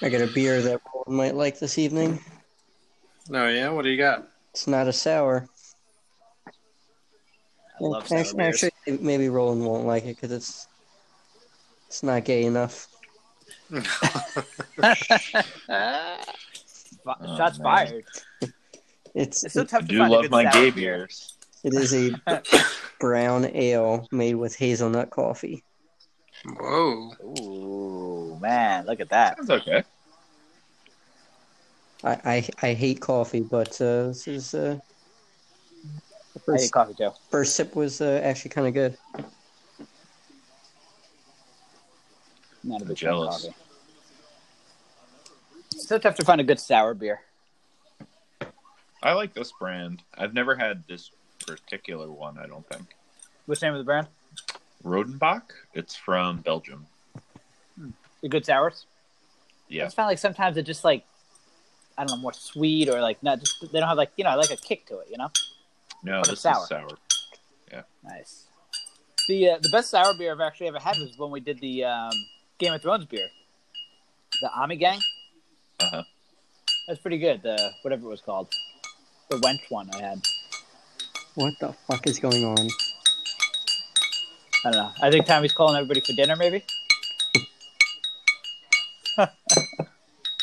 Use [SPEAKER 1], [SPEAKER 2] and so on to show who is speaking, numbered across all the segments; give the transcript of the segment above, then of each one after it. [SPEAKER 1] I got a beer that Roland might like this evening.
[SPEAKER 2] Oh yeah, what do you got?
[SPEAKER 1] It's not a sour.
[SPEAKER 3] I love
[SPEAKER 1] Actually-
[SPEAKER 3] sour beers.
[SPEAKER 1] actually, maybe Roland won't like it because it's it's not gay enough.
[SPEAKER 4] Fi-
[SPEAKER 5] Oh,
[SPEAKER 4] Shots
[SPEAKER 5] man.
[SPEAKER 4] fired.
[SPEAKER 1] It's
[SPEAKER 4] It's so tough to
[SPEAKER 5] I do
[SPEAKER 4] find a
[SPEAKER 5] love
[SPEAKER 4] good
[SPEAKER 5] my
[SPEAKER 4] sour
[SPEAKER 5] gay
[SPEAKER 4] beer.
[SPEAKER 5] beers.
[SPEAKER 1] it is a brown ale made with hazelnut coffee.
[SPEAKER 2] Whoa.
[SPEAKER 4] Ooh man, look at that.
[SPEAKER 5] That's okay.
[SPEAKER 1] I I, I hate coffee, but uh, this is uh, the
[SPEAKER 4] I need
[SPEAKER 1] first,
[SPEAKER 4] coffee, Joe.
[SPEAKER 1] first sip was uh, actually kind of good.
[SPEAKER 4] Not a big fan of
[SPEAKER 5] Jealous.
[SPEAKER 4] coffee. It's so tough to find a good sour beer.
[SPEAKER 5] I like this brand. I've never had this particular one. I don't think
[SPEAKER 4] What's the name of the brand?
[SPEAKER 5] Rodenbach. It's from Belgium.
[SPEAKER 4] The good sours. I
[SPEAKER 5] Yeah,
[SPEAKER 4] just found like sometimes it just like I don't know, more sweet or like not. Just, they don't have like you know like a kick to it. You know,
[SPEAKER 5] no,
[SPEAKER 4] But
[SPEAKER 5] this
[SPEAKER 4] it's sour.
[SPEAKER 5] is sour.
[SPEAKER 4] nice. The uh, the best sour beer I've actually ever had was when we did the um, Game of Thrones beer, the Ami Gang.
[SPEAKER 5] Uh-huh.
[SPEAKER 4] That's pretty good. The whatever it was called, the wench one I had.
[SPEAKER 1] What the fuck is going on?
[SPEAKER 4] I don't know. I think Tommy's calling everybody for dinner. Maybe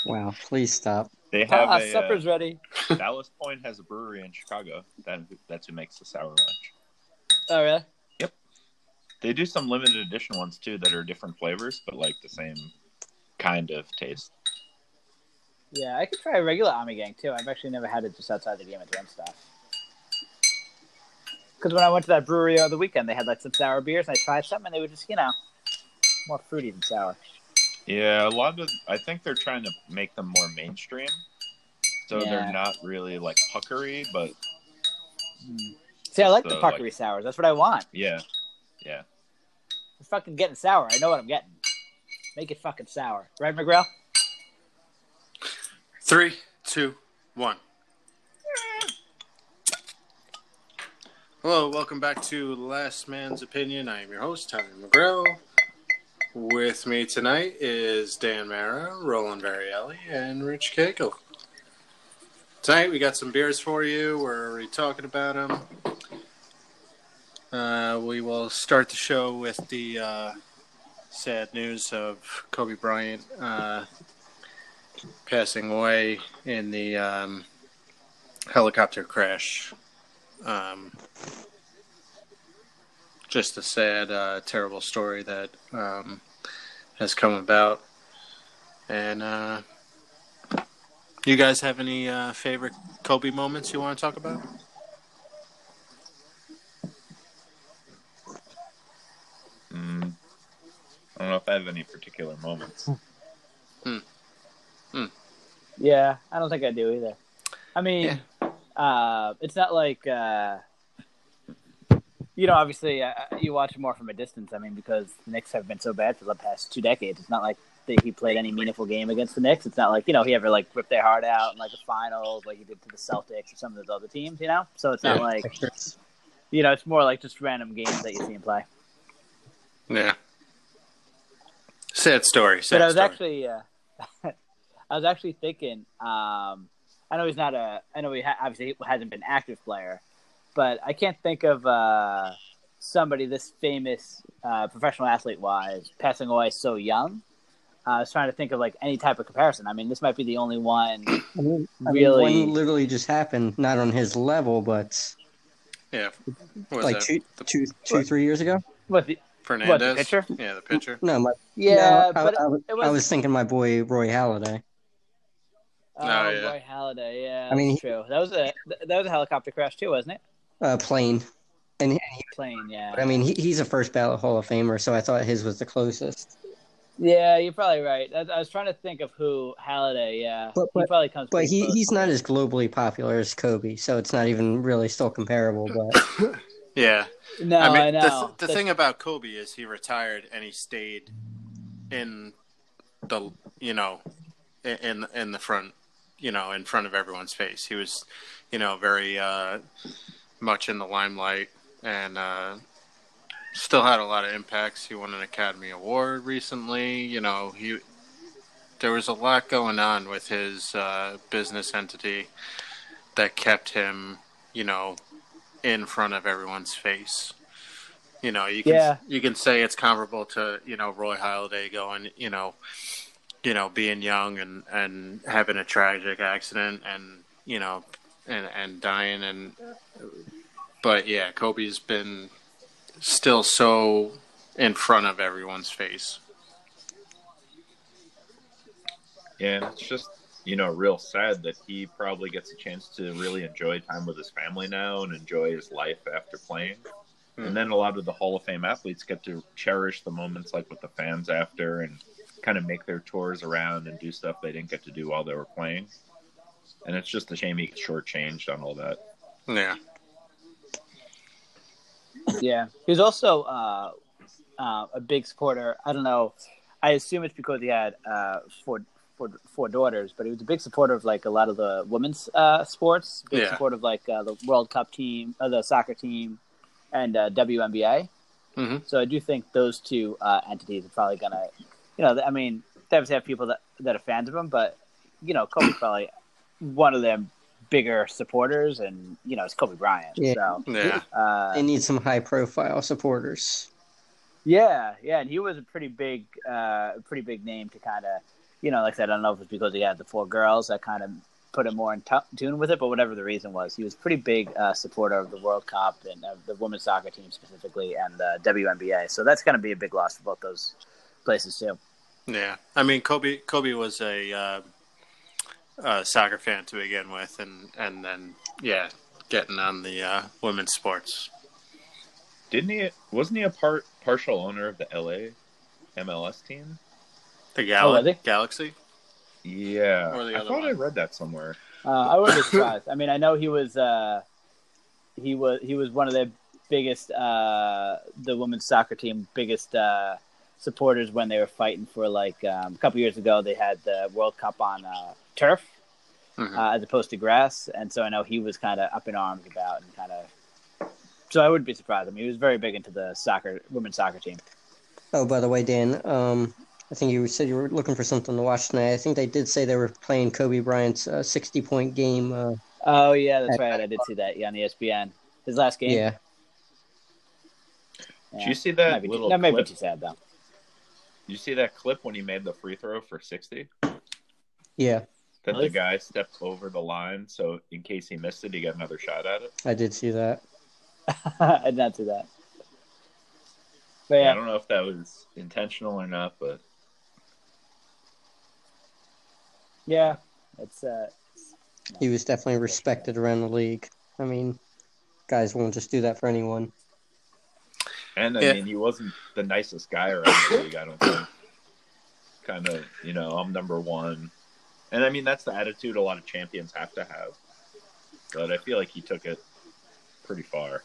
[SPEAKER 1] Wow! Please stop.
[SPEAKER 5] They have
[SPEAKER 4] Ah,
[SPEAKER 5] a,
[SPEAKER 4] supper's ready.
[SPEAKER 5] uh, Dallas Point has a brewery in Chicago. That that's who makes the sour lunch.
[SPEAKER 4] Oh really?
[SPEAKER 5] They do some limited edition ones too that are different flavors, but like the same kind of taste.
[SPEAKER 4] Yeah, I could try a regular Ami Gang too. I've actually never had it just outside the Game of Thrones stuff. Because when I went to that brewery over the weekend, they had like some sour beers, and I tried some, and they were just you know more fruity than sour.
[SPEAKER 5] Yeah, a lot of I think they're trying to make them more mainstream. So
[SPEAKER 4] Yeah.
[SPEAKER 5] they're not really like puckery, but
[SPEAKER 4] Hmm. See, I like
[SPEAKER 5] So,
[SPEAKER 4] the
[SPEAKER 5] like-
[SPEAKER 4] puckery sours. That's what I want.
[SPEAKER 5] yeah.
[SPEAKER 4] I'm fucking getting sour. I know what I'm getting. Make it fucking sour, right, McGrail?
[SPEAKER 2] Three, two, one. Hello, welcome back to Last Man's Opinion. I am your host, Tommy McGrail. With me tonight is Dan Mara, Roland Varielli, and Rich Cagle. Tonight we got some beers for you. We're already talking about them. Uh, we will start the show with the uh, sad news of Kobe Bryant. Uh, passing away in the um, helicopter crash. Um, just a sad, uh, terrible story that um, has come about. And uh, you guys have any uh, favorite Kobe moments you want to talk about?
[SPEAKER 5] Mm, I don't know if I have any particular moments.
[SPEAKER 4] Yeah, I don't think I do either. I mean, uh, it's not like uh, you know. Obviously, uh, you watch it more from a distance. I mean, because the Knicks have been so bad for the past two decades. It's not like that he played any meaningful game against the Knicks. It's not like you know he ever like ripped their heart out in like the finals, like he did to the Celtics or some of those other teams. You know, so it's not
[SPEAKER 2] Yeah.
[SPEAKER 4] like you know. It's more like just random games that you see him play.
[SPEAKER 2] Yeah. Sad story. Sad
[SPEAKER 4] but I was
[SPEAKER 2] story.
[SPEAKER 4] actually, uh, I was actually thinking. Um, I know he's not a. I know he ha- obviously hasn't been an active player, but I can't think of uh, somebody this famous, uh, professional athlete wise, passing away so young. Uh, I was trying to think of like any type of comparison. I mean, this might be the only one.
[SPEAKER 1] I mean, I mean,
[SPEAKER 4] Really?
[SPEAKER 1] one literally just happened, not on his level, but
[SPEAKER 2] yeah. What was
[SPEAKER 1] like
[SPEAKER 2] that?
[SPEAKER 1] two, two, two, three years ago.
[SPEAKER 4] What the,
[SPEAKER 2] Fernandez.
[SPEAKER 4] pitcher?
[SPEAKER 2] Yeah, the pitcher.
[SPEAKER 1] No, my,
[SPEAKER 4] yeah,
[SPEAKER 1] no, I-
[SPEAKER 4] but
[SPEAKER 1] I, was-
[SPEAKER 4] it
[SPEAKER 1] I
[SPEAKER 4] was.
[SPEAKER 1] was thinking my boy Roy Halladay.
[SPEAKER 4] oh,
[SPEAKER 2] Oh, yeah.
[SPEAKER 4] Roy Halladay. Yeah,
[SPEAKER 1] I mean,
[SPEAKER 4] that's true. That was a th- that was a helicopter crash too, wasn't it?
[SPEAKER 1] Uh, plane. And, and he,
[SPEAKER 4] Plane. Yeah.
[SPEAKER 1] I mean, he, he's a first ballot Hall of Famer, so I thought his was the closest.
[SPEAKER 4] Yeah, you're probably right. I, I was trying to think of who Halliday. Yeah,
[SPEAKER 1] But-
[SPEAKER 4] he
[SPEAKER 1] but-
[SPEAKER 4] probably comes.
[SPEAKER 1] But
[SPEAKER 4] pretty
[SPEAKER 1] he,
[SPEAKER 4] close.
[SPEAKER 1] he's not as globally popular as Kobe, so it's not even really still comparable. But
[SPEAKER 2] Yeah.
[SPEAKER 4] no, I,
[SPEAKER 2] I mean, the,
[SPEAKER 4] know.
[SPEAKER 2] th- the
[SPEAKER 4] That's-
[SPEAKER 2] thing about Kobe is he retired and he stayed in the you know in- in in the front you know in front of everyone's face. He was you know very uh, much in the limelight and uh, still had a lot of impacts. He won an Academy Award recently. You know he there was a lot going on with his uh, business entity that kept him, you know, in front of everyone's face. You know, you can
[SPEAKER 4] Yeah.
[SPEAKER 2] you can say it's comparable to you know Roy Halladay going, you know, you know, being young and and having a tragic accident and you know and and dying and but yeah, Kobe's been still so in front of everyone's face.
[SPEAKER 5] And it's just, you know, real sad that he probably gets a chance to really enjoy time with his family now and enjoy his life after playing.
[SPEAKER 2] Hmm.
[SPEAKER 5] And then a lot of the Hall of Fame athletes get to cherish the moments like with the fans after and kind of make their tours around and do stuff they didn't get to do while they were playing. And it's just a shame he gets shortchanged on all that.
[SPEAKER 2] Yeah.
[SPEAKER 4] Yeah, he was also uh, uh, a big supporter. I don't know. I assume it's because he had uh, four, four, four daughters, but he was a big supporter of like a lot of the women's uh, sports. Big
[SPEAKER 2] Yeah.
[SPEAKER 4] supporter of like uh, the World Cup team, uh, the soccer team, and uh, WNBA.
[SPEAKER 2] Mhm.
[SPEAKER 4] So I do think those two uh, entities are probably gonna, you know, I mean, they obviously have people that that are fans of him, but you know, Kobe's probably one of them bigger supporters, and you know, it's Kobe Bryant.
[SPEAKER 1] Yeah.
[SPEAKER 4] So.
[SPEAKER 2] Yeah.
[SPEAKER 4] Uh,
[SPEAKER 1] They need some high profile supporters.
[SPEAKER 4] Yeah, yeah, and he was a pretty big, uh, pretty big name to kind of, you know, like I said, I don't know if it's because he had the four girls that kind of put him more in tu tune with it, but whatever the reason was, he was a pretty big uh, supporter of the World Cup and of the women's soccer team specifically and the WNBA. So that's going to be a big loss for both those places too.
[SPEAKER 2] Yeah, I mean Kobe. Kobe was a uh, uh, soccer fan to begin with, and and then yeah, getting on the uh, women's sports.
[SPEAKER 5] Didn't he? Wasn't he a part partial owner of the LA MLS team?
[SPEAKER 2] The
[SPEAKER 4] Oh,
[SPEAKER 2] gal-
[SPEAKER 4] were they?
[SPEAKER 2] Galaxy.
[SPEAKER 5] Yeah,
[SPEAKER 2] Or the
[SPEAKER 5] I
[SPEAKER 2] other
[SPEAKER 5] thought I
[SPEAKER 2] one.
[SPEAKER 5] read that somewhere.
[SPEAKER 4] Uh, I wouldn't be surprised. I mean, I know he was, uh, he was, he was one of the biggest, uh, the women's soccer team biggest uh, supporters when they were fighting for like um, a couple years ago. They had the World Cup on uh, turf
[SPEAKER 2] Mhm.
[SPEAKER 4] uh, as opposed to grass, and so I know he was kind of up in arms about and kind of. So I wouldn't be surprised. I mean, he was very big into the soccer women's soccer team.
[SPEAKER 1] Oh, by the way, Dan, um, I think you said you were looking for something to watch tonight. I think they did say they were playing Kobe Bryant's uh, 60 point game. Uh,
[SPEAKER 4] Oh yeah, that's right. I did see that. Yeah, on E ESPN, his last game.
[SPEAKER 1] yeah.
[SPEAKER 4] Yeah.
[SPEAKER 5] Did you see
[SPEAKER 4] That might
[SPEAKER 5] that
[SPEAKER 4] be too-
[SPEAKER 5] little
[SPEAKER 4] that might be
[SPEAKER 5] clip?
[SPEAKER 4] too sad though.
[SPEAKER 5] You see that clip when he made the free throw for sixty?
[SPEAKER 1] Yeah.
[SPEAKER 5] That
[SPEAKER 4] Really?
[SPEAKER 5] the guy stepped over the line, so in case he missed it, he got another shot at it.
[SPEAKER 1] I did see that.
[SPEAKER 4] I did not do that. But yeah,
[SPEAKER 5] I don't know if that was intentional or not, but
[SPEAKER 4] yeah, it's uh,
[SPEAKER 1] He was definitely respected around the league. I mean, guys won't just do that for anyone.
[SPEAKER 5] and I
[SPEAKER 2] Yeah.
[SPEAKER 5] mean, he wasn't the nicest guy around the league. I don't think. Kind of, you know, I'm number one, and I mean that's the attitude a lot of champions have to have. But I feel like he took it pretty far.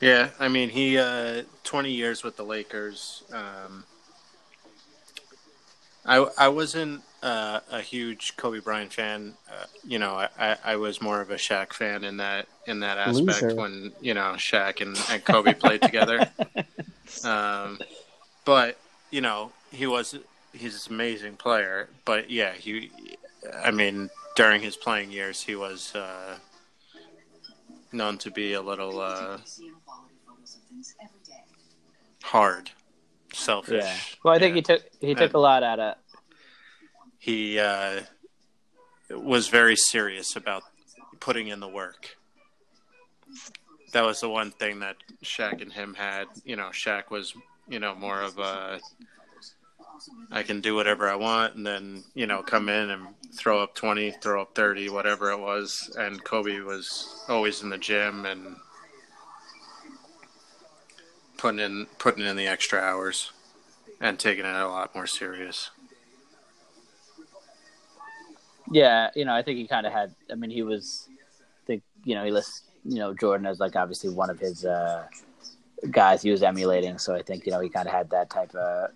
[SPEAKER 2] Yeah, I mean he uh, twenty years with the Lakers. Um, I I wasn't uh, a huge Kobe Bryant fan. Uh, you know, I- I, I was more of a Shaq fan in that in that aspect
[SPEAKER 1] Loser.
[SPEAKER 2] when you know Shaq and, and Kobe played together. Um, but you know, he was he's an amazing player. But yeah, he. I mean, during his playing years, he was uh, known to be a little. Uh, hard, selfish.
[SPEAKER 4] yeah. Well, I think
[SPEAKER 2] Yeah.
[SPEAKER 4] he took he took a lot out of
[SPEAKER 2] he uh, was very serious about putting in the work. That was the one thing that Shaq and him had. You know, Shaq was you know more of a I can do whatever I want, and then you know come in and throw up twenty, throw up thirty, whatever it was. And Kobe was always in the gym and putting in putting in the extra hours and taking it a lot more serious.
[SPEAKER 4] yeah. You know, I think he kind of had. I mean, he was I think you know he lists you know Jordan as like obviously one of his uh guys he was emulating. So I think you know he kind of had that type of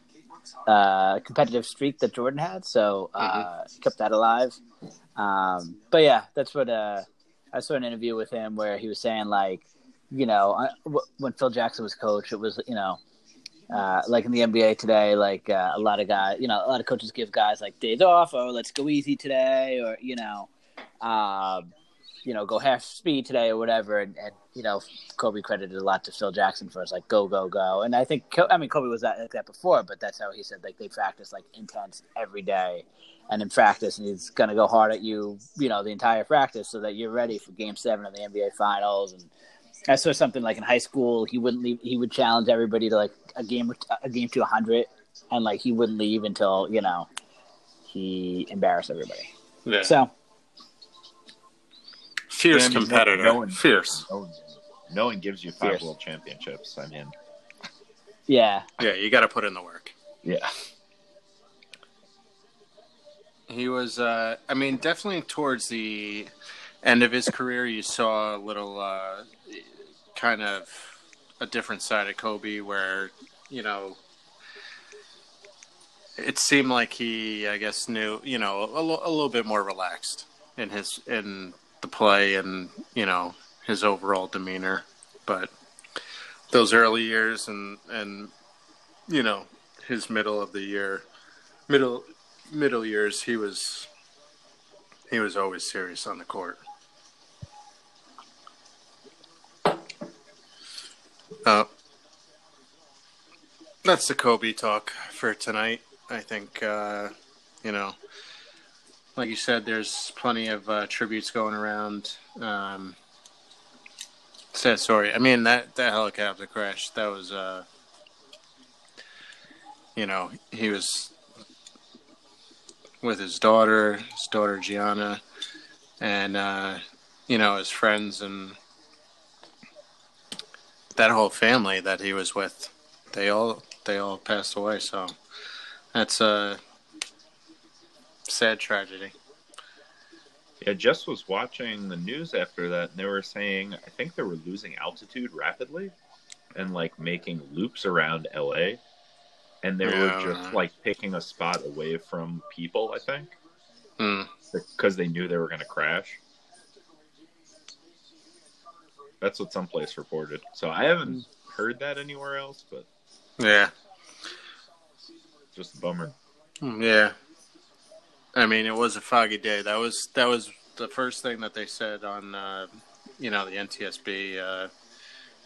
[SPEAKER 4] uh competitive streak that Jordan had. So uh kept that alive. Um, but yeah, that's what uh, I saw an interview with uh, him where he was saying like, you know, I, w- when Phil Jackson was coach, it was you know, Uh, like in the NBA today, like uh, a lot of guys, you know, a lot of coaches give guys like days off, or let's go easy today, or you know, um, you know, go half speed today or whatever. And, and you know, Kobe credited a lot to Phil Jackson for his like go go go. And I think Ko- I mean Kobe was that, like that before, but that's how he said like they practice like intense every day, and in practice, and he's gonna go hard at you, you know, the entire practice so that you're ready for Game Seven of the NBA Finals. And I saw something like in high school, he wouldn't leave. He would challenge everybody to like a game or- a game to hundred, and like he wouldn't leave until you know he embarrassed everybody.
[SPEAKER 2] Yeah.
[SPEAKER 4] So
[SPEAKER 2] Fierce
[SPEAKER 5] Yeah, I mean, no-
[SPEAKER 2] competitor.
[SPEAKER 5] no one-
[SPEAKER 2] Fierce.
[SPEAKER 5] No, no one gives you five
[SPEAKER 4] Fierce.
[SPEAKER 5] world championships. I mean,
[SPEAKER 4] yeah,
[SPEAKER 2] Yeah, you got to put in the work.
[SPEAKER 5] yeah.
[SPEAKER 2] He was, uh, I mean, definitely towards the end of his career, you saw a little uh, kind of a different side of Kobe where, you know, it seemed like he, I guess, knew, you know, a lo- a little bit more relaxed in his, in the play and, you know, his overall demeanor. But those early years and, and, you know, his middle of the year, middle, middle years he was he was always serious on the court. Uh, that's the Kobe talk for tonight. I think uh, you know, like you said, there's plenty of uh, tributes going around. Um, sad story. I mean that that helicopter crash. That was uh, you know he was with his daughter, his daughter Gianna, and uh, you know his friends and that whole family that he was with. They all they all passed away. So that's a sad tragedy.
[SPEAKER 5] Yeah, Jess was watching the news after that, and they were saying I think they were losing altitude rapidly, and like making loops around LA, and they
[SPEAKER 2] Yeah.
[SPEAKER 5] were just like picking a spot away from people. I think
[SPEAKER 2] Mm.
[SPEAKER 5] because they knew they were going to crash. That's what someplace reported. So I haven't heard that anywhere else, but
[SPEAKER 2] Yeah,
[SPEAKER 5] just a bummer.
[SPEAKER 2] Mm, yeah. I mean, it was a foggy day. That was that was the first thing that they said on uh, you know the NTSB. Uh,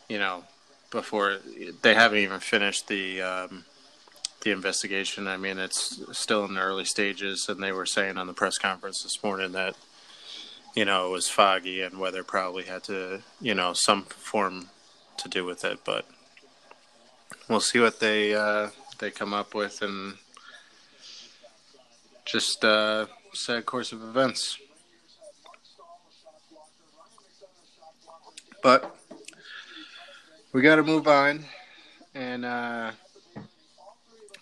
[SPEAKER 2] you know, before they haven't even finished the um, the investigation. I mean, it's still in the early stages, and they were saying on the press conference this morning that you know it was foggy and weather probably had to you know some form to do with it, but we'll see what they uh, they come up with and just uh, sad course of events. But we got to move on, and uh,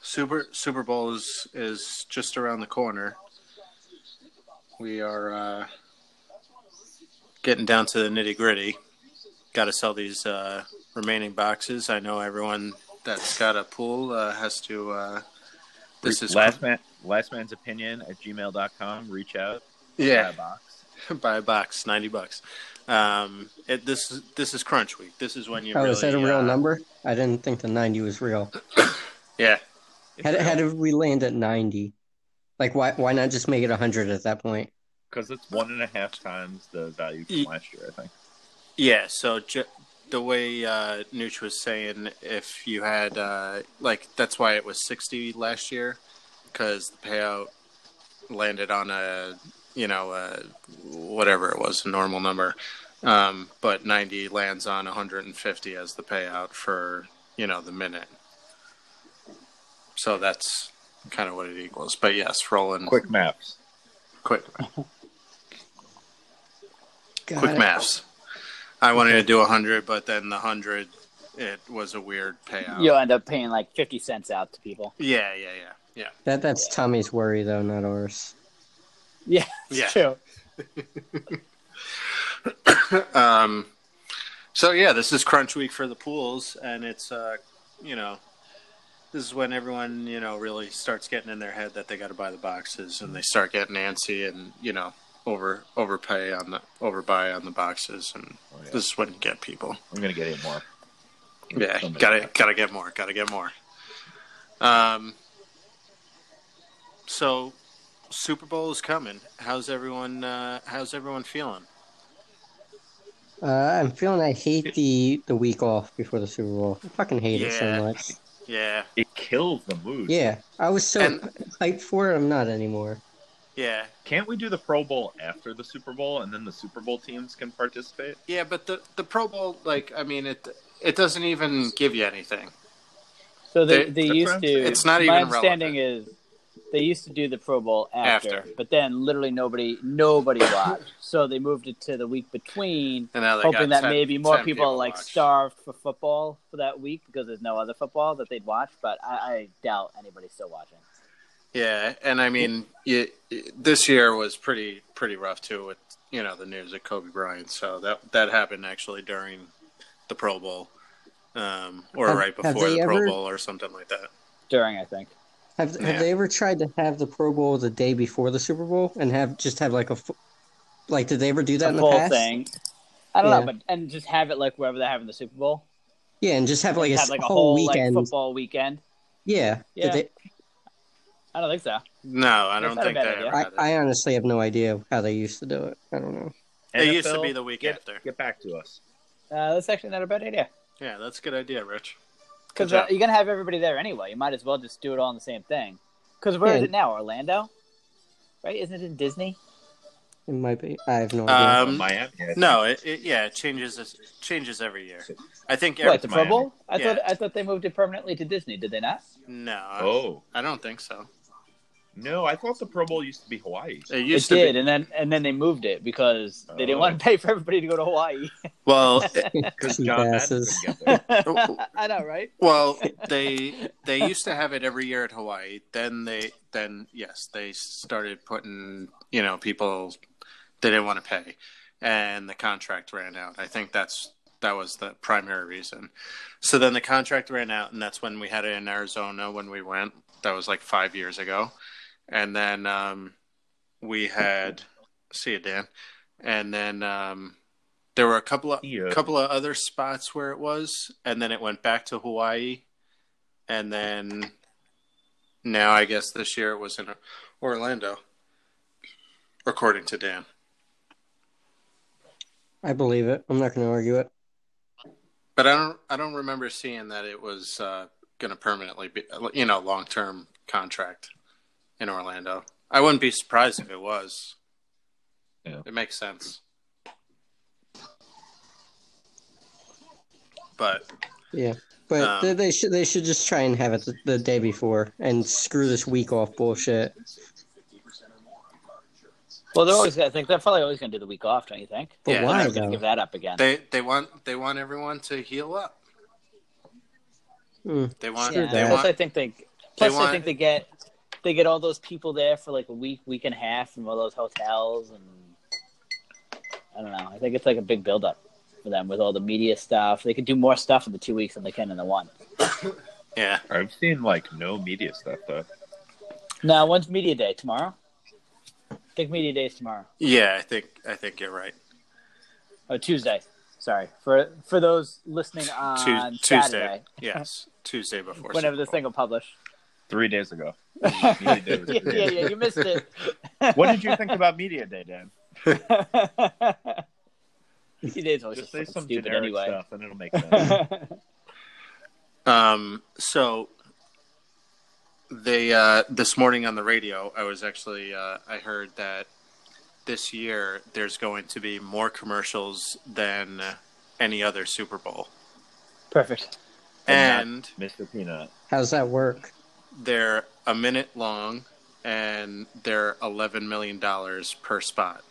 [SPEAKER 2] Super Super Bowl is is just around the corner. We are uh, getting down to the nitty gritty. Got to sell these uh, remaining boxes. I know everyone that's got a pool uh, has to. Uh, this is
[SPEAKER 5] last man, last man's opinion at gmail.com. Reach out.
[SPEAKER 2] yeah.
[SPEAKER 5] buy a box.
[SPEAKER 2] buy a box, ninety bucks. Um, it, this is this is crunch week. This is when you.
[SPEAKER 1] Oh,
[SPEAKER 2] really,
[SPEAKER 1] is that a real
[SPEAKER 2] uh,
[SPEAKER 1] number? I didn't think the 90 was real.
[SPEAKER 2] Yeah,
[SPEAKER 1] How, how did we land at 90? Like, why why not just make it 100 at that point?
[SPEAKER 5] Because it's one and a half times the value from
[SPEAKER 2] Ye-
[SPEAKER 5] last year, I think.
[SPEAKER 2] yeah. So ju- the way uh, Nooch was saying, if you had uh, like, that's why it was sixty last year, because the payout landed on a you know a, whatever it was, a normal number. Um, but ninety lands on one hundred and fifty as the payout for you know the minute. So that's kind of what it equals. But yes, rolling
[SPEAKER 5] Quick maps.
[SPEAKER 2] quick
[SPEAKER 1] Got
[SPEAKER 2] quick
[SPEAKER 1] it.
[SPEAKER 2] maths. I wanted to do 100, but then the 100, it was a weird payout.
[SPEAKER 4] you'll end up paying like fifty cents out to people.
[SPEAKER 2] Yeah, yeah, yeah, yeah.
[SPEAKER 1] That, that's Tommy's worry, though, not ours.
[SPEAKER 4] Yeah,
[SPEAKER 2] it's Yeah.
[SPEAKER 4] true.
[SPEAKER 2] um, so yeah, this is crunch week for the pools, and it's uh, you know, this is when everyone you know really starts getting in their head that they got to buy the boxes, and they start getting antsy, and you know, over overpay on the overbuy on the boxes, and
[SPEAKER 5] Oh, yeah.
[SPEAKER 2] this is when you get people.
[SPEAKER 5] I'm going to get eight more.
[SPEAKER 2] Yeah,
[SPEAKER 5] Somebody-
[SPEAKER 2] gotta gotta get more, gotta get more. Um, so Super Bowl is coming. How's everyone? Uh, how's everyone feeling?
[SPEAKER 1] Uh, I'm feeling I hate the the week off before the Super Bowl. I fucking hate it
[SPEAKER 2] Yeah.
[SPEAKER 1] so much.
[SPEAKER 2] Yeah,
[SPEAKER 5] It kills the mood.
[SPEAKER 1] Yeah, I was so
[SPEAKER 2] And-
[SPEAKER 1] hyped for it. I'm not anymore.
[SPEAKER 2] yeah,
[SPEAKER 5] Can't we do the Pro Bowl after the Super Bowl and then the Super Bowl teams can participate?
[SPEAKER 2] yeah. But the the Pro Bowl, like, I mean, it it doesn't even give you anything.
[SPEAKER 4] So
[SPEAKER 2] They-
[SPEAKER 4] they, they
[SPEAKER 5] that's
[SPEAKER 4] used
[SPEAKER 5] what
[SPEAKER 4] to.
[SPEAKER 5] I'm saying.
[SPEAKER 2] It's not
[SPEAKER 4] my
[SPEAKER 2] even
[SPEAKER 4] understanding is they used to do the Pro Bowl after,
[SPEAKER 2] After.
[SPEAKER 4] but then literally nobody nobody watched. so they moved it to the week between,
[SPEAKER 2] And now they
[SPEAKER 4] hoping
[SPEAKER 2] got
[SPEAKER 4] that
[SPEAKER 2] 10
[SPEAKER 4] maybe more
[SPEAKER 2] 10
[SPEAKER 4] people, like
[SPEAKER 2] watch.
[SPEAKER 4] starved for football for that week because there's no other football that they'd watch. But I, I doubt anybody's still watching.
[SPEAKER 2] Yeah, and I mean, you, this year was pretty pretty rough too with you know the news of Kobe Bryant. So that that happened actually during the Pro Bowl, um, or
[SPEAKER 1] Have-
[SPEAKER 2] right
[SPEAKER 1] have
[SPEAKER 2] before
[SPEAKER 1] they
[SPEAKER 2] the Pro
[SPEAKER 1] ever-
[SPEAKER 2] Bowl or something like that.
[SPEAKER 4] During, I think.
[SPEAKER 1] Have, have
[SPEAKER 2] Yeah.
[SPEAKER 1] they ever tried to have the Pro Bowl the day before the Super Bowl and have just have like a fu- like? Did they ever do that
[SPEAKER 4] the
[SPEAKER 1] in the
[SPEAKER 4] full
[SPEAKER 1] past?
[SPEAKER 4] thing. I don't
[SPEAKER 1] Yeah.
[SPEAKER 4] know, but and just have it like wherever they're having the Super Bowl.
[SPEAKER 1] Yeah, and just have like, a,
[SPEAKER 4] have
[SPEAKER 1] s-
[SPEAKER 4] like a
[SPEAKER 1] whole,
[SPEAKER 4] whole,
[SPEAKER 1] weekend.
[SPEAKER 4] like football weekend.
[SPEAKER 1] yeah, Did
[SPEAKER 4] Yeah.
[SPEAKER 1] they-
[SPEAKER 4] I don't think so.
[SPEAKER 2] No, I don't
[SPEAKER 4] not a
[SPEAKER 2] think they ever
[SPEAKER 4] bad idea.
[SPEAKER 2] had
[SPEAKER 1] I,
[SPEAKER 2] it.
[SPEAKER 1] I honestly have no idea how they used to do it. I don't know.
[SPEAKER 2] It used to
[SPEAKER 5] NFL,
[SPEAKER 2] be the week
[SPEAKER 5] get,
[SPEAKER 2] after.
[SPEAKER 5] Get back to us.
[SPEAKER 4] Uh, that's actually not a bad idea
[SPEAKER 2] Yeah, that's a good idea, Rich.
[SPEAKER 4] because
[SPEAKER 2] Good
[SPEAKER 4] uh,
[SPEAKER 2] job.
[SPEAKER 4] you're gonna have everybody there anyway. You might as well just do it all in the same thing. Because where is
[SPEAKER 1] Yeah.
[SPEAKER 4] it now? Orlando, right? Isn't it in Disney?
[SPEAKER 1] It might be. I have no idea.
[SPEAKER 2] Um,
[SPEAKER 5] Miami. I think.
[SPEAKER 2] no, it, it yeah it changes it changes every year. I think every,
[SPEAKER 4] what the
[SPEAKER 5] Miami.
[SPEAKER 4] Pro Bowl? I
[SPEAKER 2] Yeah.
[SPEAKER 4] thought I thought they moved it permanently to Disney. Did they not?
[SPEAKER 2] no,
[SPEAKER 5] Oh
[SPEAKER 2] I don't think so.
[SPEAKER 5] no! I thought the Pro Bowl used to be Hawaii.
[SPEAKER 2] It used
[SPEAKER 4] it
[SPEAKER 2] to
[SPEAKER 4] did,
[SPEAKER 2] be
[SPEAKER 4] and then and then they moved it because they didn't
[SPEAKER 5] Oh.
[SPEAKER 4] want to pay for everybody to go to Hawaii.
[SPEAKER 2] well.
[SPEAKER 5] Because
[SPEAKER 1] Cheap
[SPEAKER 5] John Madden
[SPEAKER 1] asses.
[SPEAKER 5] couldn't get there.
[SPEAKER 4] I know, right?
[SPEAKER 2] Well, they they used to have it every year at Hawaii. Then they then yes, they started putting you know people they didn't want to pay, and the contract ran out. I think that's that was the primary reason. So then the contract ran out, and that's when we had it in Arizona when we went. That was like five years ago, and then um, we had see you Dan, and then um, there were a couple of
[SPEAKER 5] Yeah.
[SPEAKER 2] couple of other spots where it was, and then it went back to Hawaii, and then now I guess this year it was in Orlando, according to Dan.
[SPEAKER 1] I believe it. I'm not going to argue it.
[SPEAKER 2] But I don't I don't remember seeing that it was uh, going to permanently be you know long term contract in Orlando. I wouldn't be surprised if it was.
[SPEAKER 5] Yeah.
[SPEAKER 2] It makes sense. But
[SPEAKER 1] Yeah, but
[SPEAKER 2] Um,
[SPEAKER 1] they, they should they should just try and have it the, the day before and screw this week off bullshit.
[SPEAKER 4] Well, they're always gonna think they're probably always gonna do the week off, don't you think?
[SPEAKER 1] But
[SPEAKER 2] Yeah,
[SPEAKER 1] why
[SPEAKER 4] They're gonna
[SPEAKER 1] though?
[SPEAKER 4] give that up again.
[SPEAKER 2] They they want they want everyone to heal up.
[SPEAKER 1] Mm.
[SPEAKER 2] They want
[SPEAKER 1] Screw
[SPEAKER 2] they
[SPEAKER 1] that.
[SPEAKER 4] Plus, I
[SPEAKER 2] want
[SPEAKER 4] think they. Plus,
[SPEAKER 2] want-
[SPEAKER 4] I think they get they get all those people there for like a week, week and a half from all those hotels, and I don't know. I think it's like a big buildup for them with all the media stuff. They could do more stuff in the two weeks than they can in the one.
[SPEAKER 2] yeah.
[SPEAKER 5] I've seen like no media stuff though.
[SPEAKER 4] Now, when's media day tomorrow? I think media day is tomorrow
[SPEAKER 2] Yeah, I think I think you're right.
[SPEAKER 4] or Tuesday. Sorry for for those listening on
[SPEAKER 2] Tu- Tuesday.
[SPEAKER 4] Saturday,
[SPEAKER 2] Yes. Tuesday before
[SPEAKER 4] whenever
[SPEAKER 2] Super
[SPEAKER 4] this thing will publish.
[SPEAKER 5] Three days ago.
[SPEAKER 4] yeah,
[SPEAKER 5] Media Day was three
[SPEAKER 4] yeah,
[SPEAKER 5] days.
[SPEAKER 4] yeah, you missed it.
[SPEAKER 5] What did you think about Media Day, Dan?
[SPEAKER 4] Media Day is always
[SPEAKER 5] Just
[SPEAKER 4] just
[SPEAKER 5] say
[SPEAKER 4] fucking
[SPEAKER 5] some
[SPEAKER 4] stupid
[SPEAKER 5] generic
[SPEAKER 4] anyway.
[SPEAKER 5] stuff and it'll make sense.
[SPEAKER 2] Bowl. Um so they uh this morning on the radio I was actually uh I heard that this year there's going to be more commercials than any other Super Bowl.
[SPEAKER 4] Perfect.
[SPEAKER 2] And
[SPEAKER 5] And Mr. Peanut.
[SPEAKER 1] How's that work?
[SPEAKER 2] they're a minute long and they're eleven million dollars per spot.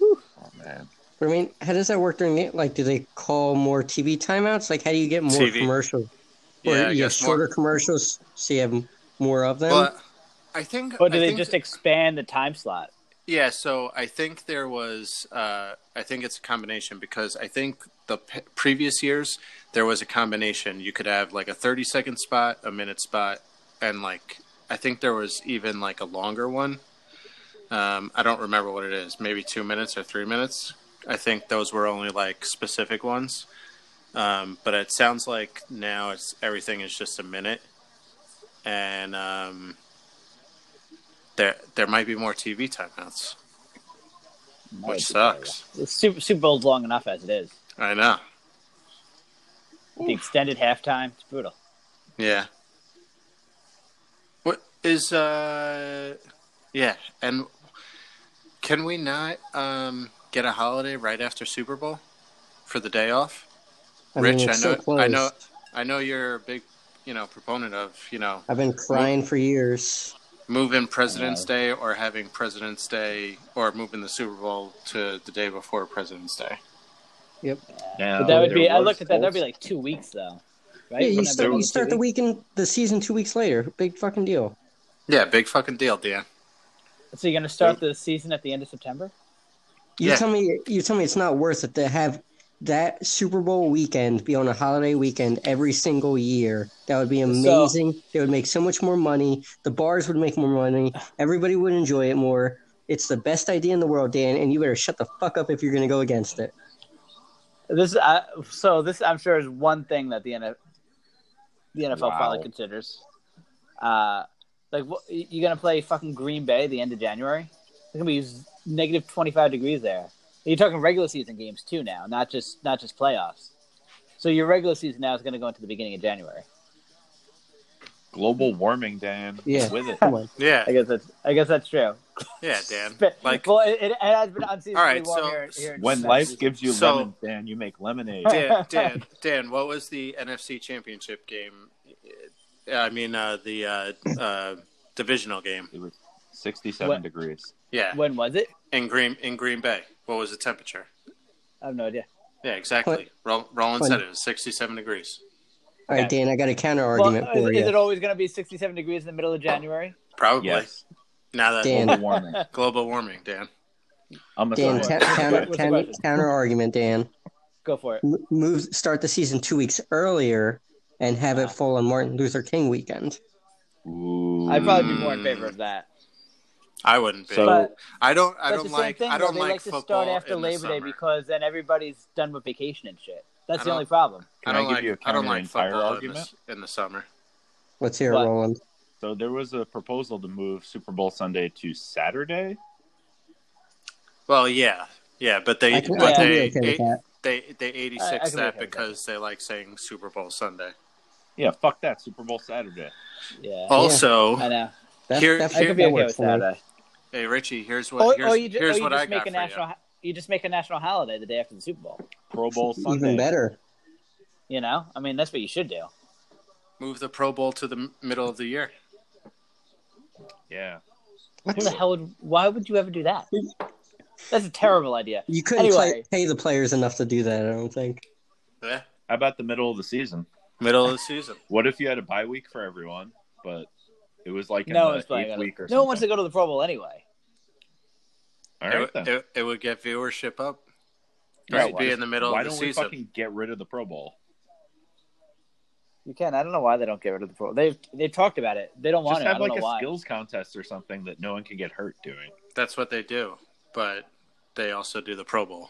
[SPEAKER 5] Oh man.
[SPEAKER 1] I mean, how does that work during the like? Do they call more TV timeouts? Like, how do you get more
[SPEAKER 2] TV.
[SPEAKER 1] commercials? Or
[SPEAKER 2] Yeah, I
[SPEAKER 1] you have
[SPEAKER 2] guess more-
[SPEAKER 1] shorter commercials, so you have more of them.
[SPEAKER 2] Well, I think.
[SPEAKER 4] Or do
[SPEAKER 2] I
[SPEAKER 4] they
[SPEAKER 2] think-
[SPEAKER 4] just expand the time slot?
[SPEAKER 2] yeah, so I think there was. Uh, I think it's a combination because I think the p- previous years there was a combination. You could have like a thirty-second spot, a minute spot, and like I think there was even like a longer one. Um, I don't remember what it is. Maybe two minutes or three minutes. I think those were only like specific ones. Um, but it sounds like now it's everything is just a minute. and um, there there might be more TV timeouts, which sucks.
[SPEAKER 4] The Super, Super Bowl's long enough as it is.
[SPEAKER 2] I know.
[SPEAKER 4] The extended halftime, it's brutal.
[SPEAKER 2] Yeah. What is uh yeah, and can we not um get a holiday right after Super Bowl for the day off?
[SPEAKER 1] I
[SPEAKER 2] Rich,
[SPEAKER 1] mean,
[SPEAKER 2] I
[SPEAKER 1] it's
[SPEAKER 2] know
[SPEAKER 1] so close.
[SPEAKER 2] I know I know you're a big, you know, proponent of, you know,
[SPEAKER 1] I've been crying for years.
[SPEAKER 2] moving President's
[SPEAKER 4] Uh,
[SPEAKER 2] Day or having President's Day or moving the Super Bowl to the day before President's Day.
[SPEAKER 5] Now,
[SPEAKER 4] but that would
[SPEAKER 5] there
[SPEAKER 4] be. I
[SPEAKER 5] was
[SPEAKER 4] looked at that. That'd be
[SPEAKER 5] also-
[SPEAKER 4] like two weeks though, right?
[SPEAKER 1] Yeah, you
[SPEAKER 4] Wouldn't that be
[SPEAKER 1] start,
[SPEAKER 4] about
[SPEAKER 1] you
[SPEAKER 4] two
[SPEAKER 1] start the
[SPEAKER 4] weeks?
[SPEAKER 1] weekend, the season two weeks later. Big fucking deal.
[SPEAKER 2] Yeah, big fucking deal, Dan.
[SPEAKER 4] So you're gonna start the season at the end of September?
[SPEAKER 1] You
[SPEAKER 2] Yeah.
[SPEAKER 1] tell me, you tell me, it's not worth it to have that Super Bowl weekend be on a holiday weekend every single year. That would be amazing. they would make so much more money. The bars would make more money. Everybody would enjoy it more. It's the best idea in the world, Dan, and you better shut the fuck up if you're going to go against it.
[SPEAKER 4] This, uh, so this, I'm sure, is one thing that the NFL, the NFL probably
[SPEAKER 5] Wow.
[SPEAKER 4] considers. Uh, like, what, y- you gonna play fucking Green Bay the end of January? It's gonna be z- negative 25 degrees there. And You're talking regular season games too now, not just not just playoffs. So your regular season now is gonna go into the beginning of January.
[SPEAKER 5] global warming, Dan.
[SPEAKER 1] Yeah.
[SPEAKER 5] with it.
[SPEAKER 1] Come on.
[SPEAKER 2] Yeah,
[SPEAKER 4] I guess that's I guess that's true.
[SPEAKER 2] yeah, Dan.
[SPEAKER 4] But-
[SPEAKER 2] Like
[SPEAKER 4] well, it, it has been unseasonably
[SPEAKER 2] All right,
[SPEAKER 4] warm
[SPEAKER 2] so-
[SPEAKER 4] here, here in
[SPEAKER 5] When
[SPEAKER 4] Massachusetts.
[SPEAKER 5] life gives you
[SPEAKER 2] So-
[SPEAKER 5] lemons, Dan, you make lemonade.
[SPEAKER 2] Dan, Dan, Dan, what was the NFC Championship game? I mean, uh, the uh, uh, divisional game.
[SPEAKER 5] It was 67
[SPEAKER 4] What?
[SPEAKER 5] degrees.
[SPEAKER 2] Yeah,
[SPEAKER 4] when was it?
[SPEAKER 2] in Green in Green Bay. What was the temperature?
[SPEAKER 4] I have no idea.
[SPEAKER 2] Yeah, exactly. Ro- Roland
[SPEAKER 1] What?
[SPEAKER 2] said it was sixty-seven degrees.
[SPEAKER 1] All right, Dan, I got a counter
[SPEAKER 4] Well,
[SPEAKER 1] argument
[SPEAKER 4] is,
[SPEAKER 1] for
[SPEAKER 4] is it
[SPEAKER 1] you.
[SPEAKER 4] always going to be 67 degrees in the middle of January?
[SPEAKER 2] Probably.
[SPEAKER 5] Yes,
[SPEAKER 2] Now that
[SPEAKER 1] Dan.
[SPEAKER 5] global warming.
[SPEAKER 2] global warming, Dan.
[SPEAKER 5] I'm a
[SPEAKER 1] Dan,
[SPEAKER 5] scientist.
[SPEAKER 1] ta-
[SPEAKER 4] What's the
[SPEAKER 1] counter,
[SPEAKER 4] question?
[SPEAKER 1] counter, counter argument, Dan.
[SPEAKER 4] Go for it.
[SPEAKER 1] M- Move, start the season two weeks earlier and have it fall on Martin Luther King weekend.
[SPEAKER 5] Ooh.
[SPEAKER 4] I'd probably be more
[SPEAKER 2] Mm.
[SPEAKER 4] in favor of that.
[SPEAKER 2] I wouldn't be.
[SPEAKER 5] So-
[SPEAKER 4] but
[SPEAKER 2] I don't. I don't
[SPEAKER 4] that's the same
[SPEAKER 2] like.
[SPEAKER 4] thing.
[SPEAKER 2] I
[SPEAKER 4] though.
[SPEAKER 2] don't
[SPEAKER 4] they
[SPEAKER 2] like,
[SPEAKER 4] like, to
[SPEAKER 2] football
[SPEAKER 4] start after
[SPEAKER 2] in the
[SPEAKER 4] Labor Day
[SPEAKER 2] summer.
[SPEAKER 4] because then everybody's done with vacation and shit.
[SPEAKER 2] I
[SPEAKER 4] That's the
[SPEAKER 2] don't-
[SPEAKER 4] only problem.
[SPEAKER 2] I
[SPEAKER 5] Can I
[SPEAKER 2] don't
[SPEAKER 5] give
[SPEAKER 2] like.
[SPEAKER 5] you a
[SPEAKER 2] I don't
[SPEAKER 5] counter
[SPEAKER 2] like
[SPEAKER 5] entire
[SPEAKER 2] football in the,
[SPEAKER 5] argument?
[SPEAKER 2] s- in the summer.
[SPEAKER 1] Let's hear it,
[SPEAKER 4] What?
[SPEAKER 1] Roland.
[SPEAKER 5] So there was a proposal to move Super Bowl Sunday to Saturday.
[SPEAKER 2] Well, yeah, yeah, but they,
[SPEAKER 1] I can, I
[SPEAKER 2] but
[SPEAKER 1] can
[SPEAKER 2] they,
[SPEAKER 1] be okay with
[SPEAKER 2] it-
[SPEAKER 1] that.
[SPEAKER 2] They they eighty
[SPEAKER 4] I- I
[SPEAKER 2] six
[SPEAKER 4] can be
[SPEAKER 2] that
[SPEAKER 4] okay with
[SPEAKER 2] because they like saying Super Bowl Sunday.
[SPEAKER 5] Yeah, fuck that. Super Bowl Saturday.
[SPEAKER 4] Yeah,
[SPEAKER 2] Also,
[SPEAKER 4] I know.
[SPEAKER 1] That,
[SPEAKER 2] Here-
[SPEAKER 1] that,
[SPEAKER 4] I could be
[SPEAKER 1] that
[SPEAKER 4] okay
[SPEAKER 1] works
[SPEAKER 4] with
[SPEAKER 1] for me.
[SPEAKER 4] that. uh,
[SPEAKER 2] hey Richie, here's what
[SPEAKER 4] Or,
[SPEAKER 2] here's,
[SPEAKER 4] or Oh, you, ju- or
[SPEAKER 2] here's
[SPEAKER 4] you
[SPEAKER 2] what I
[SPEAKER 4] just make
[SPEAKER 2] got for
[SPEAKER 4] a national.
[SPEAKER 2] you.
[SPEAKER 4] ho- You just make a national holiday the day after the Super Bowl.
[SPEAKER 5] Pro Bowl Sunday.
[SPEAKER 1] Even better.
[SPEAKER 4] You know, I mean, that's what you should do.
[SPEAKER 2] Move the Pro Bowl to the m- middle of the year.
[SPEAKER 5] Yeah.
[SPEAKER 4] Who the hell would? Why would you ever do that? That's a terrible idea.
[SPEAKER 1] You couldn't
[SPEAKER 4] Anyway.
[SPEAKER 1] play, pay the players enough to do that, I don't think.
[SPEAKER 2] Yeah,
[SPEAKER 5] How about the middle of the season?
[SPEAKER 2] Eh? middle of the season.
[SPEAKER 5] What if you had a bye week for everyone, but it was like in
[SPEAKER 4] No
[SPEAKER 5] the
[SPEAKER 4] one's playing.
[SPEAKER 5] eighth
[SPEAKER 4] it.
[SPEAKER 5] week or
[SPEAKER 4] No one wants to go
[SPEAKER 5] something?
[SPEAKER 4] to the Pro Bowl anyway.
[SPEAKER 5] All right,
[SPEAKER 2] it,
[SPEAKER 5] then.
[SPEAKER 2] would- it, it would get viewership up. It
[SPEAKER 5] Yeah,
[SPEAKER 2] would
[SPEAKER 5] why-
[SPEAKER 2] be in the middle
[SPEAKER 5] Why
[SPEAKER 2] of the
[SPEAKER 5] don't
[SPEAKER 2] season.
[SPEAKER 5] we fucking get rid of the Pro Bowl?
[SPEAKER 4] You can. I don't know why they don't get rid of the pro. They've they've talked about it. They don't want
[SPEAKER 5] Just
[SPEAKER 4] it. I
[SPEAKER 5] have
[SPEAKER 4] don't
[SPEAKER 5] like
[SPEAKER 4] know
[SPEAKER 5] a
[SPEAKER 4] why.
[SPEAKER 5] skills contest or something that no one can get hurt doing.
[SPEAKER 2] That's what they do, but they also do the Pro Bowl.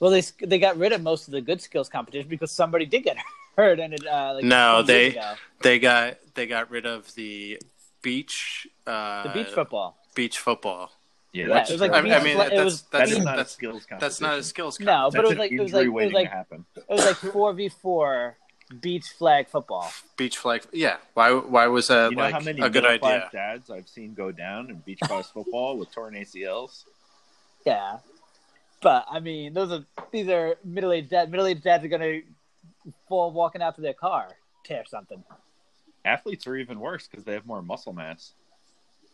[SPEAKER 4] Well, they they got rid of most of the good skills competition because somebody did get hurt. And it, uh, like
[SPEAKER 2] No,
[SPEAKER 4] 10 years
[SPEAKER 2] they-
[SPEAKER 4] ago.
[SPEAKER 2] They got they got rid of the beach. Uh,
[SPEAKER 4] the beach football.
[SPEAKER 2] Beach football.
[SPEAKER 5] Yeah,
[SPEAKER 4] Yeah,
[SPEAKER 5] that's
[SPEAKER 4] it was like
[SPEAKER 2] I, I
[SPEAKER 4] beach
[SPEAKER 5] terrible.
[SPEAKER 2] mean,
[SPEAKER 4] fla-
[SPEAKER 2] that's
[SPEAKER 4] it was-
[SPEAKER 5] that
[SPEAKER 2] that's
[SPEAKER 5] is
[SPEAKER 2] that's,
[SPEAKER 5] not a
[SPEAKER 2] that's,
[SPEAKER 5] skills competition.
[SPEAKER 2] that's not a skills. contest.
[SPEAKER 4] No, Oh, but
[SPEAKER 5] That's
[SPEAKER 4] it was
[SPEAKER 5] an
[SPEAKER 4] like it was
[SPEAKER 5] injury
[SPEAKER 4] like it was
[SPEAKER 5] waiting
[SPEAKER 4] like
[SPEAKER 5] to happen.
[SPEAKER 4] it was like four v four beach flag football.
[SPEAKER 2] beach flag. Yeah. Why? Why was that
[SPEAKER 5] you know
[SPEAKER 2] like
[SPEAKER 5] how many
[SPEAKER 2] a good idea?
[SPEAKER 5] middle-class dads I've seen go down in beach class football with torn ACLs?
[SPEAKER 4] Yeah, but I mean, those are these are middle aged dads. Middle aged dads are gonna fall walking out to their car, tear something.
[SPEAKER 5] Athletes are even worse because they have more muscle mass.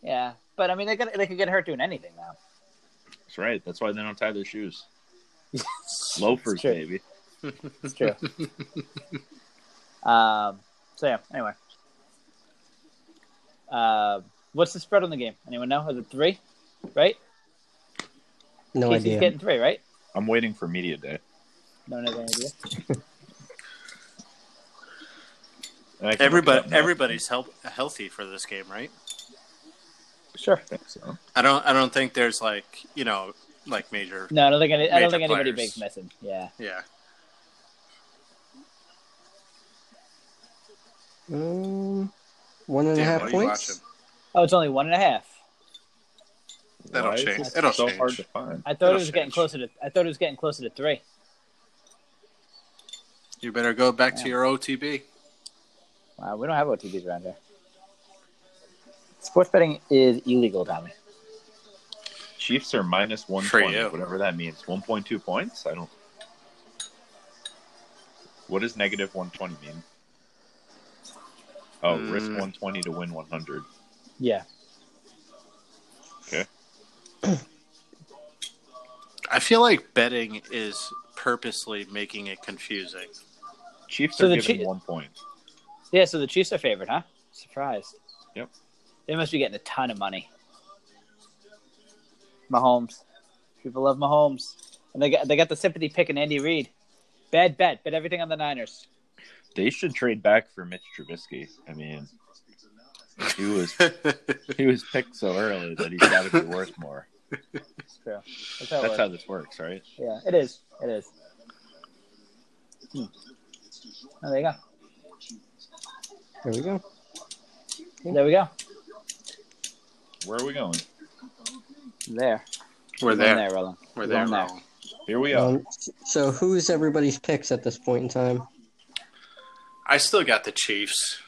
[SPEAKER 4] Yeah, but I mean, they could they could get hurt doing anything now.
[SPEAKER 5] That's right. That's why they don't tie their shoes. Loafers,
[SPEAKER 4] It's true.
[SPEAKER 5] baby.
[SPEAKER 4] It's true. um, so yeah. Anyway, uh, what's the spread on the game? Anyone know? Is it three? Right?
[SPEAKER 1] No
[SPEAKER 4] Casey's
[SPEAKER 1] idea.
[SPEAKER 4] getting three, right?
[SPEAKER 5] I'm waiting for media day.
[SPEAKER 4] No one has any idea.
[SPEAKER 5] And I can look
[SPEAKER 2] Everybody,
[SPEAKER 5] it up now.
[SPEAKER 2] everybody's help, healthy for this game, right?
[SPEAKER 4] Sure.
[SPEAKER 5] I think so.
[SPEAKER 2] I don't. I don't think there's like you know like major.
[SPEAKER 4] No, I don't think any, I
[SPEAKER 2] Major
[SPEAKER 4] don't think anybody
[SPEAKER 2] players.
[SPEAKER 4] big's missing. Yeah.
[SPEAKER 2] Yeah.
[SPEAKER 1] Um, One and a
[SPEAKER 2] Damn,
[SPEAKER 1] half
[SPEAKER 2] why do you watch
[SPEAKER 1] points.
[SPEAKER 2] him?
[SPEAKER 4] Oh, it's only one and a half.
[SPEAKER 2] That'll
[SPEAKER 5] Why is
[SPEAKER 2] change.
[SPEAKER 5] this
[SPEAKER 2] It'll
[SPEAKER 5] so
[SPEAKER 2] change.
[SPEAKER 5] hard to find.
[SPEAKER 4] I thought it
[SPEAKER 2] It'll
[SPEAKER 4] was getting
[SPEAKER 2] change.
[SPEAKER 4] closer to. I thought it was getting closer to three.
[SPEAKER 2] You better go back
[SPEAKER 4] Yeah.
[SPEAKER 2] to your OTB.
[SPEAKER 4] Wow, we don't have OTBs around here. Sports betting is illegal, Tommy.
[SPEAKER 5] Chiefs are minus one
[SPEAKER 2] you.
[SPEAKER 5] twenty, whatever that means. One point two points. I don't. What does negative one twenty mean? Oh,
[SPEAKER 2] Mm.
[SPEAKER 5] risk one twenty to win one hundred.
[SPEAKER 4] Yeah.
[SPEAKER 2] I feel like betting is purposely making it confusing.
[SPEAKER 5] Chiefs
[SPEAKER 4] So
[SPEAKER 5] are
[SPEAKER 4] the
[SPEAKER 5] giving
[SPEAKER 4] Chief-
[SPEAKER 5] one point.
[SPEAKER 4] Yeah, so the Chiefs are favored, huh? Surprised.
[SPEAKER 5] Yep.
[SPEAKER 4] They must be getting a ton of money. Mahomes. People love Mahomes. And they got they got the sympathy pick and Andy Reid. Bad bet, bet everything on the Niners.
[SPEAKER 5] They should trade back for Mitch Trubisky. I mean, he was he was picked so early that he's got to be worth more.
[SPEAKER 4] It's true. That's how it
[SPEAKER 5] That's
[SPEAKER 4] works.
[SPEAKER 5] how this works, right?
[SPEAKER 4] Yeah, it is. It is. Hmm. Oh, there you go.
[SPEAKER 1] There we go.
[SPEAKER 4] There we go.
[SPEAKER 5] Where are we going?
[SPEAKER 4] There.
[SPEAKER 2] We're
[SPEAKER 4] Going
[SPEAKER 2] there.
[SPEAKER 4] there Roland.
[SPEAKER 2] We're there.
[SPEAKER 4] Going there.
[SPEAKER 2] Roland.
[SPEAKER 5] Here we
[SPEAKER 2] Uh,
[SPEAKER 5] are.
[SPEAKER 1] Um, so who's everybody's picks at this point in time?
[SPEAKER 2] I still got the Chiefs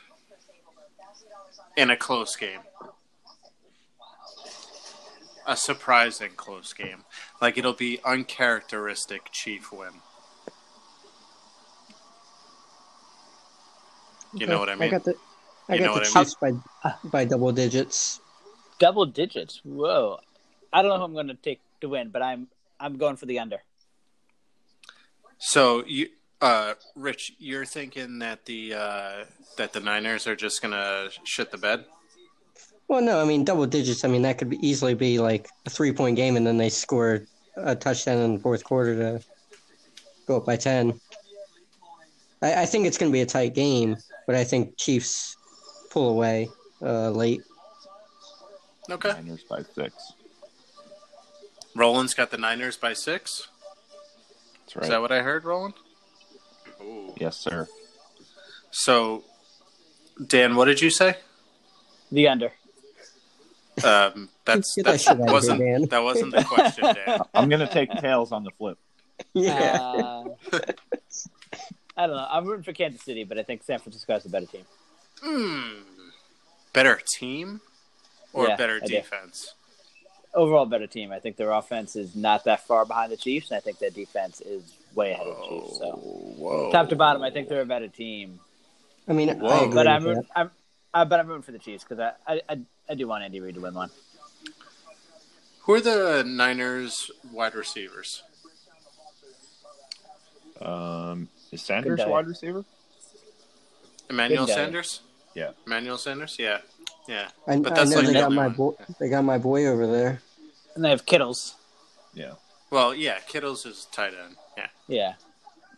[SPEAKER 2] in a close game. A surprising close game. Like it'll be uncharacteristic Chief win. You know what I mean?
[SPEAKER 1] got the, I
[SPEAKER 2] You know
[SPEAKER 1] got the
[SPEAKER 2] what I mean?
[SPEAKER 1] Chiefs by by double digits.
[SPEAKER 4] Double digits. Whoa. I don't know if I'm gonna take the win, but I'm I'm going for the under.
[SPEAKER 2] So you uh Rich, you're thinking that the uh that the Niners are just gonna shit the bed?
[SPEAKER 1] Well, no, I mean double digits. I mean that could be, easily be like a three point game, and then they score a touchdown in the fourth quarter to go up by ten. I, I think it's going to be a tight game, but I think Chiefs pull away uh, late.
[SPEAKER 2] Okay.
[SPEAKER 5] Niners by six.
[SPEAKER 2] Roland's got the Niners by six.
[SPEAKER 5] That's right.
[SPEAKER 2] Is that what I heard, Roland? Ooh.
[SPEAKER 5] yes, sir.
[SPEAKER 2] So, Dan, what did you say?
[SPEAKER 4] The under.
[SPEAKER 2] Um, that's
[SPEAKER 1] Get
[SPEAKER 2] that
[SPEAKER 1] that shit out of here,
[SPEAKER 2] wasn't
[SPEAKER 1] Dan.
[SPEAKER 2] that wasn't the question, Dan.
[SPEAKER 5] I'm gonna take tails on the flip.
[SPEAKER 1] Yeah,
[SPEAKER 4] Uh, I don't know. I'm rooting for Kansas City, but I think San Francisco has a better team.
[SPEAKER 2] Hmm. Better team or
[SPEAKER 4] Yeah,
[SPEAKER 2] better
[SPEAKER 4] I do.
[SPEAKER 2] defense?
[SPEAKER 4] Overall, better team. I think their offense is not that far behind the Chiefs, and I think their defense is way ahead of the Chiefs. So,
[SPEAKER 2] whoa.
[SPEAKER 4] top to bottom, I think they're a better team.
[SPEAKER 1] I mean, I
[SPEAKER 2] Whoa.
[SPEAKER 1] agree
[SPEAKER 4] But I'm,
[SPEAKER 1] with
[SPEAKER 4] root- I'm, I, but I'm rooting for the Chiefs because I, I, I, I do want Andy Reid to win one.
[SPEAKER 2] Who are the Niners wide receivers?
[SPEAKER 5] Um, is Sanders
[SPEAKER 4] Goodbye.
[SPEAKER 5] a wide receiver?
[SPEAKER 2] Emmanuel
[SPEAKER 4] Good guy.
[SPEAKER 2] Sanders.
[SPEAKER 5] Yeah.
[SPEAKER 2] Emmanuel Sanders. Yeah. Yeah.
[SPEAKER 1] that. I,
[SPEAKER 2] but
[SPEAKER 1] I
[SPEAKER 2] that's
[SPEAKER 1] know
[SPEAKER 2] like
[SPEAKER 1] they
[SPEAKER 2] the
[SPEAKER 1] got
[SPEAKER 2] only
[SPEAKER 1] my
[SPEAKER 2] one.
[SPEAKER 1] boy. They got my boy over there.
[SPEAKER 4] And they have Kittles.
[SPEAKER 5] Yeah.
[SPEAKER 2] Well, yeah. Kittle's is tight end. Yeah.
[SPEAKER 4] Yeah,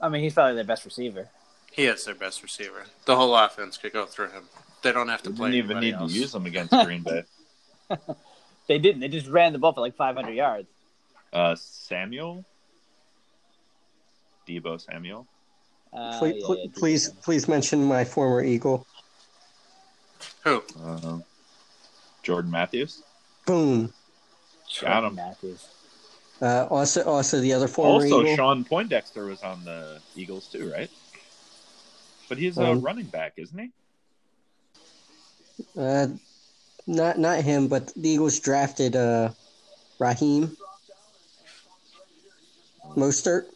[SPEAKER 4] I mean he's probably their best receiver.
[SPEAKER 2] He is their best receiver. The whole offense could go through him. They don't have to
[SPEAKER 5] They
[SPEAKER 2] play
[SPEAKER 5] didn't even
[SPEAKER 2] anybody
[SPEAKER 5] need
[SPEAKER 2] else.
[SPEAKER 5] to use them against Green Bay.
[SPEAKER 4] They didn't. They just ran the ball for like 500 yards.
[SPEAKER 5] Uh, Samuel, Debo Samuel.
[SPEAKER 4] Uh,
[SPEAKER 1] please,
[SPEAKER 4] yeah,
[SPEAKER 1] pl-
[SPEAKER 4] yeah, Chiefs.
[SPEAKER 1] please, please mention my former Eagle.
[SPEAKER 2] Who?
[SPEAKER 5] Uh, Jordan Matthews.
[SPEAKER 1] Boom.
[SPEAKER 5] Got 'em.
[SPEAKER 4] Matthews.
[SPEAKER 1] Uh, also, also the other former
[SPEAKER 5] Also,
[SPEAKER 1] Eagle.
[SPEAKER 5] Sean Poindexter was on the Eagles too, right? But he's a
[SPEAKER 1] Um,
[SPEAKER 5] running back, isn't he?
[SPEAKER 1] Uh, not not him, but the Eagles drafted uh, Raheem Mostert,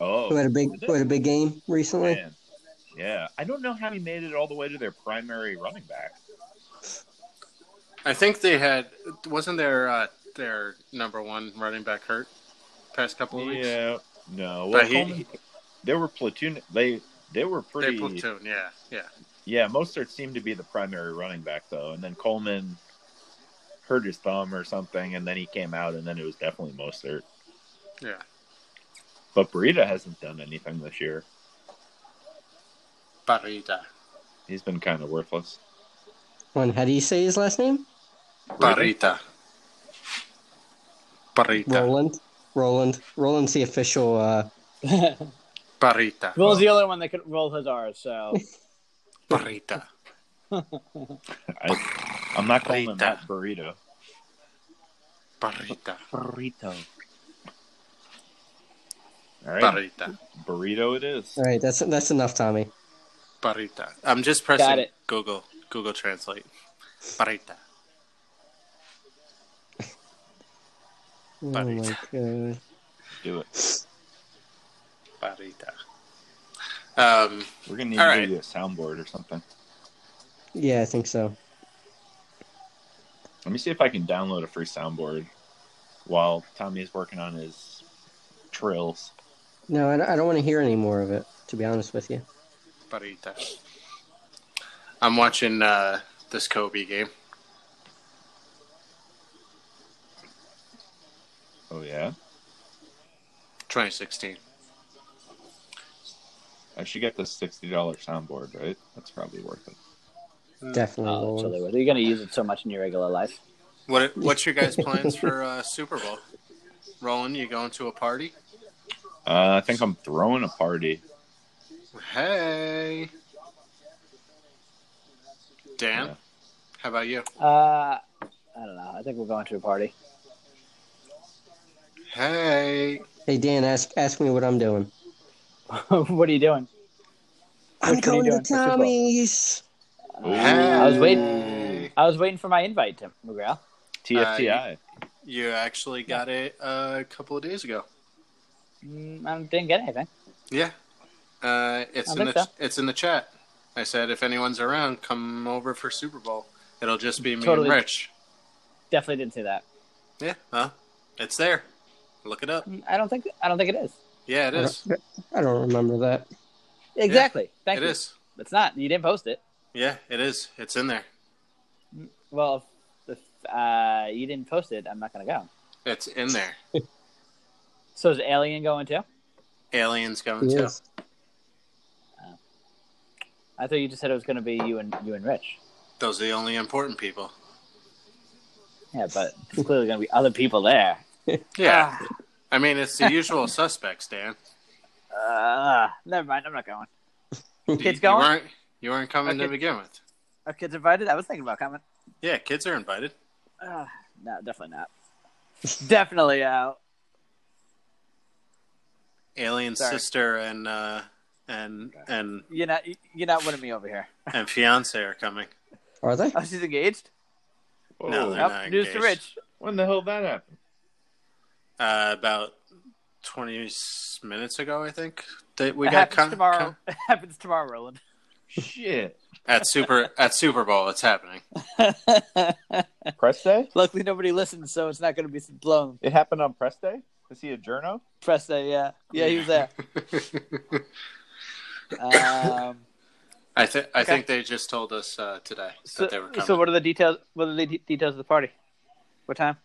[SPEAKER 5] Oh,
[SPEAKER 1] who had a big
[SPEAKER 5] is it?
[SPEAKER 1] who had a big game recently.
[SPEAKER 5] Man. Yeah, I don't know how he made it all the way to their primary running back.
[SPEAKER 2] I think they had. Wasn't their uh, their number one running back hurt past couple of weeks?
[SPEAKER 5] Yeah, no. Well,
[SPEAKER 2] But he-
[SPEAKER 5] Coleman- they were platoon. They they were
[SPEAKER 2] They
[SPEAKER 5] pretty.
[SPEAKER 2] platoon. Yeah. Yeah.
[SPEAKER 5] Yeah, Mostert seemed to be the primary running back though, and then Coleman hurt his thumb or something, and then he came out, and then it was definitely Mostert.
[SPEAKER 2] Yeah.
[SPEAKER 5] But Burita hasn't done anything this year.
[SPEAKER 2] Barrida.
[SPEAKER 5] He's been kind of worthless.
[SPEAKER 1] One, how do you say his last name?
[SPEAKER 2] Barrita. Barrita.
[SPEAKER 1] Roland. Roland. Roland's the official. Uh,
[SPEAKER 2] Barrita.
[SPEAKER 4] Will's the only one that could roll his R's, so
[SPEAKER 2] Barrita.
[SPEAKER 5] I, I'm not calling him
[SPEAKER 2] Burrito.
[SPEAKER 5] that burrito.
[SPEAKER 2] Barrita.
[SPEAKER 5] Burrito. All right,
[SPEAKER 2] Barrita.
[SPEAKER 5] burrito it is.
[SPEAKER 1] All right, that's that's enough, Tommy.
[SPEAKER 2] Barrita. I'm just
[SPEAKER 4] Got
[SPEAKER 2] pressing
[SPEAKER 4] it.
[SPEAKER 2] Google. Google Translate. Barrita.
[SPEAKER 1] Oh
[SPEAKER 2] Buddy.
[SPEAKER 1] my god.
[SPEAKER 5] Do it.
[SPEAKER 2] Barrita. Um,
[SPEAKER 5] We're gonna need
[SPEAKER 2] All
[SPEAKER 5] to
[SPEAKER 2] right.
[SPEAKER 5] give you a soundboard or something.
[SPEAKER 1] Yeah, I think so.
[SPEAKER 5] Let me see if I can download a free soundboard while Tommy is working on his trills.
[SPEAKER 1] No, I, don't- I don't want to hear any more of it. To be honest with you,
[SPEAKER 2] Barrita. I'm watching uh, this Kobe game.
[SPEAKER 5] Oh yeah,
[SPEAKER 2] 2016.
[SPEAKER 5] I should get the sixty dollar soundboard. Right, that's probably worth it.
[SPEAKER 1] definitely.
[SPEAKER 4] Oh,
[SPEAKER 1] Roland.
[SPEAKER 4] absolutely. You're going to use it so much in your regular life.
[SPEAKER 2] What What's your guys' plans for uh, Super Bowl? Roland, you going to a party?
[SPEAKER 5] Uh, I think I'm throwing a party.
[SPEAKER 2] Hey. Dan,
[SPEAKER 5] Yeah.
[SPEAKER 2] how about you?
[SPEAKER 4] Uh, I don't know. I think we're going to a party.
[SPEAKER 2] Hey.
[SPEAKER 1] Hey Dan, ask ask me what I'm doing.
[SPEAKER 4] what are you doing?
[SPEAKER 1] I'm
[SPEAKER 4] Which one are
[SPEAKER 1] going
[SPEAKER 4] you
[SPEAKER 1] to
[SPEAKER 4] doing for Super Bowl?
[SPEAKER 1] Tommy's.
[SPEAKER 5] Ooh.
[SPEAKER 4] I was
[SPEAKER 2] Hey.
[SPEAKER 4] waiting. I was waiting for my invite, Tim McGraw. uh,
[SPEAKER 5] TFTI.
[SPEAKER 2] You actually got it uh, a couple of days ago.
[SPEAKER 4] Mm, I didn't get anything.
[SPEAKER 2] Yeah. Uh, it's
[SPEAKER 4] I
[SPEAKER 2] in the
[SPEAKER 4] think so.
[SPEAKER 2] it's in the chat. I said if anyone's around, come over for Super Bowl. It'll just be me
[SPEAKER 4] Totally.
[SPEAKER 2] and Rich.
[SPEAKER 4] Definitely didn't see that.
[SPEAKER 2] Yeah, huh? It's there. Look it up.
[SPEAKER 4] Mm, I don't think. I don't think it is.
[SPEAKER 2] Yeah, it is.
[SPEAKER 1] I don't remember that.
[SPEAKER 4] Exactly.
[SPEAKER 2] It
[SPEAKER 4] Thank
[SPEAKER 2] is.
[SPEAKER 4] you. It's not. You didn't post it.
[SPEAKER 2] Yeah, it is. It's in there.
[SPEAKER 4] Well, if, if uh, you didn't post it, I'm not going to go.
[SPEAKER 2] It's in there.
[SPEAKER 4] So is Alien going too?
[SPEAKER 2] Aliens going
[SPEAKER 1] He
[SPEAKER 2] to.
[SPEAKER 1] is.
[SPEAKER 4] I thought you just said it was going to be you and you and Rich.
[SPEAKER 2] Those are the only important people.
[SPEAKER 4] Yeah, but there's clearly going to be other people there.
[SPEAKER 2] Yeah. I mean, it's the usual suspects, Dan.
[SPEAKER 4] Uh, never mind. I'm not going.
[SPEAKER 2] You-
[SPEAKER 4] Kids
[SPEAKER 2] You
[SPEAKER 4] going?
[SPEAKER 2] weren't, you weren't coming to
[SPEAKER 4] Okay.
[SPEAKER 2] begin with.
[SPEAKER 4] Are kids invited? I was thinking about coming.
[SPEAKER 2] Yeah, kids are invited.
[SPEAKER 4] Uh, no, definitely not. definitely out.
[SPEAKER 2] Alien's
[SPEAKER 4] Sorry.
[SPEAKER 2] sister and uh, and and
[SPEAKER 4] You're not. You're not winning me over here.
[SPEAKER 2] and fiance are coming.
[SPEAKER 1] Are they?
[SPEAKER 4] Oh, she's engaged.
[SPEAKER 2] No,
[SPEAKER 5] Whoa.
[SPEAKER 2] they're
[SPEAKER 4] Yep,
[SPEAKER 2] not
[SPEAKER 4] news to
[SPEAKER 2] engaged.
[SPEAKER 4] Rich.
[SPEAKER 5] When the hell that happened?
[SPEAKER 2] Uh, about twenty s- minutes ago, I think that we
[SPEAKER 4] it
[SPEAKER 2] got
[SPEAKER 4] happens
[SPEAKER 2] con-
[SPEAKER 4] tomorrow.
[SPEAKER 2] con-
[SPEAKER 4] It happens tomorrow, Roland.
[SPEAKER 5] Shit.
[SPEAKER 2] at Super at Super Bowl. It's happening.
[SPEAKER 5] Press day?
[SPEAKER 4] Luckily, nobody listens, so it's not going to be blown.
[SPEAKER 5] It happened on press day? Is he a journo?
[SPEAKER 4] Press day, yeah, yeah, he was there. Um,
[SPEAKER 2] I think I
[SPEAKER 4] Okay.
[SPEAKER 2] think they just told us uh, today
[SPEAKER 4] so,
[SPEAKER 2] that they were coming.
[SPEAKER 4] so what are the details? What are the de- details of the party? What time?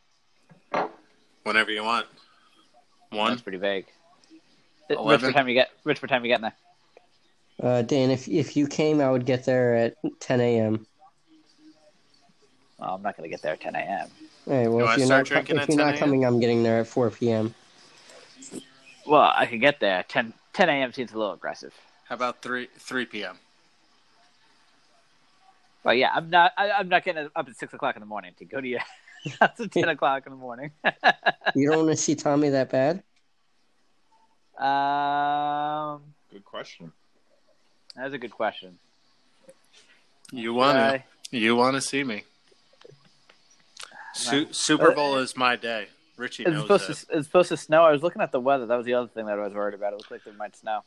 [SPEAKER 2] Whenever you want. One.
[SPEAKER 4] That's pretty vague. Uh, Rich, what
[SPEAKER 2] Eleven.
[SPEAKER 4] time you get? Rich, what time you getting there?
[SPEAKER 1] Uh, Dan, if if you came, I would get there at 10 a.m.
[SPEAKER 4] Well, I'm not going to get there at 10 a.m.
[SPEAKER 1] All right. Well,
[SPEAKER 2] I
[SPEAKER 1] if you're not
[SPEAKER 2] start
[SPEAKER 1] co-
[SPEAKER 2] drinking
[SPEAKER 1] if
[SPEAKER 2] at
[SPEAKER 1] you're
[SPEAKER 2] 10
[SPEAKER 1] not
[SPEAKER 2] a.m.?
[SPEAKER 1] coming, I'm getting there at 4 p.m.
[SPEAKER 4] Well, I could get there. 10 10 a.m. seems a little aggressive.
[SPEAKER 2] How about three three p.m.
[SPEAKER 4] Well, yeah, I'm not. I, I'm not getting up at six o'clock in the morning to go to your house at 10 o'clock in the morning.
[SPEAKER 1] You don't want to see Tommy that bad?
[SPEAKER 4] um,
[SPEAKER 5] Good question.
[SPEAKER 4] that's a good question.
[SPEAKER 2] You want
[SPEAKER 4] Uh,
[SPEAKER 2] to? You want to see me? Su- Super Bowl is my day. Richie
[SPEAKER 4] Uh, It's
[SPEAKER 2] knows
[SPEAKER 4] supposed
[SPEAKER 2] that.
[SPEAKER 4] to it's supposed to snow. I was looking at the weather. That was the other thing that I was worried about. It looked like there might snow.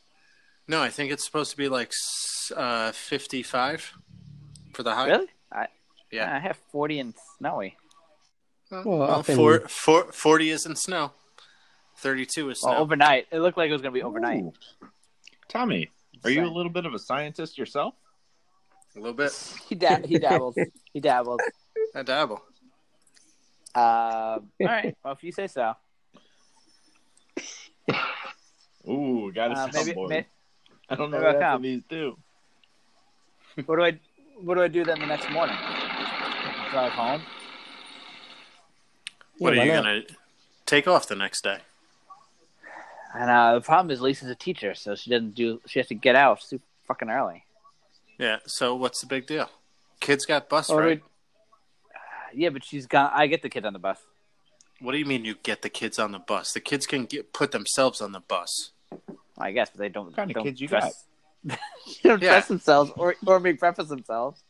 [SPEAKER 2] No, I think it's supposed to be like s- uh, fifty-five for the high.
[SPEAKER 4] Really? I
[SPEAKER 2] Yeah.
[SPEAKER 4] I have forty and snowy.
[SPEAKER 2] Well,
[SPEAKER 1] Well,
[SPEAKER 2] Uh, well,
[SPEAKER 1] up in-
[SPEAKER 2] four, four, 40 is in snow. Thirty-two is snow.
[SPEAKER 4] Well, overnight. It looked like it was going to be overnight.
[SPEAKER 5] Ooh. Tommy, are you a
[SPEAKER 4] Insane.
[SPEAKER 5] little bit of a scientist yourself?
[SPEAKER 2] a little bit.
[SPEAKER 4] He dab- he dabbles. he dabbles.
[SPEAKER 2] I dabble.
[SPEAKER 4] Um, all right. Well, if you say so.
[SPEAKER 5] Ooh, got a
[SPEAKER 4] Uh, maybe,
[SPEAKER 5] soundboard.
[SPEAKER 4] may-
[SPEAKER 5] I don't know
[SPEAKER 4] maybe
[SPEAKER 5] what
[SPEAKER 4] I'll
[SPEAKER 5] half
[SPEAKER 4] come.
[SPEAKER 5] of these do.
[SPEAKER 4] what do I what do I do then the next morning? Drive home.
[SPEAKER 2] what
[SPEAKER 1] Yeah, why
[SPEAKER 2] are you
[SPEAKER 1] not?
[SPEAKER 2] gonna take off the next day?
[SPEAKER 4] And uh, the problem is Lisa's a teacher, so she doesn't do. She has to get out super fucking early.
[SPEAKER 2] Yeah. So what's the big deal? Kids got bus
[SPEAKER 4] Or
[SPEAKER 2] right.
[SPEAKER 4] Yeah, but she's got. I get the kid on the bus.
[SPEAKER 2] What do you mean you get the kids on the bus? The kids can get put themselves on the bus.
[SPEAKER 4] I guess, but they don't.
[SPEAKER 5] What kind of
[SPEAKER 4] don't
[SPEAKER 5] kids you
[SPEAKER 4] dress, they don't
[SPEAKER 2] Yeah.
[SPEAKER 4] dress themselves or or make breakfast themselves.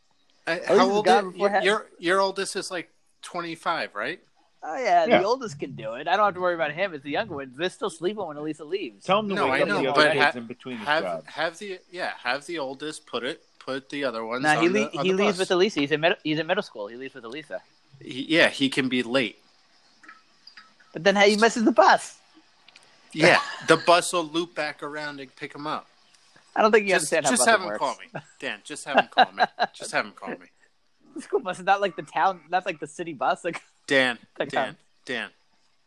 [SPEAKER 2] I,
[SPEAKER 4] Oh,
[SPEAKER 2] Uh, how
[SPEAKER 4] he's
[SPEAKER 2] old?
[SPEAKER 4] got
[SPEAKER 2] Is,
[SPEAKER 4] before
[SPEAKER 2] your,
[SPEAKER 4] ha-
[SPEAKER 2] your your oldest is like twenty five, right?
[SPEAKER 4] Oh yeah,
[SPEAKER 5] Yeah.
[SPEAKER 4] the oldest can do it. I don't have to worry about him. It's the younger ones. They're still sleeping when Elisa leaves.
[SPEAKER 5] Tell them to
[SPEAKER 2] No,
[SPEAKER 5] wake
[SPEAKER 4] I
[SPEAKER 5] up
[SPEAKER 4] know,
[SPEAKER 5] the other
[SPEAKER 4] but
[SPEAKER 5] kids
[SPEAKER 2] ha-
[SPEAKER 5] in between his
[SPEAKER 2] Have
[SPEAKER 5] jobs.
[SPEAKER 2] have the yeah have the oldest put it put the other ones.
[SPEAKER 4] Now
[SPEAKER 2] on
[SPEAKER 4] he
[SPEAKER 2] the-
[SPEAKER 4] le-
[SPEAKER 2] on
[SPEAKER 4] he
[SPEAKER 2] the
[SPEAKER 4] leaves
[SPEAKER 2] bus.
[SPEAKER 4] with Elisa. He's in med- he's in middle school. He leaves with Elisa.
[SPEAKER 2] He- yeah, he can be late.
[SPEAKER 4] But then how he misses the bus?
[SPEAKER 2] Yeah, the bus will loop back around and pick him up.
[SPEAKER 4] I don't think you
[SPEAKER 2] just
[SPEAKER 4] understand how
[SPEAKER 2] just
[SPEAKER 4] busing
[SPEAKER 2] have him
[SPEAKER 4] works.
[SPEAKER 2] call me, Dan. Just have him call me. Just have him call me,
[SPEAKER 4] The school bus is not like the town, not like the city bus. Like
[SPEAKER 2] Dan.
[SPEAKER 4] Like
[SPEAKER 2] Dan.
[SPEAKER 4] that.
[SPEAKER 2] Dan.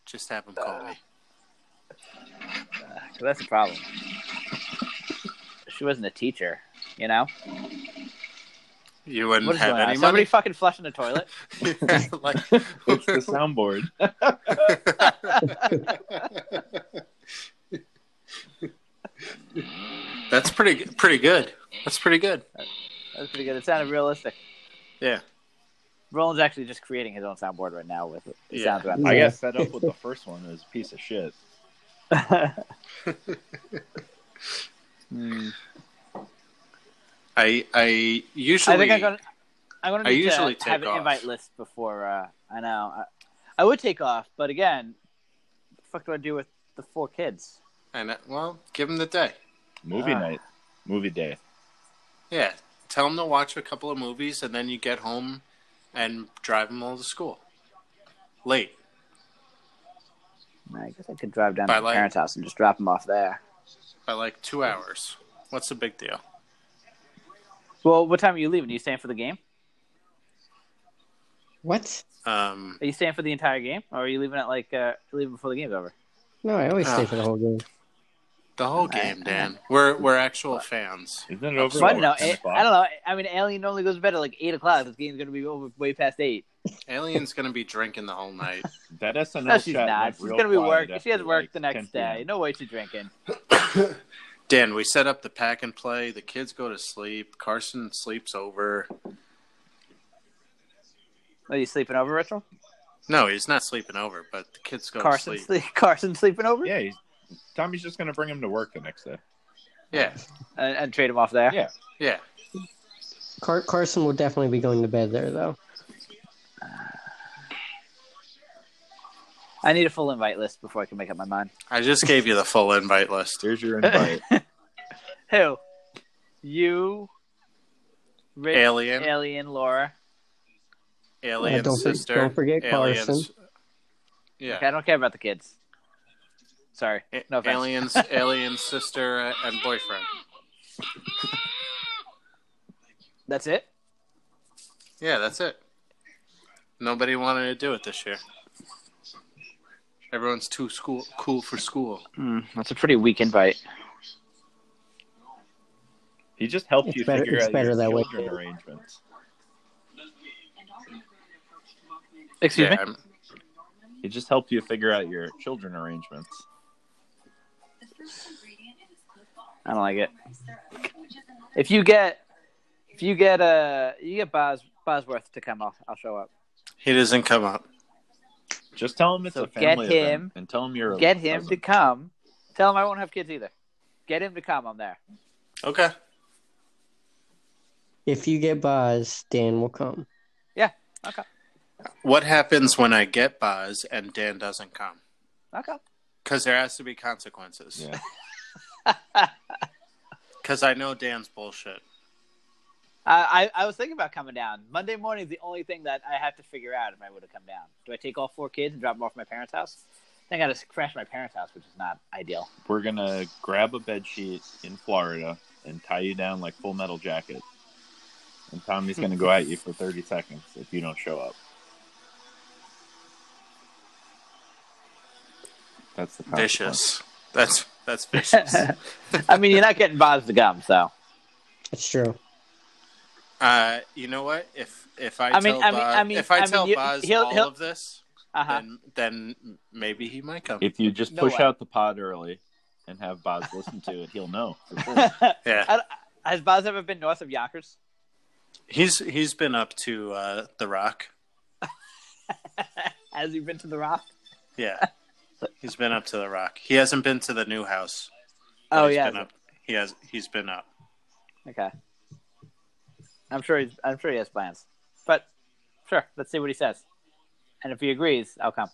[SPEAKER 2] Just have him call me.
[SPEAKER 4] that's the problem. She wasn't a teacher, you know.
[SPEAKER 2] You wouldn't
[SPEAKER 4] What is
[SPEAKER 2] have
[SPEAKER 4] going on?
[SPEAKER 2] any
[SPEAKER 4] Somebody
[SPEAKER 2] money.
[SPEAKER 4] fucking flushing the toilet.
[SPEAKER 2] Like-
[SPEAKER 5] it's the soundboard.
[SPEAKER 2] That's pretty pretty good. That's pretty good.
[SPEAKER 4] That's pretty good. It sounded realistic.
[SPEAKER 2] Yeah.
[SPEAKER 4] Roland's actually just creating his own soundboard right now with it.
[SPEAKER 2] Yeah.
[SPEAKER 4] sounds around.
[SPEAKER 5] I got fed up with the first one. It was a piece of shit.
[SPEAKER 4] Hmm.
[SPEAKER 2] I I usually
[SPEAKER 4] I think I'm gonna. I'm gonna
[SPEAKER 2] I
[SPEAKER 4] need
[SPEAKER 2] usually
[SPEAKER 4] to have
[SPEAKER 2] take
[SPEAKER 4] an
[SPEAKER 2] off.
[SPEAKER 4] invite list before. Uh, I know. I, I would take off, but again, what the fuck do I do with the four kids?
[SPEAKER 2] and uh, well, give him the day.
[SPEAKER 5] Movie
[SPEAKER 4] Ah.
[SPEAKER 5] night, movie day.
[SPEAKER 2] Yeah, tell him to watch a couple of movies and then you get home and drive him all to school. Late.
[SPEAKER 4] I guess I could drive down
[SPEAKER 2] By
[SPEAKER 4] to my
[SPEAKER 2] like-
[SPEAKER 4] parents' house and just drop them off there.
[SPEAKER 2] by like two hours. What's the big deal?
[SPEAKER 4] Well, what time are you leaving? Are you staying for the game?
[SPEAKER 1] What?
[SPEAKER 2] Um,
[SPEAKER 4] Are you staying for the entire game, or are you leaving at like uh, leaving before the game's over?
[SPEAKER 1] No, I always
[SPEAKER 2] Ah.
[SPEAKER 1] stay for the whole game.
[SPEAKER 2] the whole game, Dan. We're we're actual fans.
[SPEAKER 5] Isn't it over?
[SPEAKER 4] So I
[SPEAKER 5] like
[SPEAKER 4] don't know.
[SPEAKER 5] 10
[SPEAKER 4] Eh, I,
[SPEAKER 5] o'clock?
[SPEAKER 4] I don't know. I mean, Alien normally goes to bed at like eight o'clock. This game's gonna be over way past eight.
[SPEAKER 2] Alien's gonna be drinking the whole night.
[SPEAKER 5] That SNL
[SPEAKER 4] No, she's
[SPEAKER 5] chat
[SPEAKER 4] not.
[SPEAKER 5] went
[SPEAKER 4] She's
[SPEAKER 5] real
[SPEAKER 4] gonna be
[SPEAKER 5] quiet
[SPEAKER 4] work. She
[SPEAKER 5] after,
[SPEAKER 4] has work
[SPEAKER 5] like,
[SPEAKER 4] the
[SPEAKER 5] 10
[SPEAKER 4] next
[SPEAKER 5] p.m.
[SPEAKER 4] day. No way she's drinking.
[SPEAKER 2] Dan, we set up the pack and play. The kids go to sleep. Carson sleeps over.
[SPEAKER 4] Are you sleeping over, Rachel?
[SPEAKER 2] No, he's not sleeping over, but the kids go
[SPEAKER 4] Carson,
[SPEAKER 2] to sleep.
[SPEAKER 4] sleep. Carson sleeping over?
[SPEAKER 5] Yeah, he's, Tommy's just gonna bring him to work the next day.
[SPEAKER 2] Yeah,
[SPEAKER 4] And, and trade him off there.
[SPEAKER 5] Yeah.
[SPEAKER 2] yeah.
[SPEAKER 1] Car- Carson will definitely be going to bed there, though.
[SPEAKER 4] I need a full invite list before I can make up my mind.
[SPEAKER 2] I just gave you the full invite list.
[SPEAKER 5] Here's your invite.
[SPEAKER 4] Who? You. Rich,
[SPEAKER 2] Alien,
[SPEAKER 4] Alien, Laura.
[SPEAKER 2] alien
[SPEAKER 1] Uh, don't for-
[SPEAKER 2] sister.
[SPEAKER 1] don't forget
[SPEAKER 2] aliens.
[SPEAKER 1] Carson.
[SPEAKER 2] Yeah.
[SPEAKER 4] Okay, I don't care about the kids. Sorry.
[SPEAKER 2] A-
[SPEAKER 4] No offense.
[SPEAKER 2] aliens, alien sister, uh, and boyfriend.
[SPEAKER 4] That's it.
[SPEAKER 2] Yeah, that's it. Nobody wanted to do it this year. Everyone's too school cool for school.
[SPEAKER 4] Hmm, that's a pretty weak invite.
[SPEAKER 5] He just helped
[SPEAKER 1] It's
[SPEAKER 5] you
[SPEAKER 1] better-
[SPEAKER 5] figure
[SPEAKER 1] it's
[SPEAKER 5] out
[SPEAKER 1] better
[SPEAKER 5] your
[SPEAKER 1] that way.
[SPEAKER 5] children arrangements.
[SPEAKER 4] Excuse
[SPEAKER 2] yeah,
[SPEAKER 4] me.
[SPEAKER 2] I'm-
[SPEAKER 5] He just helped you figure out your children arrangements.
[SPEAKER 4] I don't like it. If you get, if you get uh, you get Bos Bosworth to come, I'll I'll show up.
[SPEAKER 2] he doesn't come up.
[SPEAKER 5] Just tell him it's
[SPEAKER 4] So
[SPEAKER 5] a family
[SPEAKER 4] get
[SPEAKER 5] event
[SPEAKER 4] him-
[SPEAKER 5] and tell him you're a
[SPEAKER 4] Get him to
[SPEAKER 5] cousin.
[SPEAKER 4] come. Tell him I won't have kids either. Get him to come. I'm there.
[SPEAKER 2] Okay.
[SPEAKER 1] If you get Boz, Dan will come.
[SPEAKER 2] What happens when I get Boz and Dan doesn't come?
[SPEAKER 4] I'll come.
[SPEAKER 2] Because there has to be consequences.
[SPEAKER 5] Yeah.
[SPEAKER 2] Because I know Dan's bullshit.
[SPEAKER 4] I, I I was thinking about coming down. Monday morning is the only thing that I have to figure out if I would have come down. Do I take all four kids and drop them off at my parents' house? Then I got to crash my parents' house, which is not ideal.
[SPEAKER 5] We're gonna grab a bed sheet in Florida and tie you down like Full Metal Jacket. And Tommy's gonna go at you for thirty seconds if you don't show up. That's the consequence.
[SPEAKER 2] Vicious. That's that's vicious.
[SPEAKER 4] I mean, you're not getting Boz to come, so.
[SPEAKER 1] That's true.
[SPEAKER 2] uh, you know what? If if I,
[SPEAKER 4] I mean-
[SPEAKER 2] tell
[SPEAKER 4] I
[SPEAKER 2] Boz,
[SPEAKER 4] mean- I mean-
[SPEAKER 2] if I,
[SPEAKER 4] I mean,
[SPEAKER 2] tell
[SPEAKER 4] you-
[SPEAKER 2] Boz
[SPEAKER 4] he'll-
[SPEAKER 2] all
[SPEAKER 4] he'll-
[SPEAKER 2] of this,
[SPEAKER 4] Uh-huh.
[SPEAKER 2] then then maybe he might come.
[SPEAKER 5] If you just
[SPEAKER 4] No
[SPEAKER 5] push
[SPEAKER 4] way.
[SPEAKER 5] out the pod early and have Boz listen to it, he'll know.
[SPEAKER 4] Uh-huh.
[SPEAKER 2] Yeah.
[SPEAKER 4] Has Boz ever been north of Yonkers?
[SPEAKER 2] He's he's been up to uh, the Rock.
[SPEAKER 4] Has he been to the Rock?
[SPEAKER 2] Yeah, he's been up to the Rock. He hasn't been to the new house. but
[SPEAKER 4] Oh
[SPEAKER 2] he's
[SPEAKER 4] yeah.
[SPEAKER 2] been up. he has. He's been up.
[SPEAKER 4] Okay. I'm sure he's. I'm sure he has plans. But sure, let's see what he says. And if he agrees, I'll come.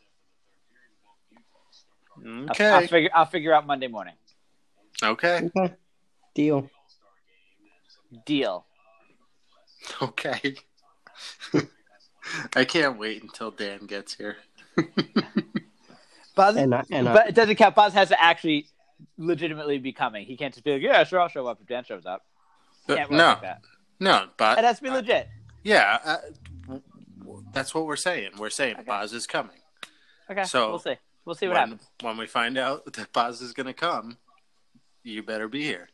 [SPEAKER 4] I'll-
[SPEAKER 2] Okay.
[SPEAKER 4] I'll figure. I'll figure out Monday morning.
[SPEAKER 2] okay.
[SPEAKER 1] Okay. Deal.
[SPEAKER 4] Deal.
[SPEAKER 2] Okay. I can't wait until Dan gets here.
[SPEAKER 4] Buzz,
[SPEAKER 1] And I, and uh, I,
[SPEAKER 4] but it doesn't count. Buzz has to actually legitimately be coming. He can't just be like, "Yeah, sure, I'll show up if Dan shows up."
[SPEAKER 2] But,
[SPEAKER 4] Can't work
[SPEAKER 2] Uh, no, Uh,
[SPEAKER 4] like that.
[SPEAKER 2] no,
[SPEAKER 4] It
[SPEAKER 2] but
[SPEAKER 4] has to be legit.
[SPEAKER 2] yeah, uh, w- w- that's what we're saying. We're saying
[SPEAKER 4] Okay.
[SPEAKER 2] Boz is coming.
[SPEAKER 4] Okay,
[SPEAKER 2] so-
[SPEAKER 4] we'll see. We'll see what
[SPEAKER 2] when,
[SPEAKER 4] happens.
[SPEAKER 2] When we find out that Boz is going to come, you better be here.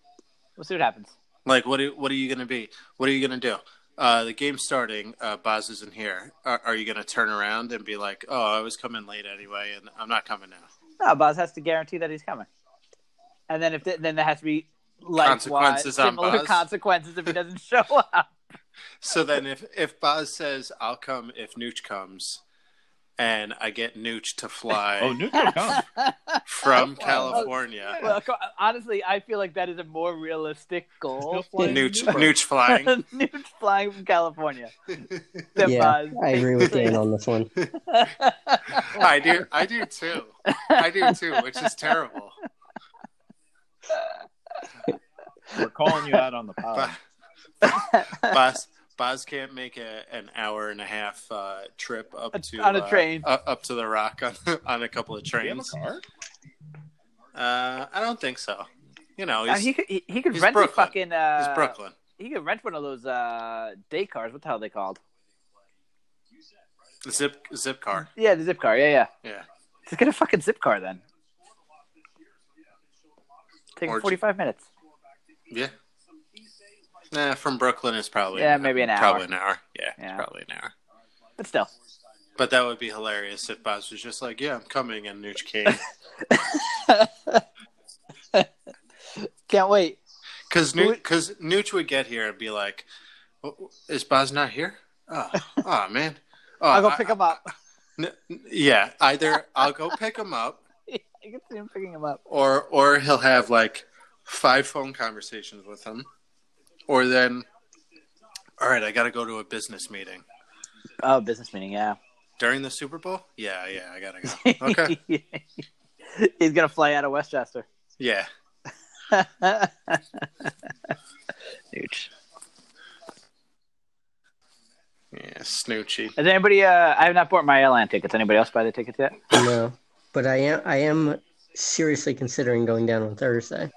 [SPEAKER 4] We'll see what happens.
[SPEAKER 2] Like, what? Are, what are you going to be? What are you going to do? Uh, the game's starting. Uh, Boz isn't here. Are, are you going to turn around and be like, "Oh, I was coming late anyway, and I'm not coming now"?
[SPEAKER 4] No, Buzz has to guarantee that he's coming. And then if th- then there has to be likewise
[SPEAKER 2] Consequences on
[SPEAKER 4] similar
[SPEAKER 2] Buzz.
[SPEAKER 4] consequences if he doesn't show up.
[SPEAKER 2] So then, if if Boz says, "I'll come if Nooch comes," and I get Nooch to fly
[SPEAKER 5] Oh, neutral come.
[SPEAKER 2] from
[SPEAKER 5] Wow.
[SPEAKER 2] California,
[SPEAKER 4] Well, co- honestly, I feel like that is a more realistic goal.
[SPEAKER 5] Still flying
[SPEAKER 2] Nooch
[SPEAKER 5] Newt.
[SPEAKER 2] Nooch flying.
[SPEAKER 4] Newt flying from California. Than
[SPEAKER 1] yeah,
[SPEAKER 4] Buzz.
[SPEAKER 1] I agree with Dan on this one.
[SPEAKER 2] I do. I do too. I do too, which is terrible.
[SPEAKER 5] We're calling you out on the pod.
[SPEAKER 4] Uh,
[SPEAKER 2] Boz Boz can't make a, an hour and a half uh, trip up to
[SPEAKER 4] On a
[SPEAKER 2] uh,
[SPEAKER 4] train.
[SPEAKER 2] u- up to the Rock on on a couple of
[SPEAKER 5] Do you have a
[SPEAKER 2] trains.
[SPEAKER 5] car?
[SPEAKER 2] Uh, I don't think so. You know,
[SPEAKER 4] Uh,
[SPEAKER 2] he's,
[SPEAKER 4] he could he, he could
[SPEAKER 2] he's
[SPEAKER 4] rent a
[SPEAKER 2] Brooklyn.
[SPEAKER 4] fucking uh
[SPEAKER 2] he's Brooklyn.
[SPEAKER 4] he could rent one of those uh day cars. What the hell are they called?
[SPEAKER 2] Zip zip car.
[SPEAKER 4] Yeah, the zip car. Yeah, yeah.
[SPEAKER 2] Yeah.
[SPEAKER 4] Just get a fucking zip car then. Take
[SPEAKER 2] Or ju-
[SPEAKER 4] forty five minutes.
[SPEAKER 2] Yeah. Nah, from Brooklyn is probably
[SPEAKER 4] Yeah, maybe an hour.
[SPEAKER 2] Probably an hour. Yeah, it's
[SPEAKER 4] Yeah.
[SPEAKER 2] probably an hour.
[SPEAKER 4] But still.
[SPEAKER 2] But that would be hilarious if Boz was just like, "Yeah, I'm coming," and Nooch came
[SPEAKER 4] Can't wait.
[SPEAKER 2] because
[SPEAKER 4] Who would-
[SPEAKER 2] because Nooch would get here and be like, "Oh, "Is Boz not here? Oh, oh man, oh,
[SPEAKER 4] I'll go
[SPEAKER 2] I-
[SPEAKER 4] pick him up.
[SPEAKER 2] N- n- yeah, either I'll go pick him up,
[SPEAKER 4] I can see him picking him up.
[SPEAKER 2] or or he'll have like five phone conversations with him, or then, all right, I got to go to a business meeting
[SPEAKER 4] Oh, business meeting, yeah.
[SPEAKER 2] during the Super Bowl. Yeah, yeah, I gotta go. Okay,
[SPEAKER 4] He's gonna fly out of Westchester.
[SPEAKER 2] yeah,
[SPEAKER 4] Huge.
[SPEAKER 2] yeah, snoochy.
[SPEAKER 4] Has anybody? Uh, I have not bought my airline tickets. Anybody else buy the tickets yet?
[SPEAKER 1] No, but I am I am seriously considering going down on Thursday.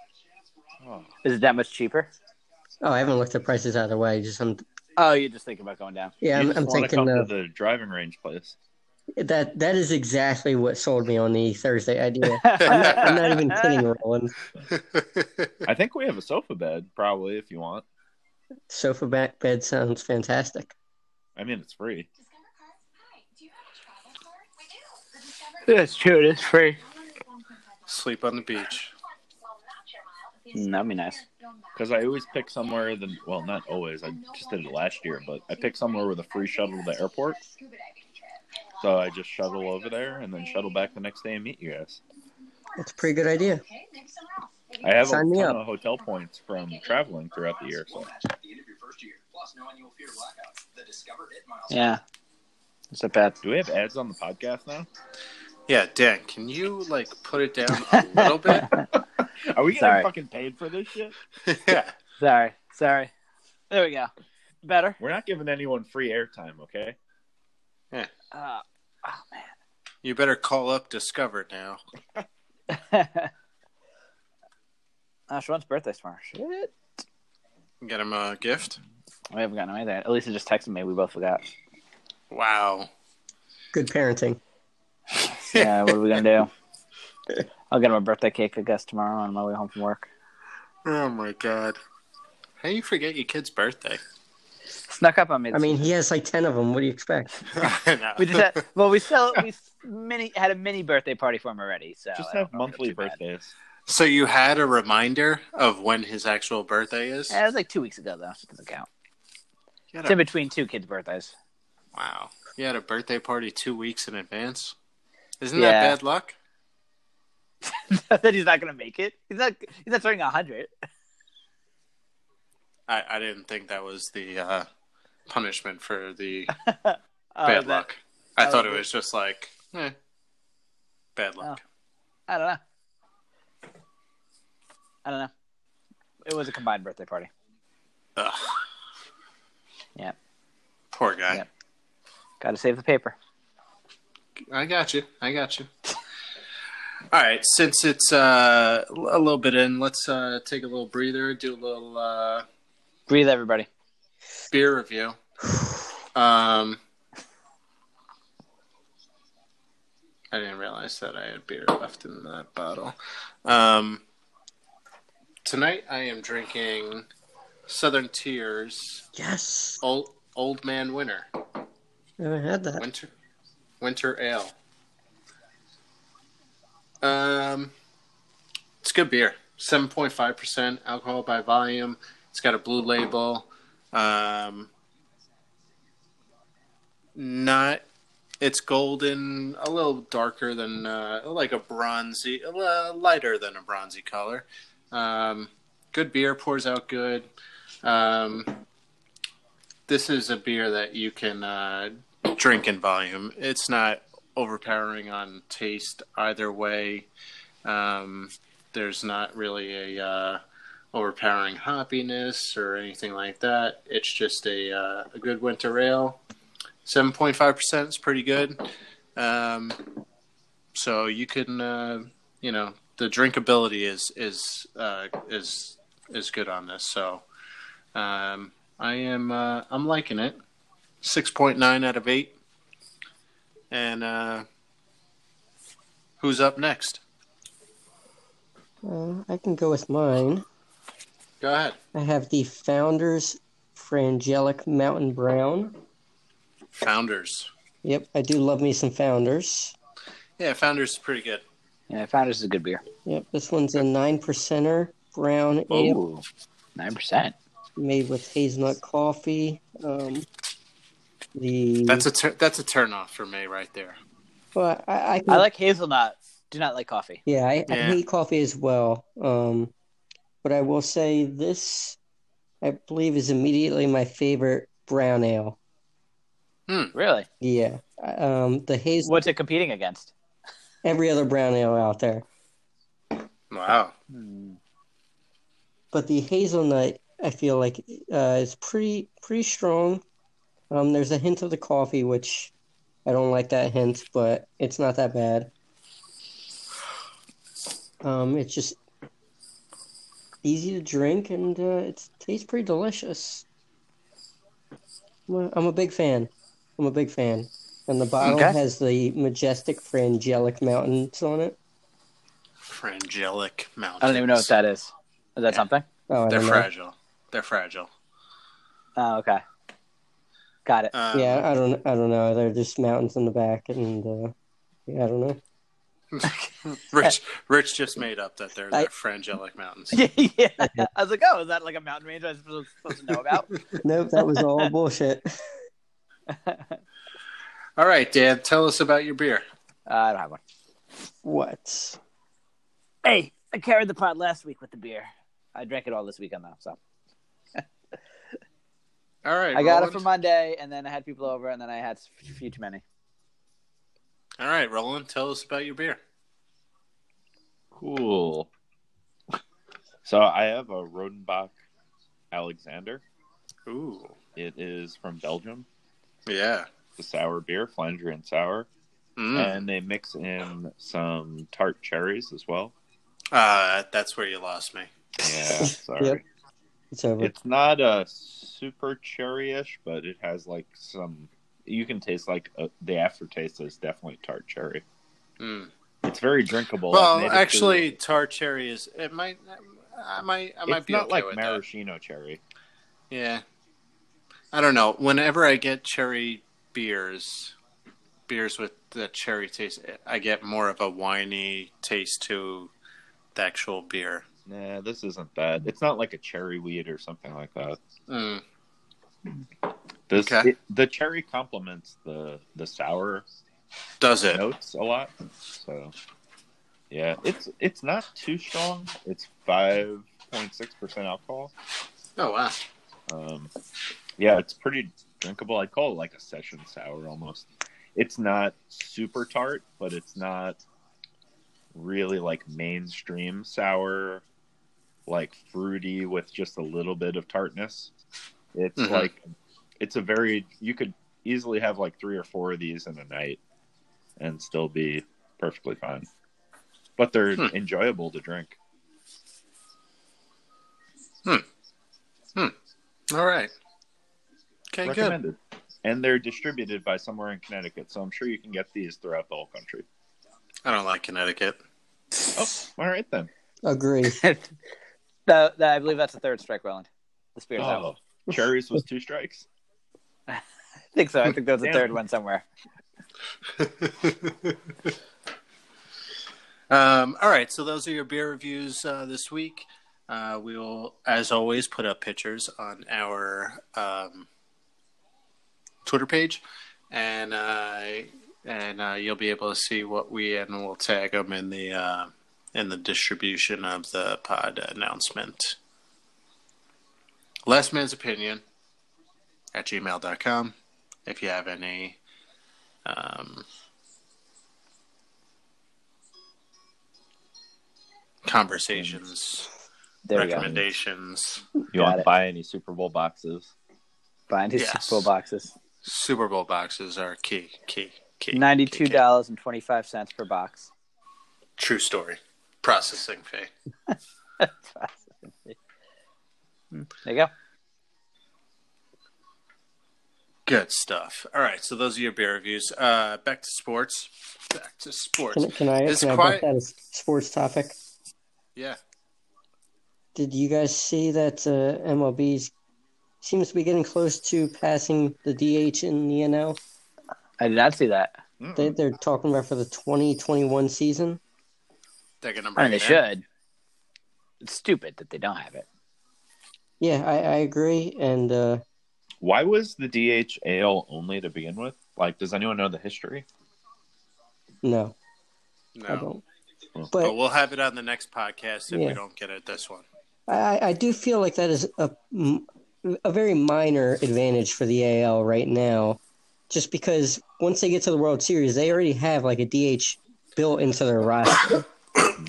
[SPEAKER 5] Oh.
[SPEAKER 4] Is it that much cheaper?
[SPEAKER 1] Oh, I haven't looked at prices either way. Just I'm,
[SPEAKER 4] Oh, you're just thinking about going down.
[SPEAKER 1] yeah,
[SPEAKER 5] You
[SPEAKER 1] I'm,
[SPEAKER 5] just
[SPEAKER 1] I'm
[SPEAKER 5] wanna
[SPEAKER 1] thinking
[SPEAKER 5] come
[SPEAKER 1] of
[SPEAKER 5] to the driving range place.
[SPEAKER 1] That that is exactly what sold me on the Thursday idea. I'm not, I'm not even kidding, Roland.
[SPEAKER 5] I think we have a sofa bed, probably, if you want.
[SPEAKER 1] Sofa back bed sounds fantastic.
[SPEAKER 5] I mean, it's free.
[SPEAKER 3] Discover Cards? Hi, do you have a travel card? We do. The Discover
[SPEAKER 4] That's true. It's free.
[SPEAKER 2] Sleep on the beach.
[SPEAKER 5] Mm,
[SPEAKER 4] That'd be nice.
[SPEAKER 5] Because I always pick somewhere, the, well, not always. I just did it last year, but I picked somewhere with a free shuttle to the airport. So I just shuttle over there and then shuttle back the next day and meet you guys.
[SPEAKER 1] That's a pretty good idea.
[SPEAKER 5] I have
[SPEAKER 1] Sign
[SPEAKER 5] a
[SPEAKER 1] me
[SPEAKER 5] ton
[SPEAKER 1] up.
[SPEAKER 5] of hotel points from traveling throughout the year. So
[SPEAKER 4] Yeah. It's not bad.
[SPEAKER 5] do we have ads on the podcast now?
[SPEAKER 2] Yeah, Dan, can you like put it down a little bit?
[SPEAKER 5] Are we getting
[SPEAKER 4] Sorry.
[SPEAKER 5] fucking paid for this shit?
[SPEAKER 2] yeah,
[SPEAKER 4] Sorry. Sorry. There we go. Better.
[SPEAKER 5] We're not giving anyone free airtime, okay?
[SPEAKER 4] Uh, oh man.
[SPEAKER 2] you better call up Discover now.
[SPEAKER 4] oh, Sean's birthday tomorrow. Shit.
[SPEAKER 2] Get him a gift.
[SPEAKER 4] We haven't gotten him either. At least he just texted me. We both forgot.
[SPEAKER 2] Wow.
[SPEAKER 1] Good parenting.
[SPEAKER 4] Yeah, what are we going to do? I'll get him a birthday cake, I guess, tomorrow on my way home from work.
[SPEAKER 2] Oh my god. How do you forget your kid's birthday?
[SPEAKER 4] Snuck up on me.
[SPEAKER 1] I mean, he has like ten of them. What do you expect?
[SPEAKER 2] I know.
[SPEAKER 4] we just had, well, we still we s- mini had a mini birthday party for him already. So
[SPEAKER 5] Just
[SPEAKER 4] I don't
[SPEAKER 5] have
[SPEAKER 4] know if
[SPEAKER 5] monthly
[SPEAKER 4] it's too bad.
[SPEAKER 5] birthdays.
[SPEAKER 2] So you had a reminder of when his actual birthday is?
[SPEAKER 4] Yeah, it was like two weeks ago though. So it doesn't count.
[SPEAKER 2] You
[SPEAKER 4] It's
[SPEAKER 2] had
[SPEAKER 4] in
[SPEAKER 2] a,
[SPEAKER 4] between two kids' birthdays.
[SPEAKER 2] wow. You had a birthday party two weeks in advance. Isn't
[SPEAKER 4] Yeah.
[SPEAKER 2] that bad luck?
[SPEAKER 4] that he's not gonna make it. He's not. He's not turning hundred.
[SPEAKER 2] I, I didn't think that was the uh, punishment for the
[SPEAKER 4] Uh,
[SPEAKER 2] bad
[SPEAKER 4] that-
[SPEAKER 2] luck. I
[SPEAKER 4] that
[SPEAKER 2] thought it
[SPEAKER 4] was it.
[SPEAKER 2] was just like, eh, bad
[SPEAKER 4] Oh.
[SPEAKER 2] luck.
[SPEAKER 4] I don't know. I don't know. It was a combined birthday party.
[SPEAKER 2] Ugh.
[SPEAKER 4] Yeah.
[SPEAKER 2] Poor guy.
[SPEAKER 4] Yeah. Got to save the paper.
[SPEAKER 2] I got you. I got you. All right, since it's uh, a little bit in, let's uh, take a little breather, do a little uh,
[SPEAKER 4] Breathe, everybody.
[SPEAKER 2] beer review. Um, I didn't realize that I had beer left in that bottle. Um, tonight I am drinking Southern Tears
[SPEAKER 1] Yes.
[SPEAKER 2] Old Old Man Winter
[SPEAKER 1] I had that.
[SPEAKER 2] Winter Winter Ale. Um, it's good beer. Seven point five percent alcohol by volume. It's got a blue label. Um, not. It's golden, a little darker than uh, like a bronzy, a li- lighter than a bronzy color. Um, good beer pours out good. Um, this is a beer that you can uh, drink in volume. It's not overpowering on taste either way. Um, there's not really a uh, overpowering hoppiness or anything like that. It's just a uh, a good winter ale. Seven point five percent is pretty good. Um, so you can uh, you know the drinkability is is uh, is is good on this. So um, I am uh, I'm liking it six point nine out of eight. And uh, who's up next?
[SPEAKER 1] Uh, I can go with mine.
[SPEAKER 2] Go ahead.
[SPEAKER 1] I have the Founders Frangelic Mountain Brown.
[SPEAKER 2] Founders.
[SPEAKER 1] Yep, I do love me some Founders.
[SPEAKER 2] Yeah, Founders is pretty good.
[SPEAKER 4] Yeah, Founders is a good beer.
[SPEAKER 1] Yep, this one's a nine percenter brown
[SPEAKER 2] Oh.
[SPEAKER 1] ale
[SPEAKER 4] Ooh, nine percent.
[SPEAKER 1] made with hazelnut coffee. Um, the
[SPEAKER 2] That's a tur- that's a turnoff for me right there.
[SPEAKER 1] well, I, I, can,
[SPEAKER 4] I like hazelnut. Do not like coffee.
[SPEAKER 1] Yeah, I, I
[SPEAKER 2] Yeah.
[SPEAKER 1] hate coffee as well. Um, but I will say this, I believe, is immediately my favorite brown ale.
[SPEAKER 4] Really?
[SPEAKER 1] Yeah, um, the hazel.
[SPEAKER 4] What's it competing against?
[SPEAKER 1] Every other brown ale out there.
[SPEAKER 2] Wow.
[SPEAKER 4] Hmm.
[SPEAKER 1] but the hazelnut I feel like uh, is pretty pretty strong. Um, there's a hint of the coffee, which I don't like that hint, but it's not that bad. Um, it's just easy to drink and uh, it tastes pretty delicious. I'm a- I'm a big fan. I'm a big fan. And the bottle
[SPEAKER 4] Okay.
[SPEAKER 1] has the majestic frangelic mountains on it.
[SPEAKER 2] Frangelic mountains.
[SPEAKER 4] I don't even know what that is. Is that
[SPEAKER 2] Yeah.
[SPEAKER 4] something?
[SPEAKER 1] Oh, I
[SPEAKER 2] They're
[SPEAKER 1] don't know.
[SPEAKER 2] fragile. They're fragile.
[SPEAKER 4] Oh, okay. Got it.
[SPEAKER 2] Um,
[SPEAKER 1] Yeah, I don't, I don't know. They're just mountains in the back, and uh, yeah, I don't know.
[SPEAKER 2] Rich Rich just made up that they're
[SPEAKER 1] I-
[SPEAKER 2] the Frangelic mountains.
[SPEAKER 4] yeah. I was like, oh, is that like a mountain range I was supposed supposed to know about? Uh,
[SPEAKER 1] Nope, that was all bullshit.
[SPEAKER 2] All right, Dan, tell us about your beer.
[SPEAKER 4] Uh, I don't have one.
[SPEAKER 1] What?
[SPEAKER 4] Hey, I carried the pot last week with the beer. I drank it all this weekend though, so
[SPEAKER 2] All right,
[SPEAKER 4] I got it
[SPEAKER 2] Roland.
[SPEAKER 4] for Monday, and then I had people over, and then I had a few too many.
[SPEAKER 2] All right, Roland, tell us about your beer.
[SPEAKER 5] Cool. So I have a Rodenbach Alexander.
[SPEAKER 2] Ooh,
[SPEAKER 5] It is from Belgium.
[SPEAKER 2] yeah.
[SPEAKER 5] It's a sour beer, Flandrian sour,
[SPEAKER 2] Mm.
[SPEAKER 5] and they mix in some tart cherries as well.
[SPEAKER 2] Uh, that's where you lost me.
[SPEAKER 5] Yeah, sorry.
[SPEAKER 1] Yep. It's over.
[SPEAKER 5] It's not a super cherry-ish, but it has like some. You can taste like uh the aftertaste is definitely tart cherry.
[SPEAKER 2] Mm.
[SPEAKER 5] It's very drinkable. I've
[SPEAKER 2] Well,
[SPEAKER 5] made it
[SPEAKER 2] actually,
[SPEAKER 5] through-
[SPEAKER 2] tar cherry is. It might. I might. I might
[SPEAKER 5] it's
[SPEAKER 2] be
[SPEAKER 5] not
[SPEAKER 2] okay
[SPEAKER 5] like
[SPEAKER 2] with
[SPEAKER 5] maraschino cherry.
[SPEAKER 2] that. Yeah. I don't know. Whenever I get cherry beers, beers with the cherry taste, I get more of a winey taste to the actual beer.
[SPEAKER 5] Nah, this isn't that. It's not like a cherry weed or something like that.
[SPEAKER 2] Mm.
[SPEAKER 5] This
[SPEAKER 2] Okay.
[SPEAKER 5] the cherry complements the the sour
[SPEAKER 2] Does it?
[SPEAKER 5] notes a lot. So yeah, it's it's not too strong. It's five point six percent alcohol.
[SPEAKER 2] Oh wow.
[SPEAKER 5] Um, yeah, it's pretty drinkable. I call it like a session sour almost. It's not super tart, but it's not really like mainstream sour, like fruity with just a little bit of tartness. It's
[SPEAKER 2] Mhm.
[SPEAKER 5] like it's a very you could easily have like three or four of these in a night and still be perfectly fine. But they're
[SPEAKER 2] Hmm.
[SPEAKER 5] enjoyable to drink.
[SPEAKER 2] All right. Okay, good.
[SPEAKER 5] recommended. And they're distributed by somewhere in Connecticut, so I'm sure you can get these throughout the whole country.
[SPEAKER 2] I don't like Connecticut.
[SPEAKER 5] Oh, All right then.
[SPEAKER 1] Agree.
[SPEAKER 4] that, that, I believe that's the third strike, Roland. The spears out.
[SPEAKER 5] Oh, cherries was two strikes.
[SPEAKER 4] I think so. I think there was a
[SPEAKER 5] Damn.
[SPEAKER 4] third one somewhere.
[SPEAKER 2] um, all right, so those are your beer reviews uh, this week. Uh, we will, as always, put up pictures on our um, Twitter page, and uh, and uh, you'll be able to see what we and we'll tag them in the uh, in the distribution of the pod announcement. Last man's opinion at gmail.com if you have any um, conversations,
[SPEAKER 4] There we go.
[SPEAKER 2] recommendations,
[SPEAKER 5] You
[SPEAKER 4] Got
[SPEAKER 5] want to
[SPEAKER 4] it.
[SPEAKER 5] buy any Super Bowl boxes?
[SPEAKER 4] Find his
[SPEAKER 2] Yes.
[SPEAKER 4] full boxes.
[SPEAKER 2] Super Bowl boxes are key, key, key. key,
[SPEAKER 4] Ninety-two
[SPEAKER 2] key.
[SPEAKER 4] dollars and twenty-five cents per box.
[SPEAKER 2] True story. Processing fee.
[SPEAKER 4] Hmm, There you go.
[SPEAKER 2] Good stuff. All right, so those are your beer reviews. Uh, back to sports. Back to sports.
[SPEAKER 1] Can, can I
[SPEAKER 2] It's
[SPEAKER 1] can I
[SPEAKER 2] quite-
[SPEAKER 1] bust out a s- sports topic?
[SPEAKER 2] Yeah.
[SPEAKER 1] Did you guys see that uh, MLB seems to be getting close to passing the DH in the NL?
[SPEAKER 4] I did not see that.
[SPEAKER 5] Mm-mm.
[SPEAKER 1] They, they're talking about for the 2021 season.
[SPEAKER 2] They're gonna bring
[SPEAKER 4] I mean, they
[SPEAKER 2] it in.
[SPEAKER 4] should. It's stupid that they don't have it.
[SPEAKER 1] Yeah, I, I agree. And uh,
[SPEAKER 5] Why was the DH ale only to begin with? Like, does anyone know the history?
[SPEAKER 1] no, I
[SPEAKER 2] No.
[SPEAKER 1] don't.
[SPEAKER 5] Well,
[SPEAKER 1] But
[SPEAKER 2] But we'll have it on the next podcast if
[SPEAKER 1] Yeah.
[SPEAKER 2] we don't get it this one.
[SPEAKER 1] I, I do feel like that is a a very minor advantage for the AL right now, just because once they get to the World Series, they already have like a DH built into their roster.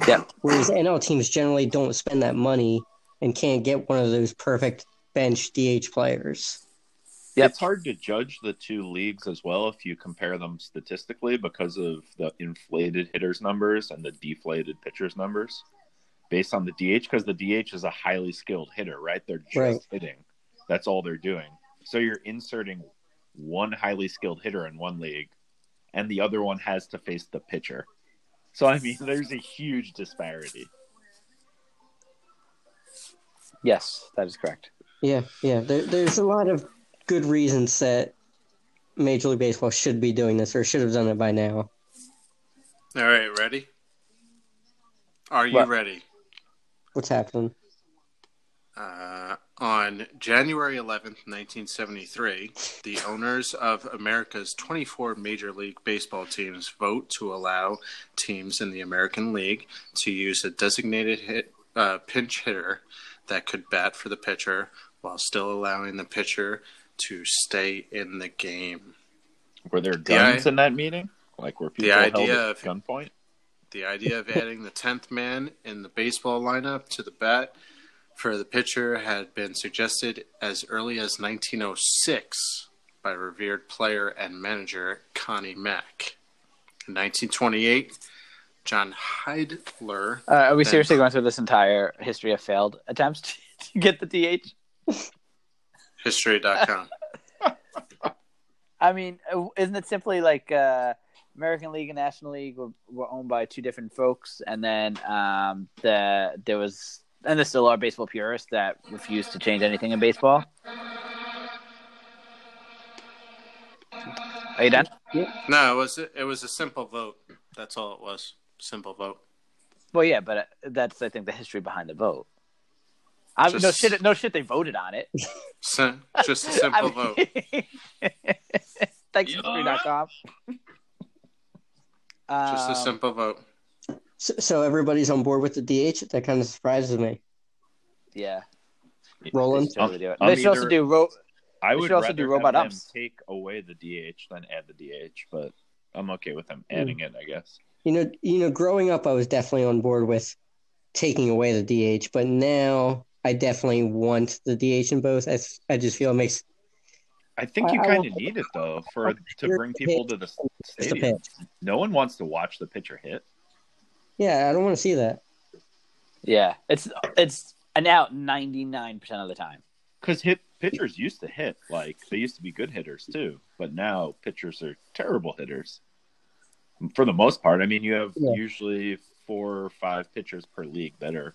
[SPEAKER 4] Yeah.
[SPEAKER 1] Whereas NL teams generally don't spend that money and can't get one of those perfect bench DH players.
[SPEAKER 4] Yep.
[SPEAKER 5] It's hard to judge the two leagues as well if you compare them statistically because of the inflated hitters numbers and the deflated pitchers numbers based on the DH because the DH is a highly skilled hitter, right? They're just
[SPEAKER 1] Right.
[SPEAKER 5] hitting. That's all they're doing. So you're inserting one highly skilled hitter in one league and the other one has to face the pitcher. So I mean there's a huge disparity.
[SPEAKER 4] Yes, that is correct.
[SPEAKER 1] Yeah, yeah. There, there's a lot of good reasons that Major League Baseball should be doing this or should have done it by now.
[SPEAKER 2] All right, ready? Are you
[SPEAKER 4] What?
[SPEAKER 2] ready?
[SPEAKER 1] What's happening?
[SPEAKER 2] Uh, on January 11th, 1973, the owners of America's 24 Major League Baseball teams vote to allow teams in the American League to use a designated hit, uh, pinch hitter that could bat for the pitcher while still allowing the pitcher to stay in the game.
[SPEAKER 5] Were there
[SPEAKER 2] The i-
[SPEAKER 5] guns in that meeting? Like were people held
[SPEAKER 2] idea
[SPEAKER 5] at
[SPEAKER 2] of-
[SPEAKER 5] gunpoint?
[SPEAKER 2] The idea of adding the 10th man in the baseball lineup to the bat for the pitcher had been suggested as early as 1906 by revered player and manager Connie Mack. In 1928, John Heidler.
[SPEAKER 4] Uh, are we
[SPEAKER 2] Then-
[SPEAKER 4] seriously going through this entire history of failed attempts to- to get the DH?
[SPEAKER 2] History.com.
[SPEAKER 4] I mean, uh, isn't it simply like uh, American League and National League were, were owned by two different folks, and then um, the there was and there still are baseball purists that refuse to change anything in baseball. Are you done?
[SPEAKER 2] No, it was it was a simple vote. That's all it was. Simple vote.
[SPEAKER 4] Well, yeah, but uh, that's I think the history behind the vote. I, no
[SPEAKER 2] Just-
[SPEAKER 4] shit. No shit. They voted on it.
[SPEAKER 2] Sim- just a simple vote.
[SPEAKER 4] Thanks,
[SPEAKER 5] Yeah.
[SPEAKER 4] History.com.
[SPEAKER 2] Just a
[SPEAKER 4] Um,
[SPEAKER 2] simple vote.
[SPEAKER 1] So, so everybody's on board with the DH. That kind of surprises me.
[SPEAKER 4] Yeah.
[SPEAKER 1] Roland?
[SPEAKER 4] They should, totally do it.
[SPEAKER 5] I'm
[SPEAKER 4] They should also
[SPEAKER 5] either-
[SPEAKER 4] do ro-
[SPEAKER 5] I
[SPEAKER 4] We
[SPEAKER 5] would
[SPEAKER 4] should also
[SPEAKER 5] rather
[SPEAKER 4] do robot
[SPEAKER 5] have them
[SPEAKER 4] ups.
[SPEAKER 5] take away the DH than add the DH, but I'm okay with
[SPEAKER 1] Hmm.
[SPEAKER 5] them adding it. I guess.
[SPEAKER 1] You know, you know, growing up, I was definitely on board with taking away the DH, but now I definitely want the DH in both. I, s- I just feel it makes
[SPEAKER 5] I think
[SPEAKER 1] I-
[SPEAKER 5] you
[SPEAKER 1] I
[SPEAKER 5] kind
[SPEAKER 1] want-
[SPEAKER 5] of need it though for to bring people to the s-
[SPEAKER 1] it's the
[SPEAKER 5] stadium.
[SPEAKER 1] pitch.
[SPEAKER 5] No one wants to watch the pitcher hit.
[SPEAKER 1] Yeah, I don't want to see that.
[SPEAKER 4] Yeah. It's it's an out ninety nine percent of the time.
[SPEAKER 5] Because hit pitchers used to hit like they used to be good hitters too, but now pitchers are terrible hitters for the most part. I mean, you have
[SPEAKER 1] Yeah.
[SPEAKER 5] usually four or five pitchers per league that are,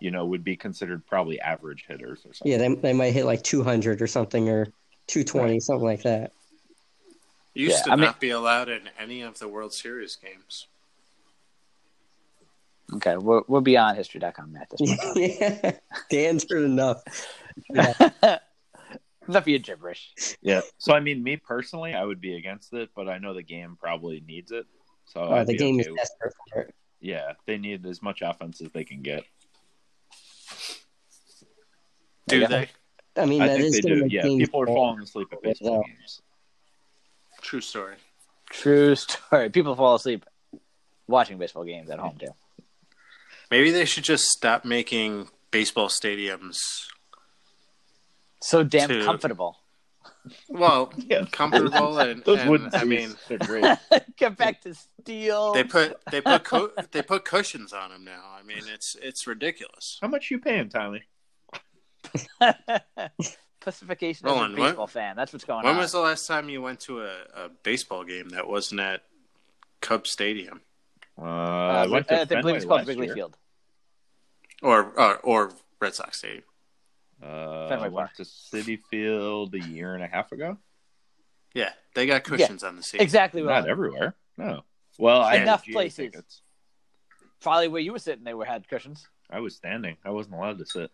[SPEAKER 5] you know, would be considered probably average hitters or something.
[SPEAKER 1] Yeah, they, they might hit like 200 or something or 220,
[SPEAKER 5] Right.
[SPEAKER 1] something like that.
[SPEAKER 2] Used
[SPEAKER 4] Yeah,
[SPEAKER 2] to
[SPEAKER 4] I mean-
[SPEAKER 2] not be allowed in any of the World Series games.
[SPEAKER 4] Okay. We're we're beyond history.com at this point.
[SPEAKER 1] yeah, Dan's heard enough.
[SPEAKER 4] Enough of your gibberish.
[SPEAKER 5] Yeah. So I mean, me personally, I would be against it, but I know the game probably needs it. So
[SPEAKER 1] Uh,
[SPEAKER 5] I'd
[SPEAKER 1] the
[SPEAKER 5] be
[SPEAKER 1] game
[SPEAKER 5] okay
[SPEAKER 1] is
[SPEAKER 5] with-
[SPEAKER 1] desperate for it.
[SPEAKER 5] yeah, they need as much offense as they can get.
[SPEAKER 2] Do
[SPEAKER 1] Yeah.
[SPEAKER 2] they?
[SPEAKER 1] I mean,
[SPEAKER 5] I
[SPEAKER 1] that
[SPEAKER 5] think
[SPEAKER 1] is
[SPEAKER 5] they
[SPEAKER 1] gonna
[SPEAKER 5] do.
[SPEAKER 1] make
[SPEAKER 5] Yeah,
[SPEAKER 1] games
[SPEAKER 5] people are
[SPEAKER 1] more-
[SPEAKER 5] falling asleep at baseball
[SPEAKER 1] Yeah.
[SPEAKER 5] games.
[SPEAKER 2] True story.
[SPEAKER 4] True story. People fall asleep watching baseball games at home too.
[SPEAKER 2] Maybe they should just stop making baseball stadiums.
[SPEAKER 4] So damn
[SPEAKER 2] Dude.
[SPEAKER 4] comfortable.
[SPEAKER 2] Well,
[SPEAKER 5] Yeah,
[SPEAKER 2] comfortable and,
[SPEAKER 5] those
[SPEAKER 2] and,
[SPEAKER 5] wooden.
[SPEAKER 2] I
[SPEAKER 5] seats
[SPEAKER 2] mean,
[SPEAKER 5] are great.
[SPEAKER 4] Get back to steel.
[SPEAKER 2] they put they put co- they put cushions on them now. I mean, it's it's ridiculous.
[SPEAKER 5] How much you paying, Tyler?
[SPEAKER 4] Pacification
[SPEAKER 2] Roland,
[SPEAKER 4] as a
[SPEAKER 2] what-
[SPEAKER 4] baseball fan. That's what's going
[SPEAKER 2] When
[SPEAKER 4] on.
[SPEAKER 2] was the last time you went to a, a baseball game that wasn't at Cub Stadium
[SPEAKER 5] Uh,
[SPEAKER 4] uh,
[SPEAKER 5] I went to
[SPEAKER 4] I believe
[SPEAKER 5] Fenway
[SPEAKER 4] it's called
[SPEAKER 5] last
[SPEAKER 4] Wrigley
[SPEAKER 5] year.
[SPEAKER 4] Field.
[SPEAKER 2] or or, or Red Sox Stadium?
[SPEAKER 5] Uh, I
[SPEAKER 4] Fenway
[SPEAKER 5] went
[SPEAKER 4] Park.
[SPEAKER 5] to City Field a year and a half ago.
[SPEAKER 2] Yeah, they got cushions on the seats.
[SPEAKER 4] Exactly.
[SPEAKER 5] Not
[SPEAKER 4] Roland.
[SPEAKER 5] everywhere. No. Well, I had
[SPEAKER 4] uh, Enough
[SPEAKER 5] GA
[SPEAKER 4] places.
[SPEAKER 5] tickets.
[SPEAKER 4] Probably where you were sitting, they were had cushions.
[SPEAKER 5] I was standing. I wasn't allowed to sit.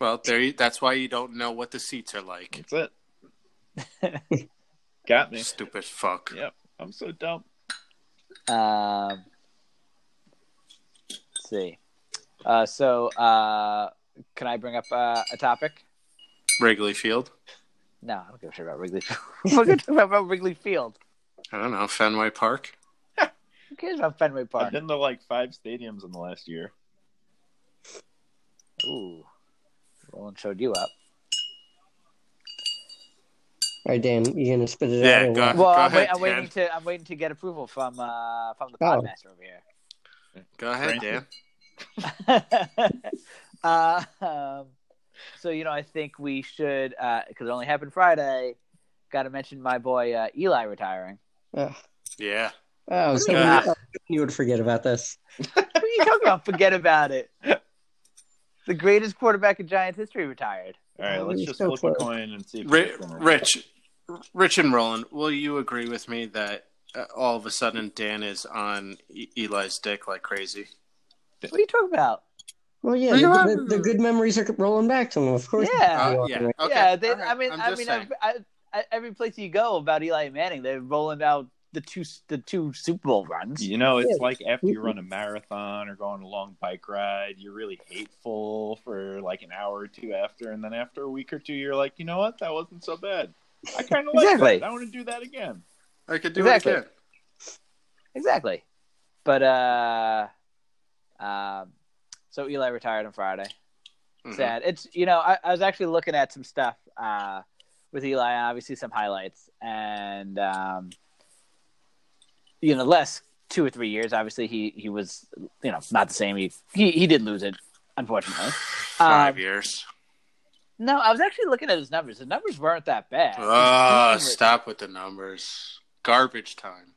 [SPEAKER 2] Well, there you, that's why you don't know what the seats are like.
[SPEAKER 5] That's it. Got me.
[SPEAKER 2] Stupid fuck.
[SPEAKER 5] Yep. I'm so dumb.
[SPEAKER 4] Um, let's see. Uh, so, uh, can I bring up uh, a topic?
[SPEAKER 2] Wrigley Field.
[SPEAKER 4] No, I don't give a shit about Wrigley. we're going to talk about Wrigley Field.
[SPEAKER 2] I don't know Fenway Park.
[SPEAKER 4] Who cares about Fenway
[SPEAKER 5] I've
[SPEAKER 4] Park?
[SPEAKER 5] been to like five stadiums in the last year.
[SPEAKER 4] Ooh, Roland showed you up.
[SPEAKER 1] All right, Dan, you gonna spit it
[SPEAKER 2] Yeah,
[SPEAKER 1] out? or
[SPEAKER 2] go-
[SPEAKER 1] what?
[SPEAKER 4] Well, I'm, wait,
[SPEAKER 2] ahead,
[SPEAKER 4] I'm waiting
[SPEAKER 2] Dan.
[SPEAKER 4] to I'm waiting to get approval from uh, from the
[SPEAKER 1] Oh.
[SPEAKER 4] podmaster over here.
[SPEAKER 2] Go ahead,
[SPEAKER 5] Francis.
[SPEAKER 2] Dan.
[SPEAKER 4] uh, um, so you know, I think we should because it only happened Friday. Got to mention my boy uh, Eli retiring.
[SPEAKER 1] Ugh.
[SPEAKER 2] Yeah.
[SPEAKER 1] Uh, Oh, I was hoping
[SPEAKER 2] Ah.
[SPEAKER 1] I was hoping you would forget about this.
[SPEAKER 4] what are you talking about? Forget about it. The greatest quarterback in Giants history retired.
[SPEAKER 5] All right,
[SPEAKER 1] Oh,
[SPEAKER 5] let's
[SPEAKER 1] you're
[SPEAKER 5] just
[SPEAKER 1] so
[SPEAKER 5] flip
[SPEAKER 1] close.
[SPEAKER 5] a coin and see. if
[SPEAKER 2] Ri
[SPEAKER 5] it's gonna-
[SPEAKER 2] Rich, Rich and Roland, will you agree with me that uh, all of a sudden Dan is on E- Eli's dick like crazy?
[SPEAKER 4] What are you talking about?
[SPEAKER 1] Well, yeah,
[SPEAKER 2] Well, you
[SPEAKER 1] the,
[SPEAKER 2] are-
[SPEAKER 1] good- the good memories are rolling back to him. Of course,
[SPEAKER 4] Yeah,
[SPEAKER 2] Uh,
[SPEAKER 1] You're
[SPEAKER 2] yeah.
[SPEAKER 1] welcome.
[SPEAKER 2] Okay.
[SPEAKER 4] yeah. They,
[SPEAKER 2] all right.
[SPEAKER 4] I mean,
[SPEAKER 2] I'm
[SPEAKER 4] I
[SPEAKER 2] just
[SPEAKER 4] mean,
[SPEAKER 2] saying.
[SPEAKER 4] I, I, every place you go about Eli Manning, they're rolling out the two the two Super Bowl runs.
[SPEAKER 5] You know, it's
[SPEAKER 1] Yeah.
[SPEAKER 5] like after
[SPEAKER 4] Mm-hmm.
[SPEAKER 5] you run a marathon or go on a long bike ride, you're really hateful for like an hour or two after, and then after a week or two, you're like, you know what, that wasn't so bad. I kind of like
[SPEAKER 4] Exactly.
[SPEAKER 5] that. I want to do that again.
[SPEAKER 2] I could do
[SPEAKER 4] Exactly.
[SPEAKER 2] it again.
[SPEAKER 4] Exactly. But uh, um, so Eli retired on Friday.
[SPEAKER 2] Mhm.
[SPEAKER 4] Sad. It's you know I, I was actually looking at some stuff uh, with Eli, obviously some highlights, and um, you know the last two or three years, obviously he he was you know not the same. He he, he did lose it, unfortunately.
[SPEAKER 2] Five
[SPEAKER 4] Um,
[SPEAKER 2] years.
[SPEAKER 4] No, I was actually looking at his numbers. The numbers weren't that bad. His
[SPEAKER 2] Oh,
[SPEAKER 4] team was-
[SPEAKER 2] stop with the numbers. Garbage time.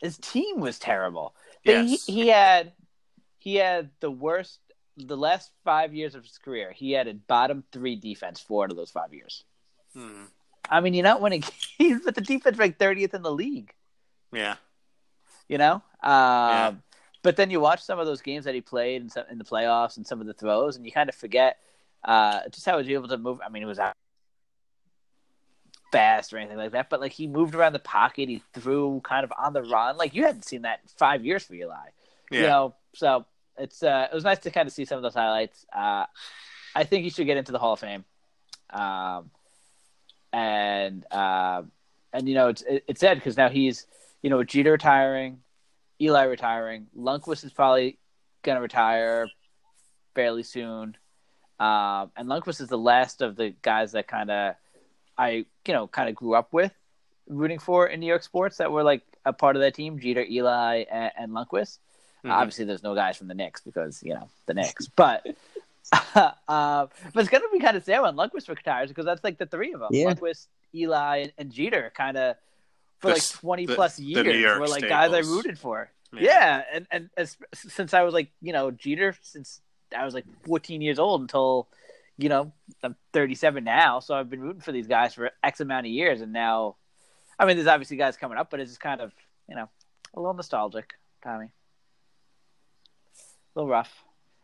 [SPEAKER 4] his team was terrible. They,
[SPEAKER 2] Yes.
[SPEAKER 4] he, he had he had the worst the last five years of his career. He had a bottom three defense four out of those five years.
[SPEAKER 2] Mhm.
[SPEAKER 4] I mean, you're not winning games, but the defense ranked thirtieth in the league.
[SPEAKER 2] Yeah.
[SPEAKER 4] You know, um,
[SPEAKER 2] Yeah.
[SPEAKER 4] but then you watch some of those games that he played and some, in the playoffs and some of the throws, and you kind of forget Uh, just how he was able to move. I mean, it was out fast or anything like that, but like he moved around the pocket. He threw kind of on the run. Like you hadn't seen that in five years for Eli.
[SPEAKER 2] Yeah.
[SPEAKER 4] You know, so it's uh, it was nice to kind of see some of those highlights. Uh, I think he should get into the Hall of Fame. Um, and uh, and you know it's it, it's sad because now he's you know with Jeter retiring, Eli retiring, Lundqvist is probably gonna retire fairly soon, um, and Lundqvist is the last of the guys that kind of I you know kind of grew up with rooting for in New York sports that were like a part of that team: Jeter, Eli, and, and Lundqvist.
[SPEAKER 2] Mhm.
[SPEAKER 4] Obviously, there's no guys from the Knicks because you know the Knicks, but. uh, but it's gonna be kind of sad when Lundqvist retires because that's like the three of them:
[SPEAKER 1] Yeah.
[SPEAKER 4] Lundqvist, Eli, and, and Jeter, kind of for
[SPEAKER 2] The
[SPEAKER 4] like
[SPEAKER 2] s-
[SPEAKER 4] 20
[SPEAKER 2] the-
[SPEAKER 4] plus
[SPEAKER 2] the
[SPEAKER 4] years
[SPEAKER 2] New York
[SPEAKER 4] were like guys I
[SPEAKER 2] staples.
[SPEAKER 4] rooted for.
[SPEAKER 2] Yeah.
[SPEAKER 4] Yeah, and and as, since I was like, you know, Jeter since I was like 14 years old until you know, I'm 37 now, so I've been rooting for these guys for X amount of years and now I mean, there's obviously guys coming up, but it's just kind of, you know, a little nostalgic, Tommy. A little rough.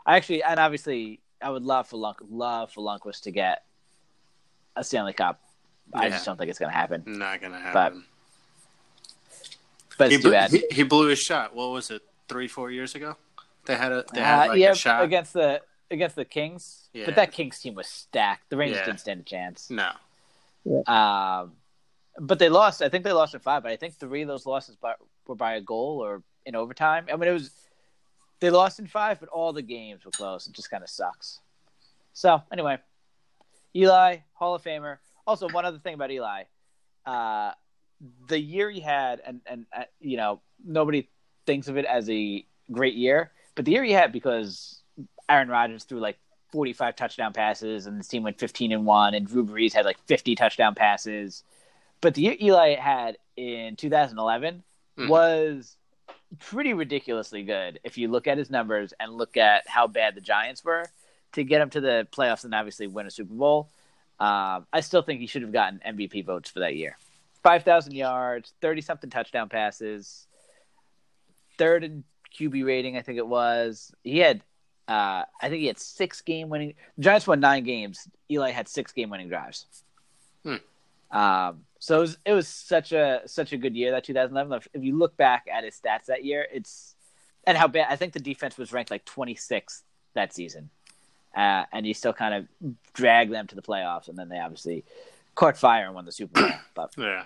[SPEAKER 4] I actually and obviously I would love for Lunk love for Lundqvist to get a Stanley Cup. I
[SPEAKER 2] Yeah.
[SPEAKER 4] just don't think it's gonna happen.
[SPEAKER 2] Not gonna happen.
[SPEAKER 4] But
[SPEAKER 2] He
[SPEAKER 4] it's too
[SPEAKER 2] blew,
[SPEAKER 4] bad.
[SPEAKER 2] he, he blew his shot. What was it? Three, four years ago? They had a they
[SPEAKER 4] Uh,
[SPEAKER 2] had like
[SPEAKER 4] yeah,
[SPEAKER 2] a shot.
[SPEAKER 4] against the against the Kings.
[SPEAKER 2] Yeah.
[SPEAKER 4] But that Kings team was stacked. The Rangers
[SPEAKER 2] Yeah.
[SPEAKER 4] didn't stand a chance.
[SPEAKER 2] No.
[SPEAKER 4] Um, but they lost. I think they lost in five. But I think three of those losses by, were by a goal or in overtime. I mean, it was they lost in five, but all the games were close. It just kind of sucks. So anyway, Eli Hall of Famer. Also, one other thing about Eli, uh, the year he had, and and uh, you know nobody thinks of it as a great year, but the year he had because Aaron Rodgers threw like 45 touchdown passes, and this team went 15 and one, and Drew Brees had like 50 touchdown passes. But the year Eli had in 2011
[SPEAKER 2] Mhm.
[SPEAKER 4] was pretty ridiculously good if you look at his numbers and look at how bad the Giants were to get him to the playoffs and obviously win a Super Bowl. Um, I still think he should have gotten MVP votes for that year. 5,000 yards, 30 something touchdown passes, third in QB rating, I think it was. He had uh, I think he had six game winning. Giants won nine games. Eli had six game winning drives.
[SPEAKER 2] Hmm.
[SPEAKER 4] Um, so it was, it was such a such a good year that 2011. If- If you look back at his stats that year, it's and how bad I think the defense was ranked like 26th that season, uh, and he still kind of dragged them to the playoffs, and then they obviously caught fire and won the Super Bowl. but
[SPEAKER 2] Yeah.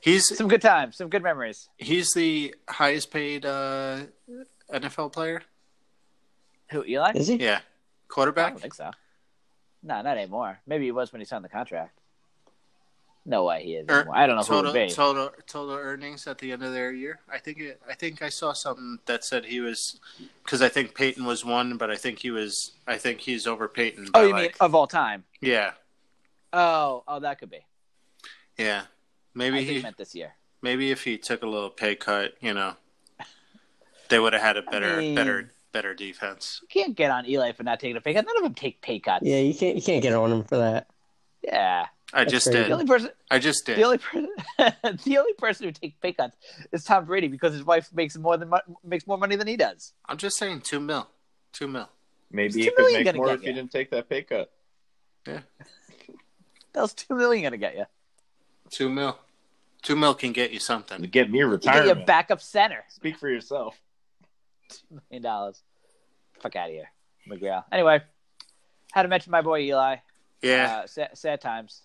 [SPEAKER 2] He's
[SPEAKER 4] some good times, some good memories.
[SPEAKER 2] he's the highest paid uh, NFL player.
[SPEAKER 4] Who Eli?
[SPEAKER 1] Is he?
[SPEAKER 2] Yeah.
[SPEAKER 4] I
[SPEAKER 2] Quarterback.
[SPEAKER 4] don't think so. No, not anymore. Maybe it was when he signed the contract. No way he is
[SPEAKER 2] Er,
[SPEAKER 4] anymore. I don't know who it
[SPEAKER 2] total
[SPEAKER 4] would be.
[SPEAKER 2] total total earnings at the end of their year. I think it, I think I saw something that said he was because I think Peyton was one, but I think he was I think he's over Peyton. By
[SPEAKER 4] oh, you mean
[SPEAKER 2] like,
[SPEAKER 4] of all time?
[SPEAKER 2] yeah,
[SPEAKER 4] Oh, oh, that could be.
[SPEAKER 2] yeah.
[SPEAKER 4] I
[SPEAKER 2] Maybe
[SPEAKER 4] think he
[SPEAKER 2] he
[SPEAKER 4] meant this year.
[SPEAKER 2] maybe if he took a little pay cut, you know, they would have had a better
[SPEAKER 4] mean-
[SPEAKER 2] better better defense.
[SPEAKER 4] You can't get on Eli for not taking a pay cut. None of them take pay cuts.
[SPEAKER 1] Yeah, you can't you can't get on him for that.
[SPEAKER 4] Yeah.
[SPEAKER 2] I
[SPEAKER 1] That's
[SPEAKER 2] just
[SPEAKER 1] crazy.
[SPEAKER 2] did.
[SPEAKER 4] The only person,
[SPEAKER 2] I just did.
[SPEAKER 4] the only person, the only person who takes pay cuts is Tom Brady because his wife makes more than mo- makes more money than he does.
[SPEAKER 2] I'm just saying two mil, two mil.
[SPEAKER 5] Maybe
[SPEAKER 4] Two
[SPEAKER 5] he could
[SPEAKER 4] million
[SPEAKER 5] make
[SPEAKER 4] gonna
[SPEAKER 5] more
[SPEAKER 4] get
[SPEAKER 5] if he
[SPEAKER 4] ya.
[SPEAKER 5] didn't take that pay cut.
[SPEAKER 4] That's two million gonna get you.
[SPEAKER 2] Two mil. Two mil can get you
[SPEAKER 5] To
[SPEAKER 2] something.
[SPEAKER 5] get
[SPEAKER 4] Get
[SPEAKER 5] me
[SPEAKER 4] you a
[SPEAKER 5] retirement.
[SPEAKER 4] backup center.
[SPEAKER 5] Speak for yourself.
[SPEAKER 4] million dollars. Fuck out of here, McGraw. Anyway, had to mention my boy Eli.
[SPEAKER 2] Yeah,
[SPEAKER 4] Uh, sad, sad times.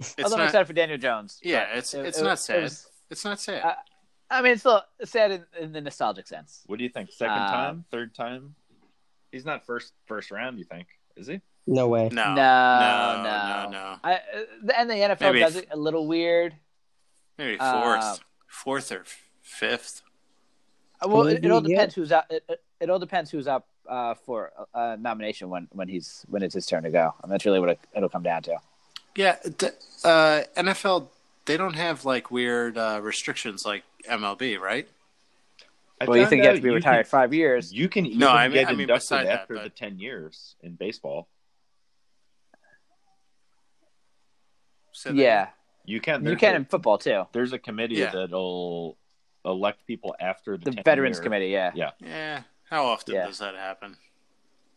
[SPEAKER 2] it's
[SPEAKER 4] Although I'm
[SPEAKER 2] not.
[SPEAKER 4] excited for Daniel Jones.
[SPEAKER 2] yeah,
[SPEAKER 4] but
[SPEAKER 2] it's
[SPEAKER 4] it-
[SPEAKER 2] it's
[SPEAKER 4] it-
[SPEAKER 2] not
[SPEAKER 4] it
[SPEAKER 2] sad.
[SPEAKER 4] was-
[SPEAKER 2] it's not sad.
[SPEAKER 4] Uh, I mean, it's still sad in, in the nostalgic sense.
[SPEAKER 5] What do you think? Second
[SPEAKER 4] Um,
[SPEAKER 5] time? Third time? He's not first first round. You think? Is he?
[SPEAKER 1] No way.
[SPEAKER 2] no,
[SPEAKER 4] no,
[SPEAKER 2] no,
[SPEAKER 4] no.
[SPEAKER 2] no, no.
[SPEAKER 4] I, uh, and the NFL
[SPEAKER 2] Maybe
[SPEAKER 4] does
[SPEAKER 2] if-
[SPEAKER 4] it a little weird.
[SPEAKER 2] Maybe fourth,
[SPEAKER 4] Uh,
[SPEAKER 2] fourth or f- fifth.
[SPEAKER 4] Uh, Well, it,
[SPEAKER 1] Maybe,
[SPEAKER 4] it all
[SPEAKER 1] yeah.
[SPEAKER 4] depends who's up. It, it- it all depends who's up uh, for uh, nomination when, when he's when it's his turn to go, and that's really what it, it'll come down to.
[SPEAKER 2] Yeah, d- uh, NFL they don't have like weird uh, restrictions like MLB, right?
[SPEAKER 5] I
[SPEAKER 4] Well, you
[SPEAKER 5] found
[SPEAKER 4] think you have
[SPEAKER 5] out
[SPEAKER 4] to be retired five years?
[SPEAKER 5] Can, you can even
[SPEAKER 2] No, I mean-
[SPEAKER 5] get
[SPEAKER 2] I mean
[SPEAKER 5] inducted
[SPEAKER 2] beside that,
[SPEAKER 5] after
[SPEAKER 2] but-
[SPEAKER 5] the ten years in baseball.
[SPEAKER 2] So they-
[SPEAKER 4] yeah,
[SPEAKER 5] You can.
[SPEAKER 4] you
[SPEAKER 5] There's
[SPEAKER 4] can
[SPEAKER 5] a-
[SPEAKER 4] in football too.
[SPEAKER 5] there's a committee
[SPEAKER 2] Yeah.
[SPEAKER 5] that'll elect people after the,
[SPEAKER 4] The
[SPEAKER 5] 10
[SPEAKER 4] Veterans
[SPEAKER 5] year.
[SPEAKER 4] Committee, yeah.
[SPEAKER 5] Yeah.
[SPEAKER 2] yeah. How often
[SPEAKER 4] Yeah.
[SPEAKER 2] does that happen?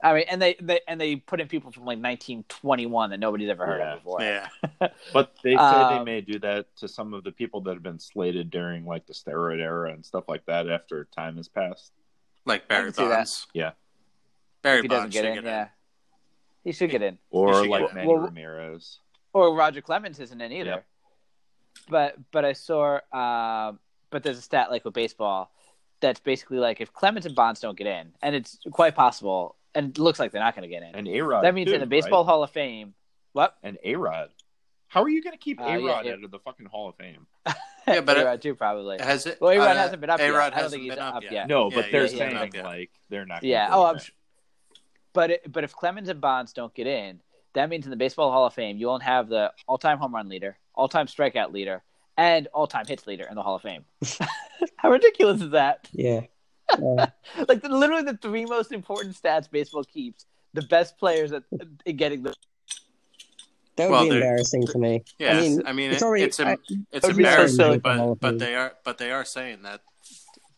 [SPEAKER 4] I mean, and they, they and they put in people from like 1921 that nobody's ever heard
[SPEAKER 5] Yeah.
[SPEAKER 4] of before.
[SPEAKER 2] Yeah.
[SPEAKER 5] But they said
[SPEAKER 4] Um,
[SPEAKER 5] they may do that to some of the people that have been slated during like the steroid era and stuff like that after time has passed.
[SPEAKER 2] Like
[SPEAKER 4] I
[SPEAKER 2] Barry
[SPEAKER 4] can see that.
[SPEAKER 2] Bonds.
[SPEAKER 5] Yeah.
[SPEAKER 2] Barry
[SPEAKER 4] If he doesn't
[SPEAKER 2] Bonds
[SPEAKER 4] get
[SPEAKER 2] should
[SPEAKER 4] in, yeah, he should get in.
[SPEAKER 5] Or
[SPEAKER 2] should
[SPEAKER 5] like
[SPEAKER 2] get-
[SPEAKER 5] Manny
[SPEAKER 4] Well-
[SPEAKER 5] Ramirez.
[SPEAKER 4] Or Roger Clemens isn't in either.
[SPEAKER 5] Yep.
[SPEAKER 4] But but I saw, um but there's a stat like with baseball that's basically like if Clemens and Bonds don't get in, and it's quite possible, and it looks like they're not going to get in.
[SPEAKER 5] And A Rod.
[SPEAKER 4] that means in the Baseball Hall of Fame, what?
[SPEAKER 5] And A Rod. How are you going to keep
[SPEAKER 4] Uh,
[SPEAKER 5] A Rod
[SPEAKER 4] yeah, yeah.
[SPEAKER 5] out of the fucking Hall of Fame?
[SPEAKER 2] Yeah, but-
[SPEAKER 4] A-Rod too probably.
[SPEAKER 2] Has it?
[SPEAKER 4] Well,
[SPEAKER 2] uh,
[SPEAKER 4] A-Rod hasn't been up yet.
[SPEAKER 2] A-Rod
[SPEAKER 4] I don't
[SPEAKER 2] hasn't
[SPEAKER 4] think he's
[SPEAKER 2] been
[SPEAKER 4] up
[SPEAKER 2] up
[SPEAKER 4] yet.
[SPEAKER 2] yet.
[SPEAKER 5] No,
[SPEAKER 2] Yeah,
[SPEAKER 5] but
[SPEAKER 2] yeah,
[SPEAKER 5] they're
[SPEAKER 4] yeah, yeah.
[SPEAKER 5] saying
[SPEAKER 2] Not yet.
[SPEAKER 5] like they're not. gonna
[SPEAKER 4] Yeah.
[SPEAKER 5] do
[SPEAKER 4] Oh,
[SPEAKER 5] it.
[SPEAKER 4] I'm. Sure. But it, but if Clemens and Bonds don't get in, that means in the Baseball Hall of Fame you won't have the all-time home run leader, all-time strikeout leader, and all-time hits leader in the Hall of Fame. How ridiculous is that?
[SPEAKER 1] Yeah.
[SPEAKER 4] Like the, literally the three most important stats baseball keeps. The best players at, at getting the
[SPEAKER 1] That would
[SPEAKER 2] Well,
[SPEAKER 1] be
[SPEAKER 2] they're-
[SPEAKER 1] embarrassing to me.
[SPEAKER 2] Yes, I mean,
[SPEAKER 1] it's
[SPEAKER 2] it-
[SPEAKER 1] already.
[SPEAKER 2] it's, em-
[SPEAKER 1] I-
[SPEAKER 2] it's
[SPEAKER 4] would be so silly.
[SPEAKER 2] embarrassing, but
[SPEAKER 1] Hall of
[SPEAKER 2] but
[SPEAKER 1] Fame.
[SPEAKER 2] they are but they are saying that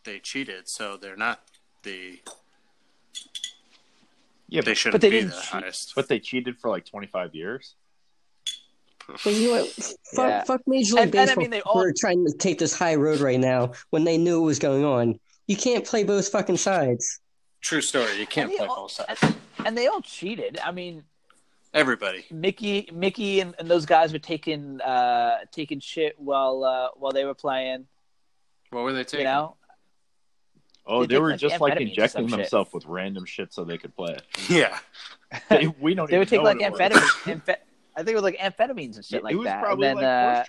[SPEAKER 2] they cheated, so they're not the
[SPEAKER 5] Yeah,
[SPEAKER 2] they
[SPEAKER 5] but,
[SPEAKER 2] shouldn't
[SPEAKER 4] they
[SPEAKER 2] be
[SPEAKER 4] didn't
[SPEAKER 2] the
[SPEAKER 4] cheat.
[SPEAKER 2] highest.
[SPEAKER 5] but they cheated for like 25 years.
[SPEAKER 1] but you know what? Fuck,
[SPEAKER 4] Yeah.
[SPEAKER 1] fuck Major League
[SPEAKER 4] And- and I
[SPEAKER 1] Baseball.
[SPEAKER 4] mean, they all-
[SPEAKER 1] We're trying to take this high road right now when they knew what was going on. You can't play both fucking sides.
[SPEAKER 2] True story. You can't
[SPEAKER 4] And they
[SPEAKER 2] play
[SPEAKER 4] all-
[SPEAKER 2] both sides.
[SPEAKER 4] and, and they all cheated. I mean,
[SPEAKER 2] Everybody.
[SPEAKER 4] Mickey, Mickey, and, and those guys were taking uh, taking shit while uh, while they were playing.
[SPEAKER 2] What were they taking?
[SPEAKER 4] You know,
[SPEAKER 5] Oh,
[SPEAKER 4] They
[SPEAKER 5] they,
[SPEAKER 4] did,
[SPEAKER 5] were
[SPEAKER 4] like,
[SPEAKER 5] just like
[SPEAKER 4] amphetamines or
[SPEAKER 5] injecting
[SPEAKER 4] some shit.
[SPEAKER 5] themselves with random shit so they could play.
[SPEAKER 2] Yeah.
[SPEAKER 5] They, we don't.
[SPEAKER 4] they would
[SPEAKER 5] even
[SPEAKER 4] take
[SPEAKER 5] know
[SPEAKER 4] like
[SPEAKER 5] what it was.
[SPEAKER 4] amphetamines. amphe- I think it was like amphetamines and shit like
[SPEAKER 5] it was
[SPEAKER 4] that.
[SPEAKER 5] probably
[SPEAKER 4] and then,
[SPEAKER 5] like
[SPEAKER 4] uh,
[SPEAKER 5] horse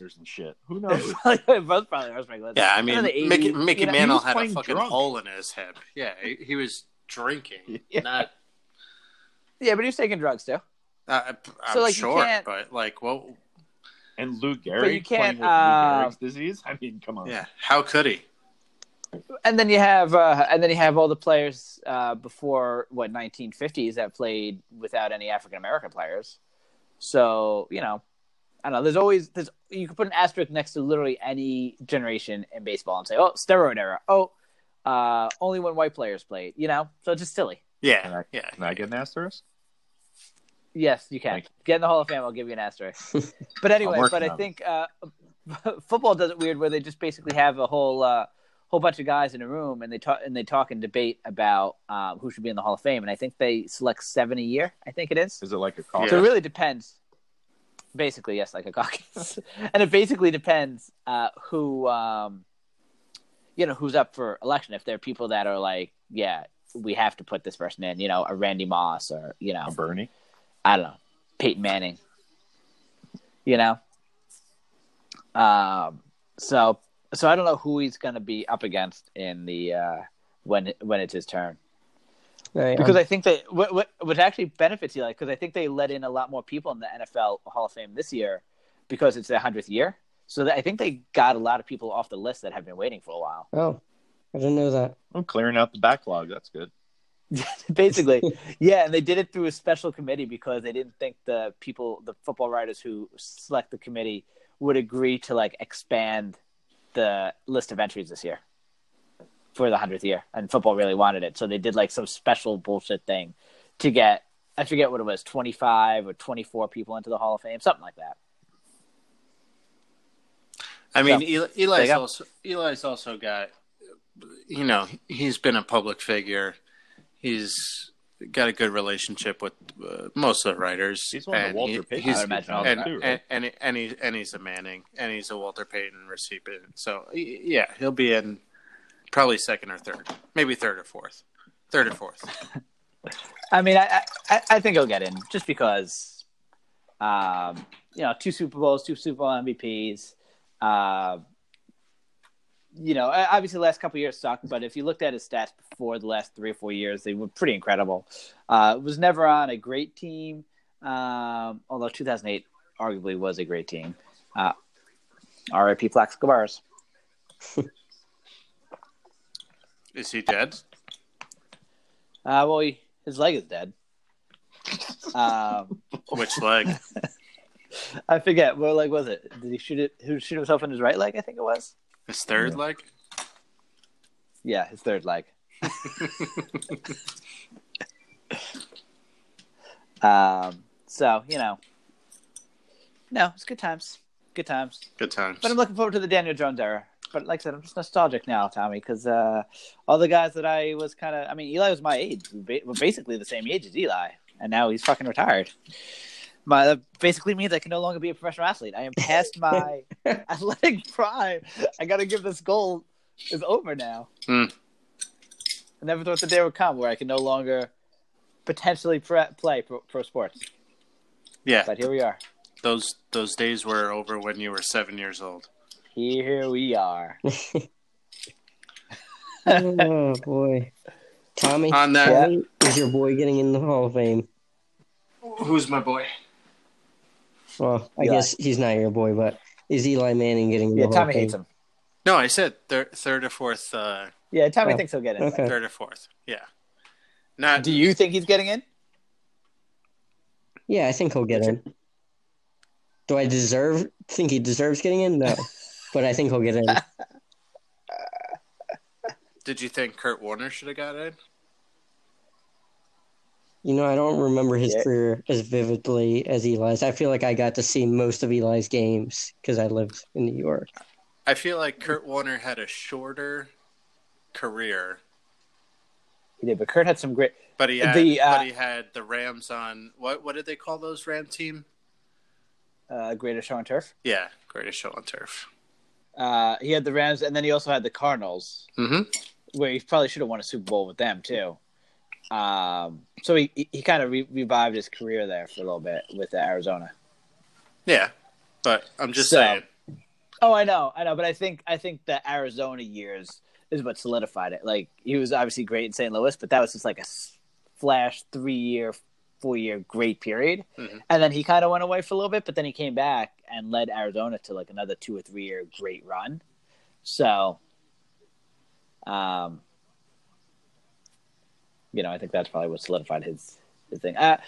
[SPEAKER 5] tranquilizers and shit. Who
[SPEAKER 4] it
[SPEAKER 5] knows?
[SPEAKER 4] was probably- it was probably horse tranquilizers.
[SPEAKER 2] Yeah, I
[SPEAKER 4] And
[SPEAKER 2] mean,
[SPEAKER 4] then the 80s,
[SPEAKER 2] Mickey, Mickey
[SPEAKER 4] you know,
[SPEAKER 2] Mantle
[SPEAKER 5] was
[SPEAKER 2] had a
[SPEAKER 5] playing
[SPEAKER 2] fucking
[SPEAKER 5] drunk.
[SPEAKER 2] hole in his hip. Yeah, he, he was drinking.
[SPEAKER 5] Yeah.
[SPEAKER 2] Not,
[SPEAKER 4] Yeah, but he was taking drugs too.
[SPEAKER 2] I, Uh, I'm
[SPEAKER 4] So, like, you
[SPEAKER 2] sure,
[SPEAKER 4] can't-
[SPEAKER 2] but like, well,
[SPEAKER 5] and Lou
[SPEAKER 4] But
[SPEAKER 5] Gehrig
[SPEAKER 4] you can't,
[SPEAKER 5] playing with
[SPEAKER 4] uh,
[SPEAKER 5] Lou Gehrig's disease. I mean, come on.
[SPEAKER 2] yeah, how could he?
[SPEAKER 4] And then you have, uh, and then you have all the players uh, before what 1950s that played without any African American players. So you know, I don't know. There's always there's you can put an asterisk next to literally any generation in baseball and say, oh, steroid era. Oh, uh, only when white players played. You know, so it's just silly.
[SPEAKER 2] Yeah,
[SPEAKER 5] Right.
[SPEAKER 2] yeah.
[SPEAKER 5] Can I get an asterisk?
[SPEAKER 4] Yes, you can
[SPEAKER 5] Thank
[SPEAKER 4] get in the Hall of Fame. I'll give you an asterisk. But anyway,
[SPEAKER 5] working
[SPEAKER 4] but I
[SPEAKER 5] on it.
[SPEAKER 4] think uh, football does it weird where they just basically have a whole uh, whole bunch of guys in a room and they talk and they talk and debate about um, who should be in the Hall of Fame. And I think they select seven a year. I think it is.
[SPEAKER 5] Is it like a call?
[SPEAKER 4] So
[SPEAKER 2] Yeah.
[SPEAKER 4] it really depends. Basically, yes, like a caucus, and it basically depends uh, who um, you know who's up for election. If there are people that are like, yeah, we have to put this person in, you know, a Randy Moss or you know
[SPEAKER 5] A Bernie?
[SPEAKER 4] I don't know, Peyton Manning. You know? Um so so I don't know who he's gonna be up against in the uh when when it's his turn.
[SPEAKER 1] Right,
[SPEAKER 4] Because I think they what what which actually benefits you like because I think they let in a lot more people in the NFL Hall of Fame this year because it's their hundredth year. So that, I think they got a lot of people off the list that have been waiting for a while.
[SPEAKER 1] oh, I didn't know that.
[SPEAKER 5] I'm clearing out the backlog. That's good.
[SPEAKER 4] basically yeah and they did it through a special committee because they didn't think the people the football writers who select the committee would agree to like expand the list of entries this year for the 100th year and football really wanted it so they did like some special bullshit thing to get i forget what it was 25 or 24 people into the hall of fame something like that
[SPEAKER 2] I mean,
[SPEAKER 4] So,
[SPEAKER 2] Eli
[SPEAKER 4] there
[SPEAKER 2] Eli's
[SPEAKER 4] you go.
[SPEAKER 2] also Eli's also got, you know, he's been a public figure. He's got a good relationship with uh, most of the writers.
[SPEAKER 5] He's one of
[SPEAKER 2] and
[SPEAKER 5] the Walter
[SPEAKER 2] he-
[SPEAKER 5] Payton.
[SPEAKER 2] he's-
[SPEAKER 4] I imagine all
[SPEAKER 5] and,
[SPEAKER 2] and,
[SPEAKER 4] that.
[SPEAKER 5] too, right?
[SPEAKER 2] and, and, and, he, and he's a Manning, and he's a Walter Payton recipient. So, y- yeah, he'll be in probably second or third, maybe third or fourth. Third or fourth.
[SPEAKER 4] I mean, I, I, I think he'll get in just because, um, you know, two Super Bowls, two Super Bowl MVPs. Uh, you know, uh, obviously the last couple of years sucked, but if you looked at his stats before the last three or four years, they were pretty incredible. Uh, was never on a great team, um, although 2008 arguably was a great team. Uh, RIP Plaxico Scabars.
[SPEAKER 2] Is he dead?
[SPEAKER 4] Uh, well, he, his leg is dead. Um,
[SPEAKER 2] Which leg?
[SPEAKER 4] I forget what leg was it? Did he shoot it? Who shoot himself in his right leg? I think it was.
[SPEAKER 2] His third
[SPEAKER 5] Yeah.
[SPEAKER 2] leg?
[SPEAKER 4] Yeah, his third leg. Um, so you know, no, it's good times, good times.
[SPEAKER 2] Good times.
[SPEAKER 4] But I'm looking forward to the Daniel Jones era. But like I said, I'm just nostalgic now, Tommy, because uh, all the guys that I was kind of—I mean, Eli was my age. We ba- We're basically the same age as Eli, and now he's fucking retired. My that basically means I can no longer be a professional athlete. I am past my athletic prime. I got to give this goal is over now.
[SPEAKER 2] Hmm.
[SPEAKER 4] I never thought the day would come where I can no longer potentially pre- play pro-, pro sports,
[SPEAKER 2] yeah,
[SPEAKER 4] but here we are.
[SPEAKER 2] those those days were over when you were seven years old.
[SPEAKER 4] Here we are.
[SPEAKER 1] oh boy, Tommy.
[SPEAKER 2] On that-
[SPEAKER 1] Tommy is your boy getting in the Hall of Fame?
[SPEAKER 2] Who's my boy?
[SPEAKER 1] Well, I
[SPEAKER 4] Eli.
[SPEAKER 1] guess he's not your boy, but is Eli Manning getting in the
[SPEAKER 4] Yeah,
[SPEAKER 1] Hall
[SPEAKER 4] Tommy
[SPEAKER 1] of Fame?
[SPEAKER 4] hates him.
[SPEAKER 2] No, I said thir- third or fourth. Uh,
[SPEAKER 4] Yeah, Tommy
[SPEAKER 1] Oh,
[SPEAKER 4] thinks he'll get in.
[SPEAKER 1] Okay.
[SPEAKER 2] third or fourth. Yeah. Not.
[SPEAKER 4] Uh, Do you think he's getting in?
[SPEAKER 1] Yeah, I think he'll get in. Do I deserve think he deserves getting in? No. but I think he'll get in.
[SPEAKER 2] Did you think Kurt Warner should have got in?
[SPEAKER 1] You know, I don't remember his
[SPEAKER 4] Yeah.
[SPEAKER 1] career as vividly as Eli's. I feel like I got to see most of Eli's games because I lived in New York.
[SPEAKER 2] I feel like Kurt Warner had a shorter career,
[SPEAKER 4] He did, but Kurt had some great.
[SPEAKER 2] but he had
[SPEAKER 4] The, uh,
[SPEAKER 2] but he had the Rams on what what did they call those Ram team?
[SPEAKER 4] Uh, greater show on turf.
[SPEAKER 2] Yeah, greatest show on turf.
[SPEAKER 4] Uh, he had the Rams, and then he also had the Cardinals,
[SPEAKER 2] Mm-hmm.
[SPEAKER 4] where he probably should have won a Super Bowl with them too. Um, so he he, he kind of re- revived his career there for a little bit with uh, Arizona.
[SPEAKER 2] Yeah, but I'm just
[SPEAKER 4] So-
[SPEAKER 2] saying.
[SPEAKER 4] Oh, I know, I know, but I think I think the Arizona years is what solidified it. Like he was obviously great in St. Louis, but that was just like a s- flash three year, four year great period,
[SPEAKER 2] Mhm.
[SPEAKER 4] and then he kind of went away for a little bit, but then he came back and led Arizona to like another two or three year great run. So, um, you know, I think that's probably what solidified his his thing. Uh,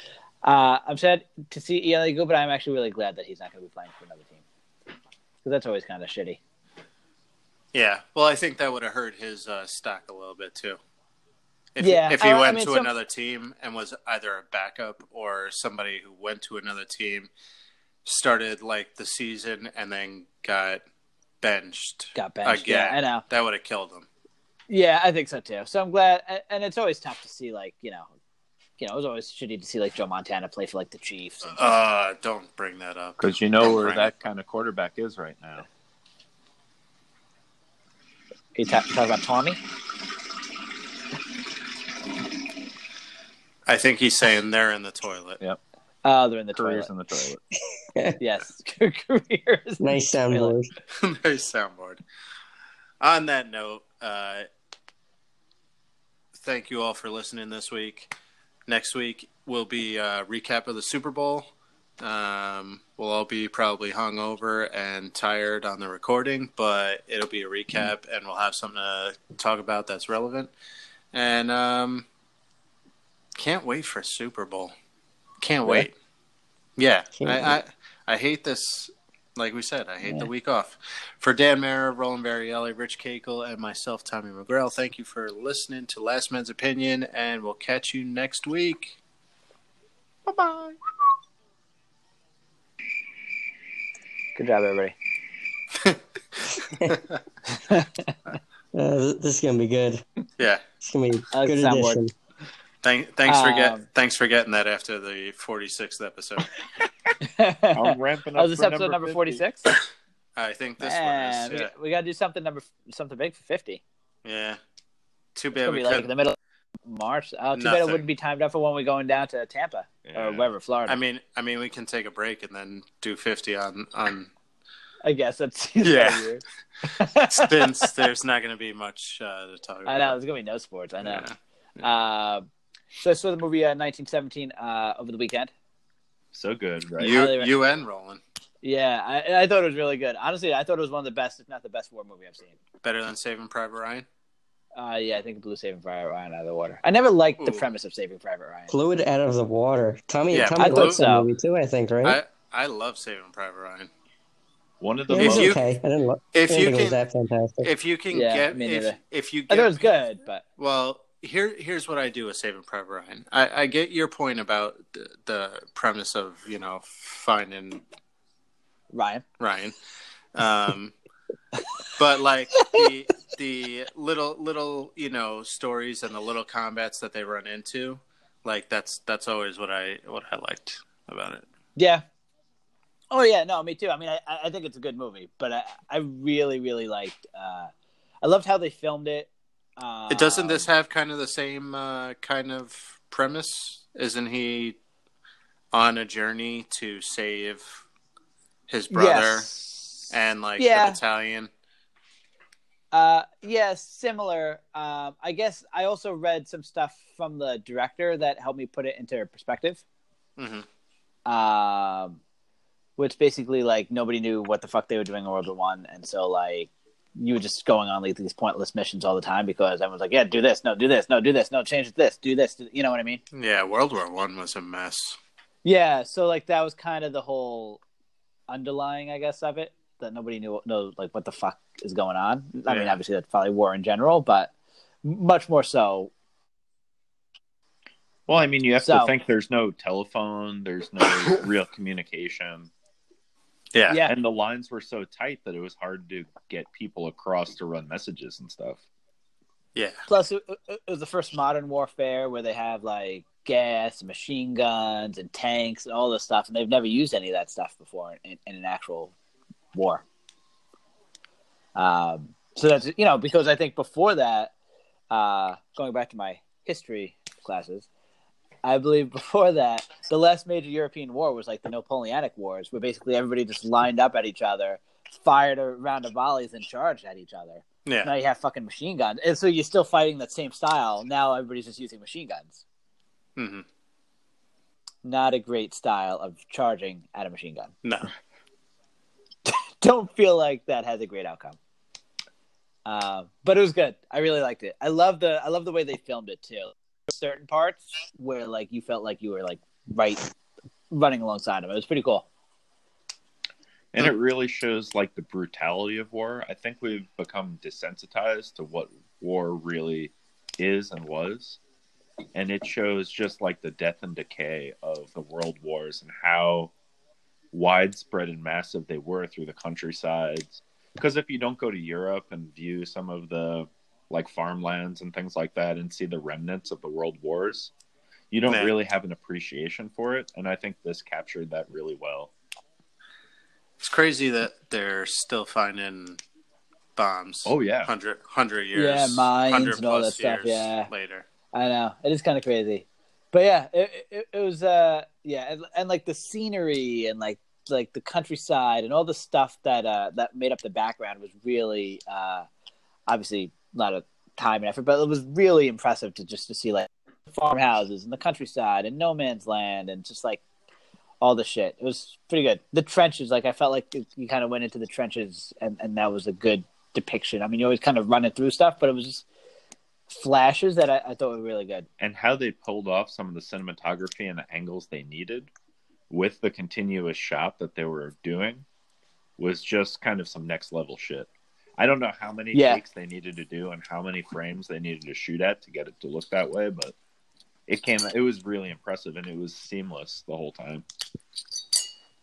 [SPEAKER 4] uh, I'm sad to see Eli go, but I'm actually really glad that he's not going to be playing for another team because that's always kind of shitty.
[SPEAKER 2] Yeah. Well, I think that would have hurt his uh, stock a little bit too. If,
[SPEAKER 4] Yeah,
[SPEAKER 2] if he
[SPEAKER 4] I- I
[SPEAKER 2] went
[SPEAKER 4] mean,
[SPEAKER 2] to
[SPEAKER 4] some-
[SPEAKER 2] another team and was either a backup or somebody who went to another team, started like the season and then got benched,
[SPEAKER 4] Got benched.
[SPEAKER 2] again,
[SPEAKER 4] Yeah, I know.
[SPEAKER 2] that would have killed him.
[SPEAKER 4] Yeah, I think so too. So I'm glad, a- and it's always tough to see like you know, you know, it was always shitty to see like Joe Montana play for like the Chiefs. And,
[SPEAKER 2] Uh, don't bring that up.
[SPEAKER 5] Because you know where that kind of quarterback is right now.
[SPEAKER 4] you ta- talk about Tommy.
[SPEAKER 2] I think he's saying they're in the toilet.
[SPEAKER 4] Oh, they're in the
[SPEAKER 5] Careers
[SPEAKER 4] toilet.
[SPEAKER 5] in the toilet.
[SPEAKER 4] yes, careers.
[SPEAKER 1] Nice
[SPEAKER 4] Really?
[SPEAKER 1] soundboard.
[SPEAKER 2] nice soundboard. On that note, uh, thank you all for listening this week. Next week will be a recap of the Super Bowl. Um, we'll all be probably hungover and tired on the recording, but it'll be a recap and we'll have something to talk about that's relevant. And um, can't wait for Super Bowl. Can't
[SPEAKER 4] Really?
[SPEAKER 2] wait. Yeah,
[SPEAKER 1] Can't
[SPEAKER 2] I, I I hate this. Like we said, I hate
[SPEAKER 4] Yeah.
[SPEAKER 2] the week off. For Dan Mara, Roland Varielli, Rich Cakel, and myself, Tommy McGrail, thank you for listening to Last Man's Opinion, and we'll catch you next week. Bye bye.
[SPEAKER 4] Good job, everybody.
[SPEAKER 1] Uh, th- this is gonna be good.
[SPEAKER 2] Yeah.
[SPEAKER 1] It's gonna be a
[SPEAKER 4] I like
[SPEAKER 1] good
[SPEAKER 4] the soundboard.
[SPEAKER 1] addition.
[SPEAKER 2] Thank, thanks for
[SPEAKER 4] Um,
[SPEAKER 2] get, thanks for getting that after the forty sixth episode.
[SPEAKER 5] I'm ramping up.
[SPEAKER 4] oh, is this
[SPEAKER 5] for
[SPEAKER 4] episode number
[SPEAKER 5] 50.
[SPEAKER 4] forty six?
[SPEAKER 2] I think this
[SPEAKER 4] Man,
[SPEAKER 2] one is
[SPEAKER 4] we, we got to do something number something big for fifty.
[SPEAKER 2] yeah. yeah. Too
[SPEAKER 4] It's
[SPEAKER 2] bad
[SPEAKER 4] gonna
[SPEAKER 2] we
[SPEAKER 4] be like in
[SPEAKER 2] couldn't.
[SPEAKER 4] the middle of March. Oh, too bad it
[SPEAKER 2] Nothing.
[SPEAKER 4] wouldn't be timed up for when we're going down to Tampa
[SPEAKER 5] Yeah.
[SPEAKER 4] or wherever, Florida.
[SPEAKER 2] I mean, I mean, we can take a break and then do fifty on on
[SPEAKER 4] I guess that's
[SPEAKER 2] Yeah.
[SPEAKER 4] kinda weird.
[SPEAKER 2] since there's not going to be much uh, to talk about.
[SPEAKER 4] I know there's gonna be no sports. I know.
[SPEAKER 2] Yeah.
[SPEAKER 4] Uh, so I saw the movie uh, 1917 uh, over the weekend.
[SPEAKER 5] So good, right?
[SPEAKER 4] Highly
[SPEAKER 2] You,
[SPEAKER 4] recommend-
[SPEAKER 2] you and Roland.
[SPEAKER 4] Yeah, I, I thought it was really good. Honestly, I thought it was one of the best, if not the best, war movie I've seen.
[SPEAKER 2] Better than Saving Private Ryan?
[SPEAKER 4] Uh, yeah, I think Blue Saving Private Ryan out of the water. I never liked the
[SPEAKER 2] Ooh.
[SPEAKER 4] premise of Saving Private Ryan.
[SPEAKER 1] Blew it out of the water. Tommy
[SPEAKER 2] Yeah,
[SPEAKER 1] Tommy
[SPEAKER 2] I thought
[SPEAKER 1] likes that
[SPEAKER 4] so.
[SPEAKER 1] movie too, I think, right?
[SPEAKER 2] I, I love Saving Private Ryan.
[SPEAKER 5] One of the
[SPEAKER 1] Yeah, it
[SPEAKER 2] If
[SPEAKER 1] was
[SPEAKER 5] most.
[SPEAKER 2] you-
[SPEAKER 1] okay. I didn't, lo- I
[SPEAKER 2] If
[SPEAKER 1] didn't
[SPEAKER 2] you
[SPEAKER 1] think it was
[SPEAKER 2] can,
[SPEAKER 1] that fantastic.
[SPEAKER 2] if you can
[SPEAKER 4] Yeah,
[SPEAKER 2] get,
[SPEAKER 4] me
[SPEAKER 2] if,
[SPEAKER 4] neither.
[SPEAKER 2] if you
[SPEAKER 4] I
[SPEAKER 2] get,
[SPEAKER 4] thought it was good, but
[SPEAKER 2] well, here here's what I do with Saving Private Ryan. I, I get your point about the, the premise of you know finding
[SPEAKER 4] Ryan.
[SPEAKER 2] Ryan, um, but like the the little little you know stories and the little combats that they run into, like that's that's always what I what I liked about it.
[SPEAKER 4] Yeah. Oh yeah, no, me too. I mean, I, I think it's a good movie, but I, I really, really liked. Uh, I loved how they filmed it. Um,
[SPEAKER 2] It doesn't this have kind of the same uh, kind of premise? Isn't he on a journey to save his brother
[SPEAKER 4] Yes.
[SPEAKER 2] and like
[SPEAKER 4] Yeah.
[SPEAKER 2] the battalion?
[SPEAKER 4] Uh, yeah, similar. Um, I guess I also read some stuff from the director that helped me put it into perspective.
[SPEAKER 2] hmm
[SPEAKER 4] um, which basically like nobody knew what the fuck they were doing in World War One, and so like you were just going on like these pointless missions all the time because everyone's like, yeah, do this, no, do this, no, do this, no, change this, do this, do, you know what I mean?
[SPEAKER 2] Yeah, World War One was a mess.
[SPEAKER 4] Yeah, so like that was kind of the whole underlying, I guess, of it that nobody knew know like what the fuck is going on. I mean,
[SPEAKER 2] Yeah.
[SPEAKER 4] obviously that's probably war in general, but much more so.
[SPEAKER 5] Well, I mean, you have
[SPEAKER 4] So-
[SPEAKER 5] to think there's no telephone, there's no real communication,
[SPEAKER 2] Yeah,
[SPEAKER 4] Yeah.
[SPEAKER 5] and the lines were so tight that it was hard to get people across to run messages and stuff.
[SPEAKER 2] yeah.
[SPEAKER 4] Plus, it, it was the first modern warfare where they have like gas, machine guns, and tanks, and all this stuff, and they've never used any of that stuff before in, in an actual war. Um, so that's you know because I think before that, uh, going back to my history classes, I believe before that the last major European war was like the Napoleonic Wars, where basically everybody just lined up at each other, fired a round of volleys, and charged at each other.
[SPEAKER 2] yeah.
[SPEAKER 4] Now you have fucking machine guns, and so you're still fighting that same style. Now everybody's just using machine guns.
[SPEAKER 2] hmm
[SPEAKER 4] Not a great style of charging at a machine gun.
[SPEAKER 2] No,
[SPEAKER 4] Don't feel like that has a great outcome. Um, but it was good. I really liked it. I love the I love the way they filmed it too. Certain parts where like you felt like you were like right running alongside him. It was pretty cool.
[SPEAKER 5] And it really shows like the brutality of war. I think we've become desensitized to what war really is and was. And it shows just like the death and decay of the world wars and how widespread and massive they were through the countrysides. Because if you don't go to Europe and view some of the like farmlands and things like that and see the remnants of the world wars, you don't
[SPEAKER 2] Yeah.
[SPEAKER 5] really have an appreciation for it. And I think this captured that really well.
[SPEAKER 2] it's crazy that they're still finding bombs.
[SPEAKER 5] Oh, yeah.
[SPEAKER 2] 100, 100 years,
[SPEAKER 4] Yeah, mines
[SPEAKER 2] 100
[SPEAKER 4] and all
[SPEAKER 2] plus
[SPEAKER 4] that stuff,
[SPEAKER 2] years
[SPEAKER 4] yeah.
[SPEAKER 2] later.
[SPEAKER 4] I know it is kind of crazy, but yeah, it, it, it was uh yeah, and, and like the scenery and like like the countryside and all the stuff that uh that made up the background was really uh obviously a lot of time and effort, but it was really impressive to just to see like farmhouses and the countryside and no man's land and just like all the shit. It was pretty good. The trenches, like I felt like you- you kind of went into the trenches and and that was a good depiction. I mean, you always kind of running through stuff, but it was just flashes that I, I thought were really good.
[SPEAKER 5] and how they pulled off some of the cinematography and the angles they needed with the continuous shot that they were doing was just kind of some next level shit. I don't know how many
[SPEAKER 4] Yeah.
[SPEAKER 5] takes they needed to do and how many frames they needed to shoot at to get it to look that way, but it came it was really impressive and it was seamless the whole time.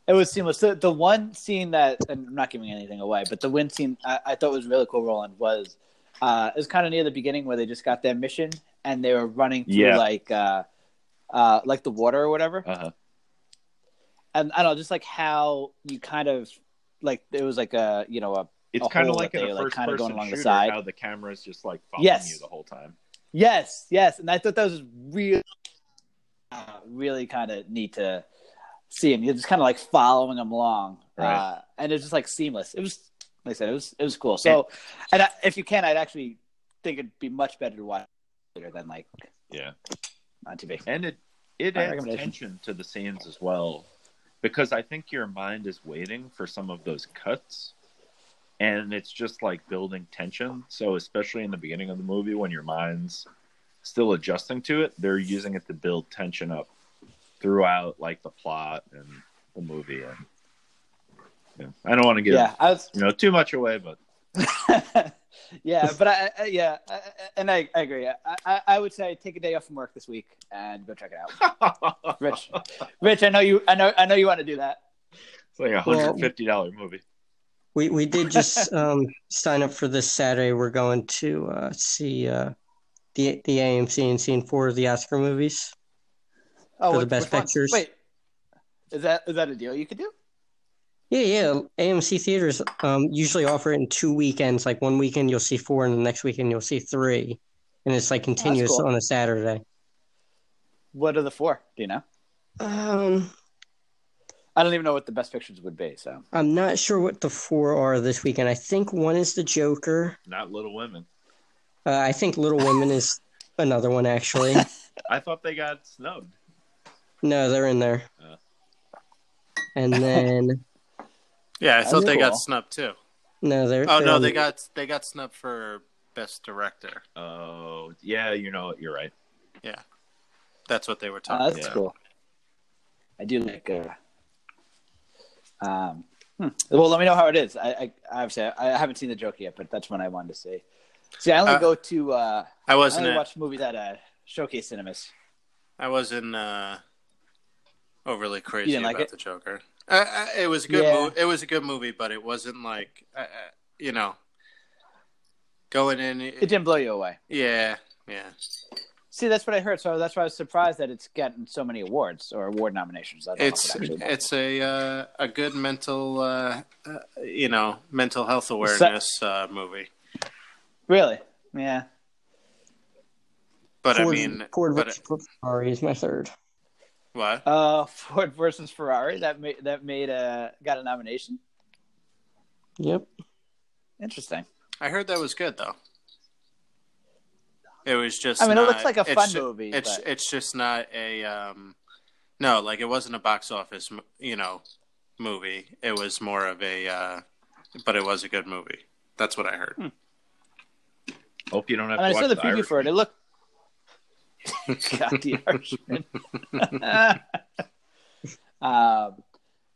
[SPEAKER 4] It was seamless. The, the one scene that, and I'm not giving anything away, but the wind scene I, I thought was really cool, Roland, was uh, it was kind of near the beginning where they just got their mission and they were running through
[SPEAKER 5] Yeah.
[SPEAKER 4] like uh, uh, like the water or whatever.
[SPEAKER 5] Uh-huh.
[SPEAKER 4] And I don't know, just like how you kind of like it was like a you know a
[SPEAKER 5] It's
[SPEAKER 4] A
[SPEAKER 5] kind of
[SPEAKER 4] hole
[SPEAKER 5] like
[SPEAKER 4] that
[SPEAKER 5] in
[SPEAKER 4] they,
[SPEAKER 5] a
[SPEAKER 4] like,
[SPEAKER 5] first
[SPEAKER 4] kinda going
[SPEAKER 5] person
[SPEAKER 4] along the
[SPEAKER 5] shooter
[SPEAKER 4] side.
[SPEAKER 5] how the camera's just like following
[SPEAKER 4] Yes.
[SPEAKER 5] you the whole time.
[SPEAKER 4] yes, yes, and I thought that was really uh, really kind of neat to see, and you're just kind of like following them along, uh,
[SPEAKER 5] Right.
[SPEAKER 4] and it's just like seamless. It was like I said, it was it was cool. So, and I, if you can, I'd actually think it'd be much better to watch later than like
[SPEAKER 5] Yeah.
[SPEAKER 4] on TV.
[SPEAKER 5] and it it
[SPEAKER 4] My
[SPEAKER 5] adds
[SPEAKER 4] recommendation.
[SPEAKER 5] tension to the scenes as well because i think your mind is waiting for some of those cuts and it's just like building tension so especially in the beginning of the movie when your mind's still adjusting to it they're using it to build tension up throughout like the plot and the movie and yeah. i don't want to give
[SPEAKER 4] Yeah, I was.
[SPEAKER 5] you know too much away but
[SPEAKER 4] I yeah, but I, I yeah, I, I- and I, I agree. I, I, I would say take a day off from work this week and go check it out. Rich, Rich, I know you, I know, I know you want to do that.
[SPEAKER 5] It's like a hundred fifty dollar movie.
[SPEAKER 1] We we did just um, sign up for this Saturday. We're going to uh, see uh, the the AMC and seeing four of the Oscar movies.
[SPEAKER 4] Oh,
[SPEAKER 1] For the
[SPEAKER 4] which-
[SPEAKER 1] best
[SPEAKER 4] which one?
[SPEAKER 1] pictures.
[SPEAKER 4] Wait, is that is that a deal you could do?
[SPEAKER 1] Yeah, yeah. AMC theaters um, usually offer it in two weekends. Like one weekend you'll see four, and the next weekend you'll see three, and it's like continuous
[SPEAKER 4] cool.
[SPEAKER 1] on a Saturday.
[SPEAKER 4] What are the four? Do you know?
[SPEAKER 1] Um,
[SPEAKER 4] I don't even know what the best pictures would be. So
[SPEAKER 1] I'm not sure what the four are this weekend. I think one is the Joker.
[SPEAKER 5] Not Little Women.
[SPEAKER 1] Uh, I think Little Women is another one actually.
[SPEAKER 5] I thought they got snubbed.
[SPEAKER 1] No, they're in there.
[SPEAKER 5] Oh.
[SPEAKER 1] And then
[SPEAKER 2] Yeah, I
[SPEAKER 4] That's
[SPEAKER 2] thought they got
[SPEAKER 4] cool.
[SPEAKER 2] snubbed too.
[SPEAKER 1] no, they're
[SPEAKER 2] Oh
[SPEAKER 1] they're
[SPEAKER 2] no,
[SPEAKER 1] on-
[SPEAKER 2] they got they got snubbed for best director.
[SPEAKER 5] Oh yeah, you know what? You're right.
[SPEAKER 2] That's what they were
[SPEAKER 4] uh,
[SPEAKER 2] talking
[SPEAKER 4] that's
[SPEAKER 5] yeah.
[SPEAKER 2] about.
[SPEAKER 4] cool. I do like. Uh, um. hmm. Well, let me know how it is. I, I obviously I, I haven't seen the joke yet, but that's one I wanted to see. See, I only
[SPEAKER 2] Uh,
[SPEAKER 4] go to uh,
[SPEAKER 2] I
[SPEAKER 4] I
[SPEAKER 2] wasn't
[SPEAKER 4] only
[SPEAKER 2] at,
[SPEAKER 4] watch movies at uh, showcase cinemas.
[SPEAKER 2] I wasn't uh, overly crazy
[SPEAKER 4] didn't like
[SPEAKER 2] about
[SPEAKER 4] it?
[SPEAKER 2] the Joker. I, I, it was a good
[SPEAKER 4] Yeah.
[SPEAKER 2] movie. It was a good movie, but it wasn't like uh, you know going in.
[SPEAKER 4] It didn't blow you away.
[SPEAKER 2] yeah, yeah.
[SPEAKER 4] See, that's what I heard. So that's why I was surprised that it's gotten so many awards or award nominations. I don't know if
[SPEAKER 2] It's
[SPEAKER 4] it actually won.
[SPEAKER 2] it's a uh, a good mental uh, uh, you know mental health awareness uh, movie.
[SPEAKER 4] really, yeah.
[SPEAKER 2] But I
[SPEAKER 1] Ford-
[SPEAKER 2] mean,
[SPEAKER 1] Ford
[SPEAKER 2] but
[SPEAKER 1] versus Ferrari is my third.
[SPEAKER 2] what?
[SPEAKER 4] Uh, Ford versus Ferrari that made that made a got a nomination.
[SPEAKER 1] Yep.
[SPEAKER 4] Interesting.
[SPEAKER 2] I heard that was good though. It was just.
[SPEAKER 4] I mean, it
[SPEAKER 2] not-
[SPEAKER 4] looks like a
[SPEAKER 2] it's
[SPEAKER 4] fun
[SPEAKER 2] ju-
[SPEAKER 4] movie.
[SPEAKER 2] It's
[SPEAKER 4] but-
[SPEAKER 2] it's just not a um, no, like it wasn't a box office mo- you know movie. It was more of a, uh, but it was a good movie. That's what I heard.
[SPEAKER 5] Hope you don't have
[SPEAKER 4] and I
[SPEAKER 5] to watch
[SPEAKER 4] saw the
[SPEAKER 5] the
[SPEAKER 4] preview for it. It
[SPEAKER 5] Irishman.
[SPEAKER 4] looked. God, the Irishman. um,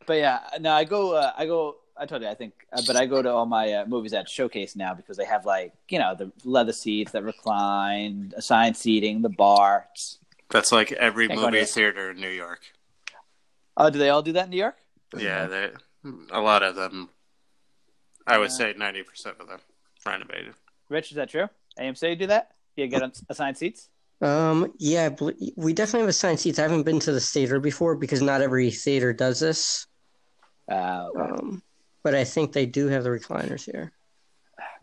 [SPEAKER 4] but yeah, no, I go. Uh, I go. I told you, I think, uh, but I go to all my uh, movies at Showcase now because they have like you know the leather seats that recline, assigned seating, the bar.
[SPEAKER 2] That's like every
[SPEAKER 4] Can't go
[SPEAKER 2] movie
[SPEAKER 4] to-
[SPEAKER 2] theater in New York.
[SPEAKER 4] Oh, do they all do that in New York?
[SPEAKER 2] Yeah, they, a lot of them. I would
[SPEAKER 4] Yeah.
[SPEAKER 2] say ninety percent of them renovated.
[SPEAKER 4] Rich, is that true? AMC do that? You get uns- assigned seats?
[SPEAKER 1] Um. Yeah, I belie- we definitely have assigned seats. I haven't been to the theater before because not every theater does this.
[SPEAKER 4] Uh,
[SPEAKER 1] Um, but I think they do have the recliners here.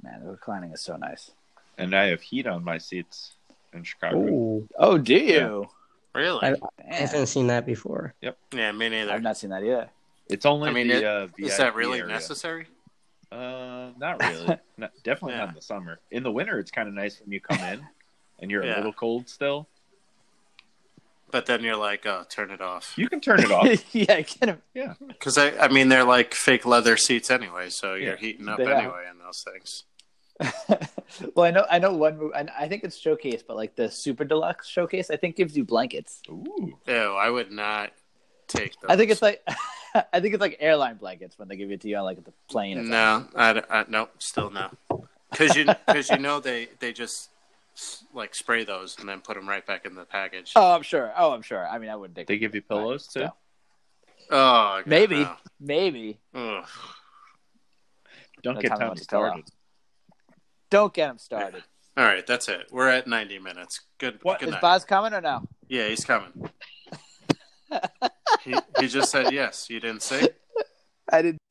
[SPEAKER 4] man, the reclining is so nice.
[SPEAKER 5] And I have heat on my seats in Chicago.
[SPEAKER 1] Ooh,
[SPEAKER 4] Oh, do you?
[SPEAKER 2] Really?
[SPEAKER 1] I- I
[SPEAKER 4] Damn.
[SPEAKER 1] haven't seen that before.
[SPEAKER 2] yeah, me
[SPEAKER 4] I've
[SPEAKER 2] neither.
[SPEAKER 4] not seen that yet.
[SPEAKER 5] It's only
[SPEAKER 2] I mean,
[SPEAKER 5] the
[SPEAKER 2] it-
[SPEAKER 5] uh,
[SPEAKER 2] Is
[SPEAKER 5] VIP
[SPEAKER 2] that really
[SPEAKER 5] area.
[SPEAKER 2] necessary?
[SPEAKER 5] Uh, not really. not, definitely
[SPEAKER 2] Yeah.
[SPEAKER 5] not in the summer. In the winter, it's kind of nice when you come in and you're
[SPEAKER 2] Yeah.
[SPEAKER 5] a little cold still.
[SPEAKER 2] But then you're like, oh, turn it off.
[SPEAKER 5] You can turn it off.
[SPEAKER 4] yeah, I can
[SPEAKER 2] Because I, I mean, they're like fake leather seats anyway, so you're
[SPEAKER 5] Yeah.
[SPEAKER 2] heating up
[SPEAKER 4] They are.
[SPEAKER 2] anyway in those things.
[SPEAKER 4] well, I know, I know one. mo- I I think it's showcase, but like the super deluxe showcase, I think gives you blankets.
[SPEAKER 5] Ooh,
[SPEAKER 2] Ew, I would not take those.
[SPEAKER 4] I think it's like, I think it's like airline blankets when they give it to you on like the plane. or something.
[SPEAKER 2] no, I, d- I- nope, still no. Because you, cause you know they they just like spray those and then put them right back in the package.
[SPEAKER 4] Oh, I'm sure. Oh, I'm sure. I mean, I wouldn't. Take
[SPEAKER 5] they give you pillows too.
[SPEAKER 4] No.
[SPEAKER 2] Oh, God,
[SPEAKER 4] Maybe,
[SPEAKER 2] no.
[SPEAKER 4] maybe.
[SPEAKER 2] Ugh.
[SPEAKER 5] Don't
[SPEAKER 4] That's
[SPEAKER 5] get
[SPEAKER 4] how I
[SPEAKER 5] Tommy
[SPEAKER 4] want to fill out.
[SPEAKER 5] started.
[SPEAKER 4] Don't get them started.
[SPEAKER 2] All right, that's it. We're at 90 minutes. Good,
[SPEAKER 5] What
[SPEAKER 2] good
[SPEAKER 4] Is
[SPEAKER 2] night.
[SPEAKER 4] Boz coming or no?
[SPEAKER 2] Yeah, he's coming. he, he just said yes. You didn't say?
[SPEAKER 4] I didn't.